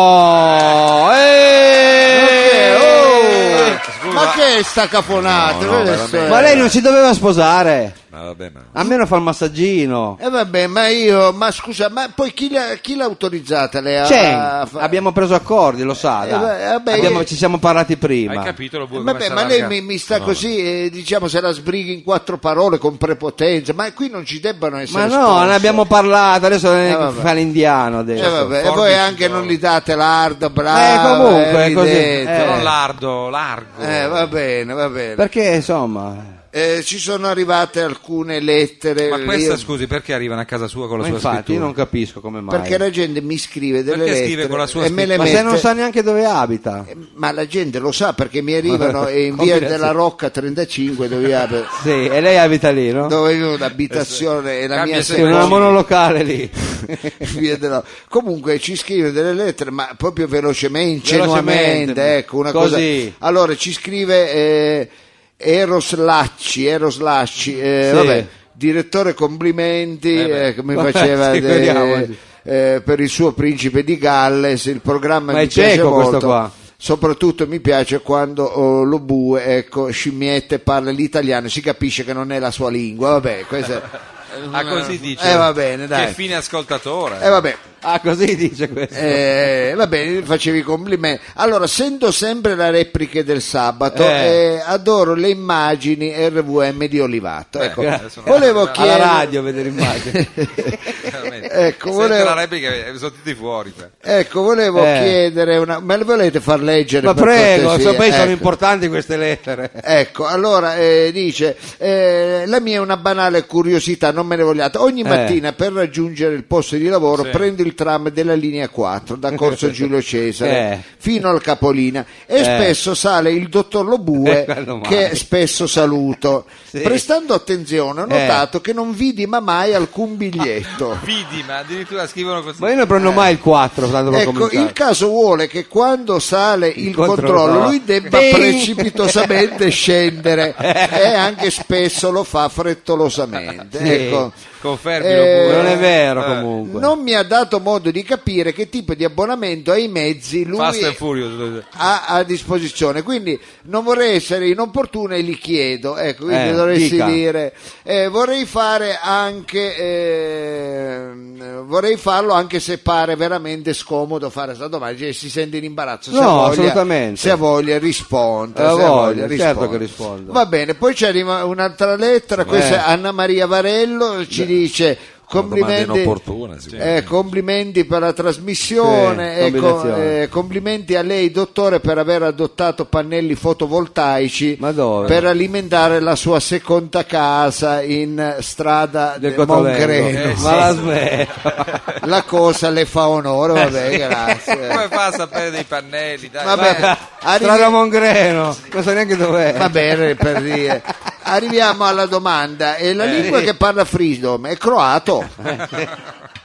Speaker 1: Eh,
Speaker 3: Torino. Eh! Oh!
Speaker 1: oh, ma che è sta caponata?
Speaker 6: No, no,
Speaker 1: Questo è-
Speaker 6: veramente.
Speaker 3: Ma lei non si doveva sposare.
Speaker 6: Ma vabbè, ma...
Speaker 3: Almeno fa il massaggino.
Speaker 1: Eh vabbè, ma io, ma scusa, ma poi chi l'ha, chi l'ha autorizzata lei a,
Speaker 3: Chen,
Speaker 1: a eh, fa-
Speaker 3: abbiamo preso accordi, lo sa.
Speaker 1: Eh,
Speaker 3: dai.
Speaker 1: beh, vabbè,
Speaker 3: Abbiamo-
Speaker 1: eh.
Speaker 3: ci siamo parlati prima.
Speaker 2: Hai capito? Lo vuoi
Speaker 1: Eh,
Speaker 2: come
Speaker 1: Vabbè,
Speaker 2: sarà
Speaker 1: ma lei
Speaker 2: arga-
Speaker 1: mi, mi sta
Speaker 2: No.
Speaker 1: così, eh, diciamo, se la sbrighi in quattro parole con prepotenza, ma qui non ci debbano
Speaker 3: Ma
Speaker 1: essere
Speaker 3: no,
Speaker 1: sponsor.
Speaker 3: ne abbiamo parlato, adesso
Speaker 1: Eh, vabbè.
Speaker 3: fa l'indiano adesso.
Speaker 1: Eh, vabbè, e voi
Speaker 2: Forbici,
Speaker 1: anche
Speaker 2: no.
Speaker 1: non gli date l'ard, bravo.
Speaker 3: Certo, Eh, comunque, è così.
Speaker 2: Però
Speaker 3: Eh.
Speaker 2: lardo, largo.
Speaker 1: Eh, va bene, va bene.
Speaker 3: Perché insomma,
Speaker 1: Eh, ci sono arrivate alcune lettere.
Speaker 2: Ma questa,
Speaker 1: eh, io-
Speaker 2: scusi, perché arrivano a casa sua con la
Speaker 3: ma
Speaker 2: sua
Speaker 3: infatti io
Speaker 2: scrittura?
Speaker 3: non capisco come mai.
Speaker 1: Perché la gente mi scrive delle
Speaker 2: Perché
Speaker 1: lettere
Speaker 2: scrive con la sua
Speaker 1: e me le
Speaker 3: ma
Speaker 1: mette. Eh,
Speaker 3: se non sa neanche dove abita.
Speaker 1: Ma la gente lo sa perché mi arrivano e in via
Speaker 3: Combinazione.
Speaker 1: della Rocca 35 dove io abito,
Speaker 3: Sì, e lei abita lì, no?
Speaker 1: dove io ho l'abitazione e la
Speaker 2: Cambia
Speaker 1: mia
Speaker 2: se-
Speaker 3: Sì, una
Speaker 2: Sì.
Speaker 3: monolocale lì.
Speaker 1: via della- Comunque ci scrive delle lettere, ma proprio velocemente, ingenuamente,
Speaker 3: Velocemente.
Speaker 1: ecco, una
Speaker 3: Così.
Speaker 1: cosa. Allora ci scrive eh, Eros Lacci, Eros Lacci, eh,
Speaker 3: Sì.
Speaker 1: vabbè, direttore complimenti,
Speaker 2: Eh beh.
Speaker 1: eh, che mi faceva
Speaker 3: Sì,
Speaker 1: de-
Speaker 3: vediamo.
Speaker 1: eh, per il suo Principe di Galles, il programma
Speaker 3: Ma
Speaker 1: mi
Speaker 3: è
Speaker 1: piace
Speaker 3: cieco
Speaker 1: molto.
Speaker 3: questo qua.
Speaker 1: Soprattutto mi piace quando oh, lo bue ecco, scimmiette parla l'italiano, si capisce che non è la sua lingua. Vabbè, questo è-
Speaker 2: Ah, così dice.
Speaker 1: Eh, va bene, dai.
Speaker 2: Che fine ascoltatore.
Speaker 1: eh, vabbè.
Speaker 3: Ah, così dice questo.
Speaker 1: Eh, va bene, facevi i complimenti. Allora, sento sempre la repliche del sabato,
Speaker 3: Eh.
Speaker 1: eh, adoro le immagini RVM di Olivato.
Speaker 2: Eh,
Speaker 1: Ecco,
Speaker 2: adesso non-
Speaker 1: volevo
Speaker 2: alla
Speaker 3: Alla
Speaker 1: chiedere,
Speaker 3: radio vedere immagini.
Speaker 2: Veramente.
Speaker 1: Ecco,
Speaker 2: Sento
Speaker 1: volevo-
Speaker 2: la replica, eh, sono tutti fuori. te.
Speaker 1: ecco, volevo
Speaker 3: Eh.
Speaker 1: chiedere una. Me le volete far leggere?
Speaker 3: Ma
Speaker 1: per
Speaker 3: prego,
Speaker 1: cortesia?
Speaker 3: so- poi sono
Speaker 1: Ecco.
Speaker 3: importanti queste lettere.
Speaker 1: Ecco, allora eh, dice, eh,
Speaker 3: Eh.
Speaker 1: la mia è una banale curiosità, non me ne vogliate. Ogni mattina per raggiungere il posto di lavoro prendo il il tram della linea 4 da Corso Giulio Cesare
Speaker 3: Eh.
Speaker 1: fino al Capolina e
Speaker 3: Eh.
Speaker 1: spesso sale il dottor
Speaker 3: Eh,
Speaker 1: Lobue
Speaker 3: quello male.
Speaker 1: che spesso saluto. Prestando attenzione ho
Speaker 3: Eh.
Speaker 1: notato che non vidi ma mai alcun biglietto.
Speaker 2: Vidi, ma addirittura scrivono così.
Speaker 3: Ma io non prendo mai il 4, tanto per
Speaker 1: Ecco,
Speaker 3: cominciare.
Speaker 1: il caso vuole che quando sale il, controllo,
Speaker 3: controllo.
Speaker 1: lui debba
Speaker 3: Bing!
Speaker 1: precipitosamente scendere e anche spesso lo fa frettolosamente.
Speaker 3: Sì.
Speaker 1: Ecco.
Speaker 2: Confermi
Speaker 1: Eh,
Speaker 2: pure.
Speaker 3: Non è vero
Speaker 2: Eh,
Speaker 3: comunque.
Speaker 1: Non mi ha dato modo di capire che tipo di abbonamento ai mezzi lui Eh.
Speaker 2: Fast and Furious.
Speaker 1: ha a disposizione. Quindi non vorrei essere inopportuno e li chiedo. Ecco, quindi
Speaker 3: Eh,
Speaker 1: dovresti
Speaker 3: dica.
Speaker 1: dire. eh, vorrei fare anche ehm, vorrei farlo anche se pare veramente scomodo fare sta domanda. Cioè, si sente in imbarazzo. se
Speaker 3: No,
Speaker 1: voglia,
Speaker 3: assolutamente.
Speaker 1: Se ha voglia risponde.
Speaker 3: Ha
Speaker 1: se ha
Speaker 3: voglia, certo
Speaker 1: risponde.
Speaker 3: che rispondo.
Speaker 1: Va bene, poi ci arriva un'altra lettera, questa
Speaker 3: Eh.
Speaker 1: è Anna Maria Varello, ci dice.
Speaker 6: Domanda
Speaker 1: Complimenti,
Speaker 6: inopportuna, sicuramente.
Speaker 1: eh, complimenti per la trasmissione,
Speaker 3: Sì,
Speaker 1: e co-
Speaker 3: combinazione.
Speaker 1: eh, complimenti a lei dottore per aver adottato pannelli fotovoltaici
Speaker 3: Ma dove?
Speaker 1: per alimentare la sua seconda casa in strada del
Speaker 3: Del Cotolengo.
Speaker 1: Mongreno. Eh,
Speaker 3: Ma la smetta.
Speaker 1: La cosa le fa onore, vabbè, grazie.
Speaker 2: cioè. Come fa a sapere dei pannelli? Dai,
Speaker 1: Vabbè, arri-
Speaker 3: Strada Mongreno, non so neanche dov'è.
Speaker 1: va bene per dire. Arriviamo alla domanda. E la
Speaker 3: Eh,
Speaker 1: lingua che parla Freedom è croato?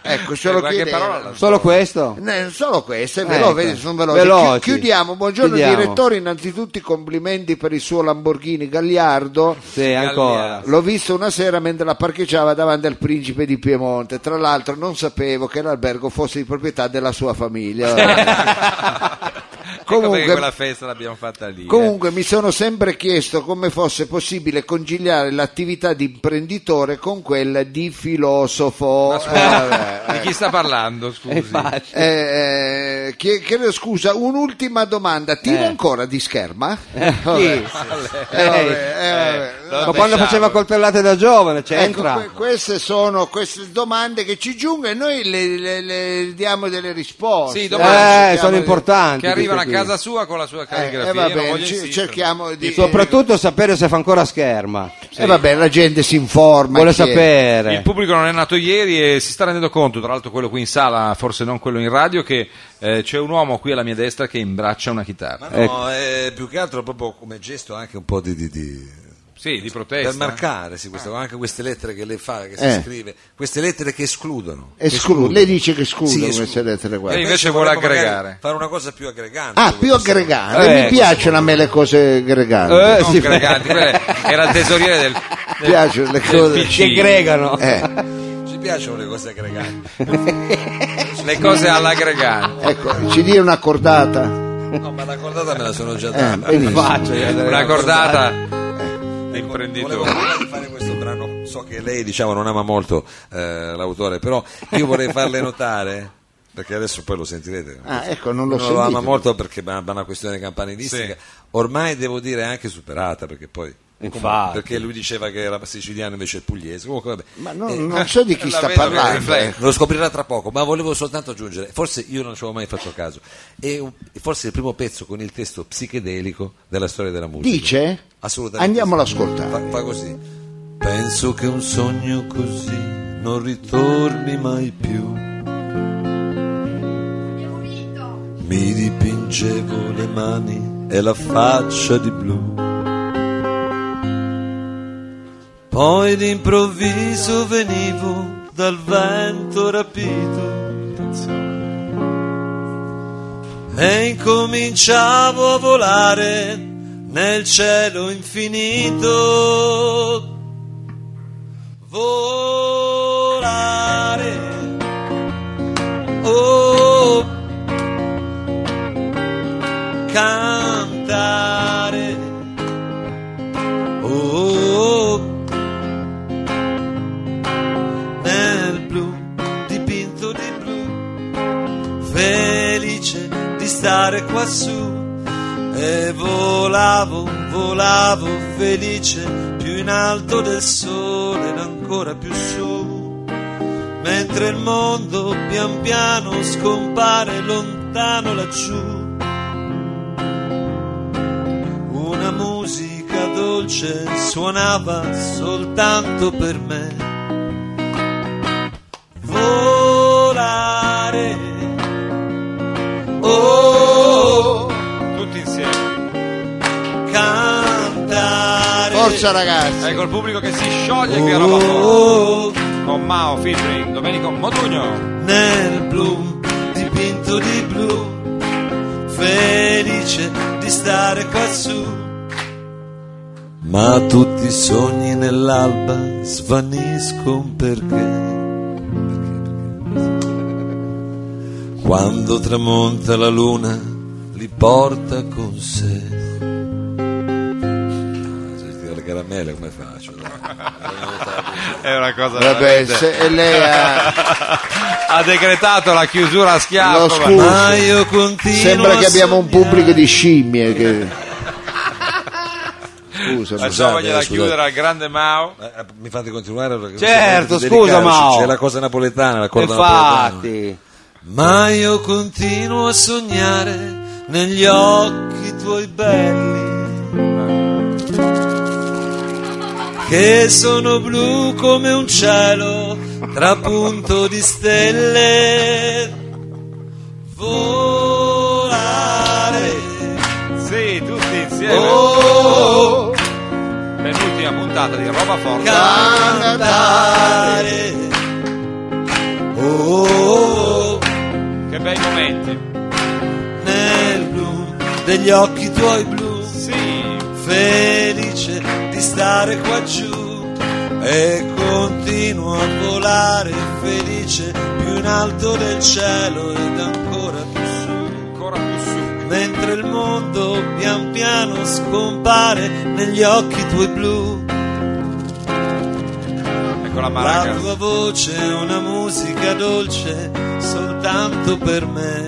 Speaker 1: Ecco, ce
Speaker 2: Eh,
Speaker 1: lo
Speaker 2: qualche
Speaker 1: chiede.
Speaker 2: parola la-
Speaker 3: Solo questo?
Speaker 1: Ne- Solo queste,
Speaker 3: Ecco.
Speaker 1: però vedi, sono veloci. Chi-
Speaker 3: Veloci.
Speaker 1: chiudiamo, buongiorno
Speaker 3: Chiudiamo.
Speaker 1: direttore, innanzitutto i complimenti per il suo Lamborghini Gagliardo.
Speaker 3: Sì, ancora.
Speaker 1: L'ho visto una sera mentre la parcheggiava davanti al principe di Piemonte. Tra l'altro non sapevo che l'albergo fosse di proprietà della sua famiglia.
Speaker 2: Comunque,
Speaker 1: Comunque-
Speaker 2: Ecco quella festa l'abbiamo fatta lì. eh.
Speaker 1: Comunque mi sono sempre chiesto come fosse possibile conciliare l'attività di imprenditore con quella di filosofo.
Speaker 2: Ma
Speaker 1: Eh,
Speaker 2: scusa,
Speaker 1: vabbè,
Speaker 2: di chi sta parlando? Scusi.
Speaker 3: Infatti.
Speaker 1: Eh, eh, chie- chiedo scusa, un'ultima domanda. Tira
Speaker 3: Eh.
Speaker 1: ancora di scherma?
Speaker 2: Eh,
Speaker 3: Sì.
Speaker 1: Eh, vabbè, eh, vabbè.
Speaker 2: Lo
Speaker 3: Ma quando
Speaker 2: pensavo.
Speaker 3: faceva coltellate da giovane,
Speaker 1: Ecco,
Speaker 3: c'entra. Eh,
Speaker 1: que- queste sono queste domande che ci giungono e noi le, le- le diamo delle risposte.
Speaker 2: Sì, domande. Eh,
Speaker 1: Cerchiamo
Speaker 3: sono
Speaker 1: di-
Speaker 3: importanti.
Speaker 2: Che arrivano a
Speaker 3: queste qui.
Speaker 2: casa sua con la sua
Speaker 1: Eh,
Speaker 2: calligrafia.
Speaker 1: eh, va
Speaker 2: non
Speaker 1: bene,
Speaker 2: voglio
Speaker 1: ci-
Speaker 2: insistere.
Speaker 1: cerchiamo di...
Speaker 3: Soprattutto sapere se fa ancora scherma.
Speaker 1: E Eh, vabbè, la gente si informa.
Speaker 3: Vuole
Speaker 1: chiede.
Speaker 2: Il
Speaker 3: sapere.
Speaker 2: pubblico non è nato ieri e si sta rendendo conto, tra l'altro quello qui in sala, forse non quello in radio, che eh, c'è un uomo qui alla mia destra che imbraccia una
Speaker 6: Ma
Speaker 2: chitarra.
Speaker 6: no,
Speaker 1: Ecco.
Speaker 6: è più che altro proprio come gesto anche un po' di... di- di-
Speaker 2: Sì, di protesta. eh.
Speaker 6: Per marcare sì, questo, anche queste lettere che lei fa, che si
Speaker 1: Eh.
Speaker 6: scrive, queste lettere che escludono.
Speaker 1: Escludo. Lei dice che escludo
Speaker 6: Sì,
Speaker 1: queste
Speaker 6: escludo.
Speaker 1: lettere qua.
Speaker 2: Lei invece
Speaker 6: vorremmo
Speaker 2: vuole aggregare.
Speaker 6: magari Fare una cosa più aggregante.
Speaker 1: Ah,
Speaker 6: dove
Speaker 1: più
Speaker 6: possiamo-
Speaker 1: aggregante.
Speaker 3: Eh,
Speaker 1: Mi piacciono a me le cose aggreganti.
Speaker 3: Eh,
Speaker 2: Non
Speaker 3: sì.
Speaker 2: greganti, quello era il tesoriere del...
Speaker 1: Mi piacciono le
Speaker 2: del
Speaker 1: cose...
Speaker 2: PC.
Speaker 3: Che gregano.
Speaker 1: Eh.
Speaker 6: Ci piacciono le cose aggreganti.
Speaker 2: Le cose all'aggregante.
Speaker 1: Ecco, ci dia una cordata.
Speaker 6: No, ma la cordata me la sono già
Speaker 1: Eh,
Speaker 6: data.
Speaker 1: benissimo.
Speaker 3: Faccio, eh,
Speaker 2: Una cordata da
Speaker 6: Volevo
Speaker 2: imprenditore.
Speaker 6: prima di fare questo brano, so che lei diciamo non ama molto eh, l'autore, però io vorrei farle notare, perché adesso poi lo sentirete.
Speaker 1: Ah, ecco, non l'ho
Speaker 6: non lo
Speaker 1: sentito.
Speaker 6: ama molto perché è una una questione campanilistica,
Speaker 2: Sì.
Speaker 6: ormai devo dire anche superata, perché poi...
Speaker 3: Infatti.
Speaker 6: Perché lui diceva che era siciliano invece è pugliese. Comunque, vabbè. Eh,
Speaker 1: Ma non, non so di chi sta parlando. eh.
Speaker 6: Lo scoprirà tra poco, ma volevo soltanto aggiungere, forse io non ci avevo mai fatto caso, è un- forse il primo pezzo con il testo psichedelico della storia della musica.
Speaker 1: Dice?
Speaker 6: Assolutamente.
Speaker 1: Andiamolo ad
Speaker 6: sì.
Speaker 1: ascoltare.
Speaker 6: Fa, fa così. Penso che un sogno così non ritorni mai più. Mi dipingevo le mani e la faccia di blu. Poi d'improvviso venivo dal vento rapito. E incominciavo a volare nel cielo infinito. Volare. Oh. Cantare. Oh. Nel blu dipinto di blu. Felice di stare quassù. E volavo, volavo felice, più in alto del sole ed ancora più su. Mentre il mondo pian piano scompare lontano laggiù. Una musica dolce suonava soltanto per me. Volare. Oh,
Speaker 1: cosa, ragazzi.
Speaker 2: Ecco il pubblico che si scioglie
Speaker 6: Uh.
Speaker 2: qui a Roma
Speaker 6: Oh,
Speaker 2: con Mao featuring Domenico Modugno.
Speaker 6: nel blu dipinto di blu, felice di stare quassù. Ma tutti i sogni nell'alba svaniscono perché. Quando tramonta la luna li porta con sé. Le caramelle come faccio?
Speaker 2: È una cosa
Speaker 1: Vabbè, se e lei ha...
Speaker 2: ha decretato la chiusura a
Speaker 1: Lo
Speaker 2: schiaffo.
Speaker 1: scuso.
Speaker 2: ma-
Speaker 6: Ma Ah, io continuo.
Speaker 1: sembra
Speaker 6: a
Speaker 1: che abbiamo un
Speaker 6: sognare.
Speaker 1: pubblico di scimmie. Che... Scusa,
Speaker 2: Lasciamogliela
Speaker 6: scusate.
Speaker 2: chiudere al grande Mao.
Speaker 6: Eh, eh, Mi fate continuare? perché
Speaker 3: Certo,
Speaker 1: Cioè,
Speaker 6: siamo molto
Speaker 3: scusa,
Speaker 6: delicati,
Speaker 3: Mao.
Speaker 6: C'è la cosa napoletana, la corda napoletana.
Speaker 3: Infatti,
Speaker 6: Ma io continuo a sognare negli occhi tuoi belli che sono blu come un cielo trapunto di stelle volare
Speaker 2: Sì, tutti insieme.
Speaker 6: oh,
Speaker 2: Penultima puntata di Roba Forte.
Speaker 6: cantare oh, oh, oh.
Speaker 2: Che bei momenti.
Speaker 6: nel blu degli occhi tuoi blu
Speaker 2: Sì.
Speaker 6: felice di stare qua giù e continuo a volare felice più in alto del cielo ed ancora più su
Speaker 2: Ancora più su.
Speaker 6: mentre il mondo pian piano scompare negli occhi tuoi blu
Speaker 2: Ecco la
Speaker 6: la
Speaker 2: maraca.
Speaker 6: tua voce è una musica dolce soltanto per me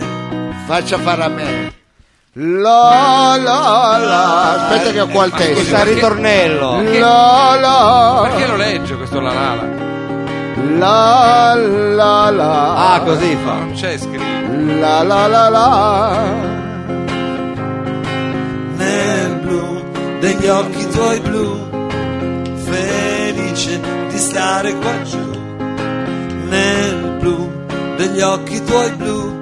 Speaker 1: faccia fare a me. La la la. Aspetta che ho qua il testo.
Speaker 3: sta il ritornello.
Speaker 1: La la
Speaker 2: Perché lo legge questo la la la?
Speaker 1: la la la.
Speaker 3: Ah, così fa.
Speaker 2: Non c'è scritto.
Speaker 1: La la la la.
Speaker 6: nel blu degli occhi tuoi blu, felice di stare qua giù, nel blu degli occhi tuoi blu,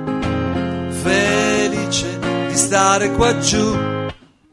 Speaker 6: felice di stare qua giù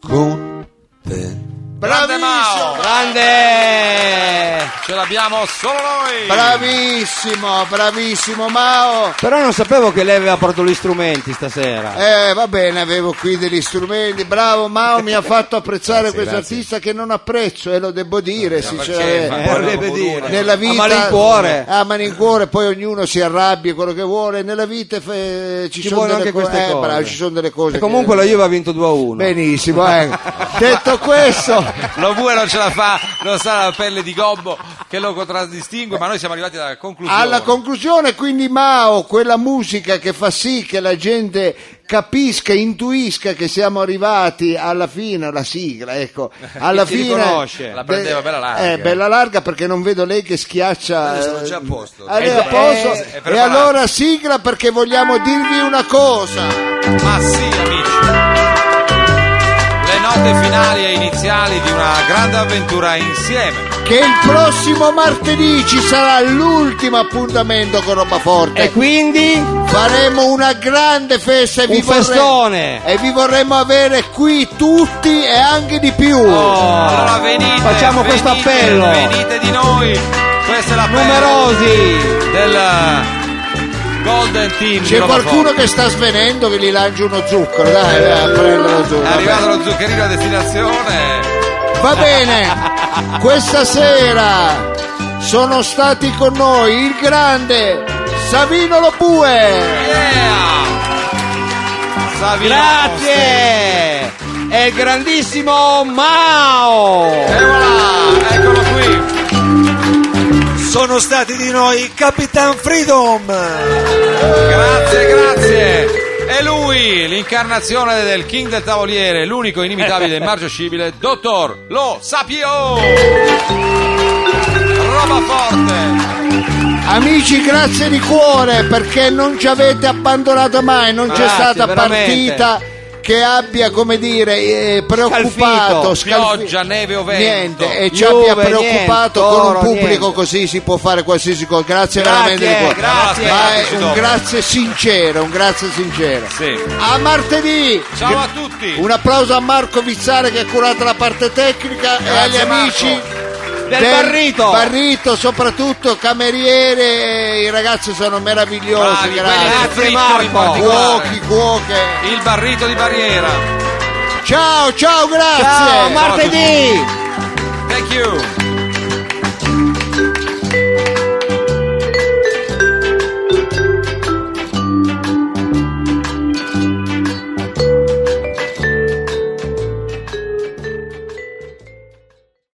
Speaker 6: con te.
Speaker 2: Grande Mao!
Speaker 3: Grande!
Speaker 2: Ce l'abbiamo solo noi!
Speaker 1: Bravissimo, bravissimo Mao.
Speaker 3: Però non sapevo che lei aveva portato gli strumenti stasera.
Speaker 1: Eh, va bene, avevo qui degli strumenti. Bravo Mao, mi ha fatto apprezzare questo artista che non apprezzo e lo devo dire,
Speaker 2: perché, ma
Speaker 1: sinceramente.
Speaker 3: Eh, vorrebbe
Speaker 2: Buona
Speaker 3: dire.
Speaker 2: buona.
Speaker 1: Nella vita, Eh,
Speaker 3: A malincuore.
Speaker 1: a malincuore, poi ognuno si arrabbia quello che vuole. Nella vita eh, ci,
Speaker 3: Ci
Speaker 1: sono
Speaker 3: vogliono
Speaker 1: delle
Speaker 3: anche
Speaker 1: co-
Speaker 3: queste
Speaker 1: eh,
Speaker 3: cose.
Speaker 1: bravo, ci sono delle cose.
Speaker 3: E comunque
Speaker 1: che-
Speaker 3: la Juve ha vinto 2-1.
Speaker 1: benissimo. eh. Detto questo,
Speaker 2: Lo bue non ce la fa, non sa la pelle di gobbo che lo contraddistingue, ma noi siamo arrivati alla conclusione.
Speaker 1: Alla conclusione, quindi Mao, quella musica che fa sì che la gente capisca, intuisca che siamo arrivati alla fine, alla sigla, ecco, alla
Speaker 3: Che si
Speaker 1: fine
Speaker 3: riconosce.
Speaker 2: La prendeva bella larga.
Speaker 1: Eh, bella larga perché non vedo lei che schiaccia.
Speaker 6: Adesso non c'è
Speaker 1: eh,
Speaker 6: a posto.
Speaker 1: ah, lei è
Speaker 2: Eh,
Speaker 1: a posto.
Speaker 2: eh, è
Speaker 1: e
Speaker 2: preparata.
Speaker 1: allora sigla perché vogliamo dirvi una cosa.
Speaker 2: Ma sì, amici! Le note finali e iniziali di una grande avventura insieme.
Speaker 1: Che il prossimo martedì ci sarà l'ultimo appuntamento con Roba Forte.
Speaker 3: E quindi
Speaker 1: Faremo una grande festa e vi
Speaker 3: un
Speaker 1: vorrei-
Speaker 3: festone.
Speaker 1: E vi vorremmo avere qui tutti e anche di più.
Speaker 3: Oh,
Speaker 2: Allora venite!
Speaker 3: Ah, Facciamo
Speaker 2: venite,
Speaker 3: questo appello.
Speaker 2: Venite di noi! Questa è la
Speaker 3: Numerosi.
Speaker 2: del Golden Team. di
Speaker 1: C'è
Speaker 2: Roma
Speaker 1: qualcuno
Speaker 2: Forte.
Speaker 1: che sta svenendo che gli lancio uno zucchero, dai,
Speaker 3: Eh,
Speaker 1: dai prendo lo
Speaker 2: È
Speaker 1: zucchero.
Speaker 2: arrivato lo zuccherino a destinazione.
Speaker 1: Va bene, questa sera sono stati con noi il grande Savino Lopue.
Speaker 2: Yeah! Savino
Speaker 3: Grazie! E il grandissimo Mao!
Speaker 2: E voilà, eccolo qui.
Speaker 6: Sono stati di noi Capitan Freedom!
Speaker 2: Grazie, grazie. E lui, l'incarnazione del King del Tavoliere, l'unico inimitabile e immargioscibile, Dottor Lo Sapio. Roba forte.
Speaker 1: Amici, grazie di cuore perché non ci avete abbandonato mai, non c'è
Speaker 3: Grazie,
Speaker 1: stata
Speaker 3: veramente.
Speaker 1: partita che abbia, come dire, eh, preoccupato,
Speaker 3: Scalfito,
Speaker 1: scalfi-
Speaker 2: Pioggia, neve o vento.
Speaker 1: Niente, eh, e ci
Speaker 3: Juve,
Speaker 1: abbia preoccupato
Speaker 3: niente,
Speaker 1: con un
Speaker 3: Toro,
Speaker 1: pubblico
Speaker 3: niente.
Speaker 1: così si può fare qualsiasi cosa. Grazie,
Speaker 3: Grazie,
Speaker 1: veramente di cuore.
Speaker 3: grazie.
Speaker 1: Ma è un grazie sincero, un grazie sincero.
Speaker 2: Sì.
Speaker 1: A martedì!
Speaker 2: Ciao a tutti. tutti.
Speaker 1: Un applauso a Marco Vizzare che ha curato la parte tecnica e agli
Speaker 2: Marco.
Speaker 1: amici
Speaker 3: Del Barrito.
Speaker 1: Barrito, soprattutto cameriere, i ragazzi sono meravigliosi,
Speaker 2: Bravi, quelli del
Speaker 1: grazie.
Speaker 3: Grazie,
Speaker 2: fritto
Speaker 3: Marco.
Speaker 2: in particolare.
Speaker 1: Cuochi, cuoche.
Speaker 2: Il barrito di barriera.
Speaker 1: Ciao, ciao, grazie.
Speaker 3: Ciao, martedì!
Speaker 2: Thank you.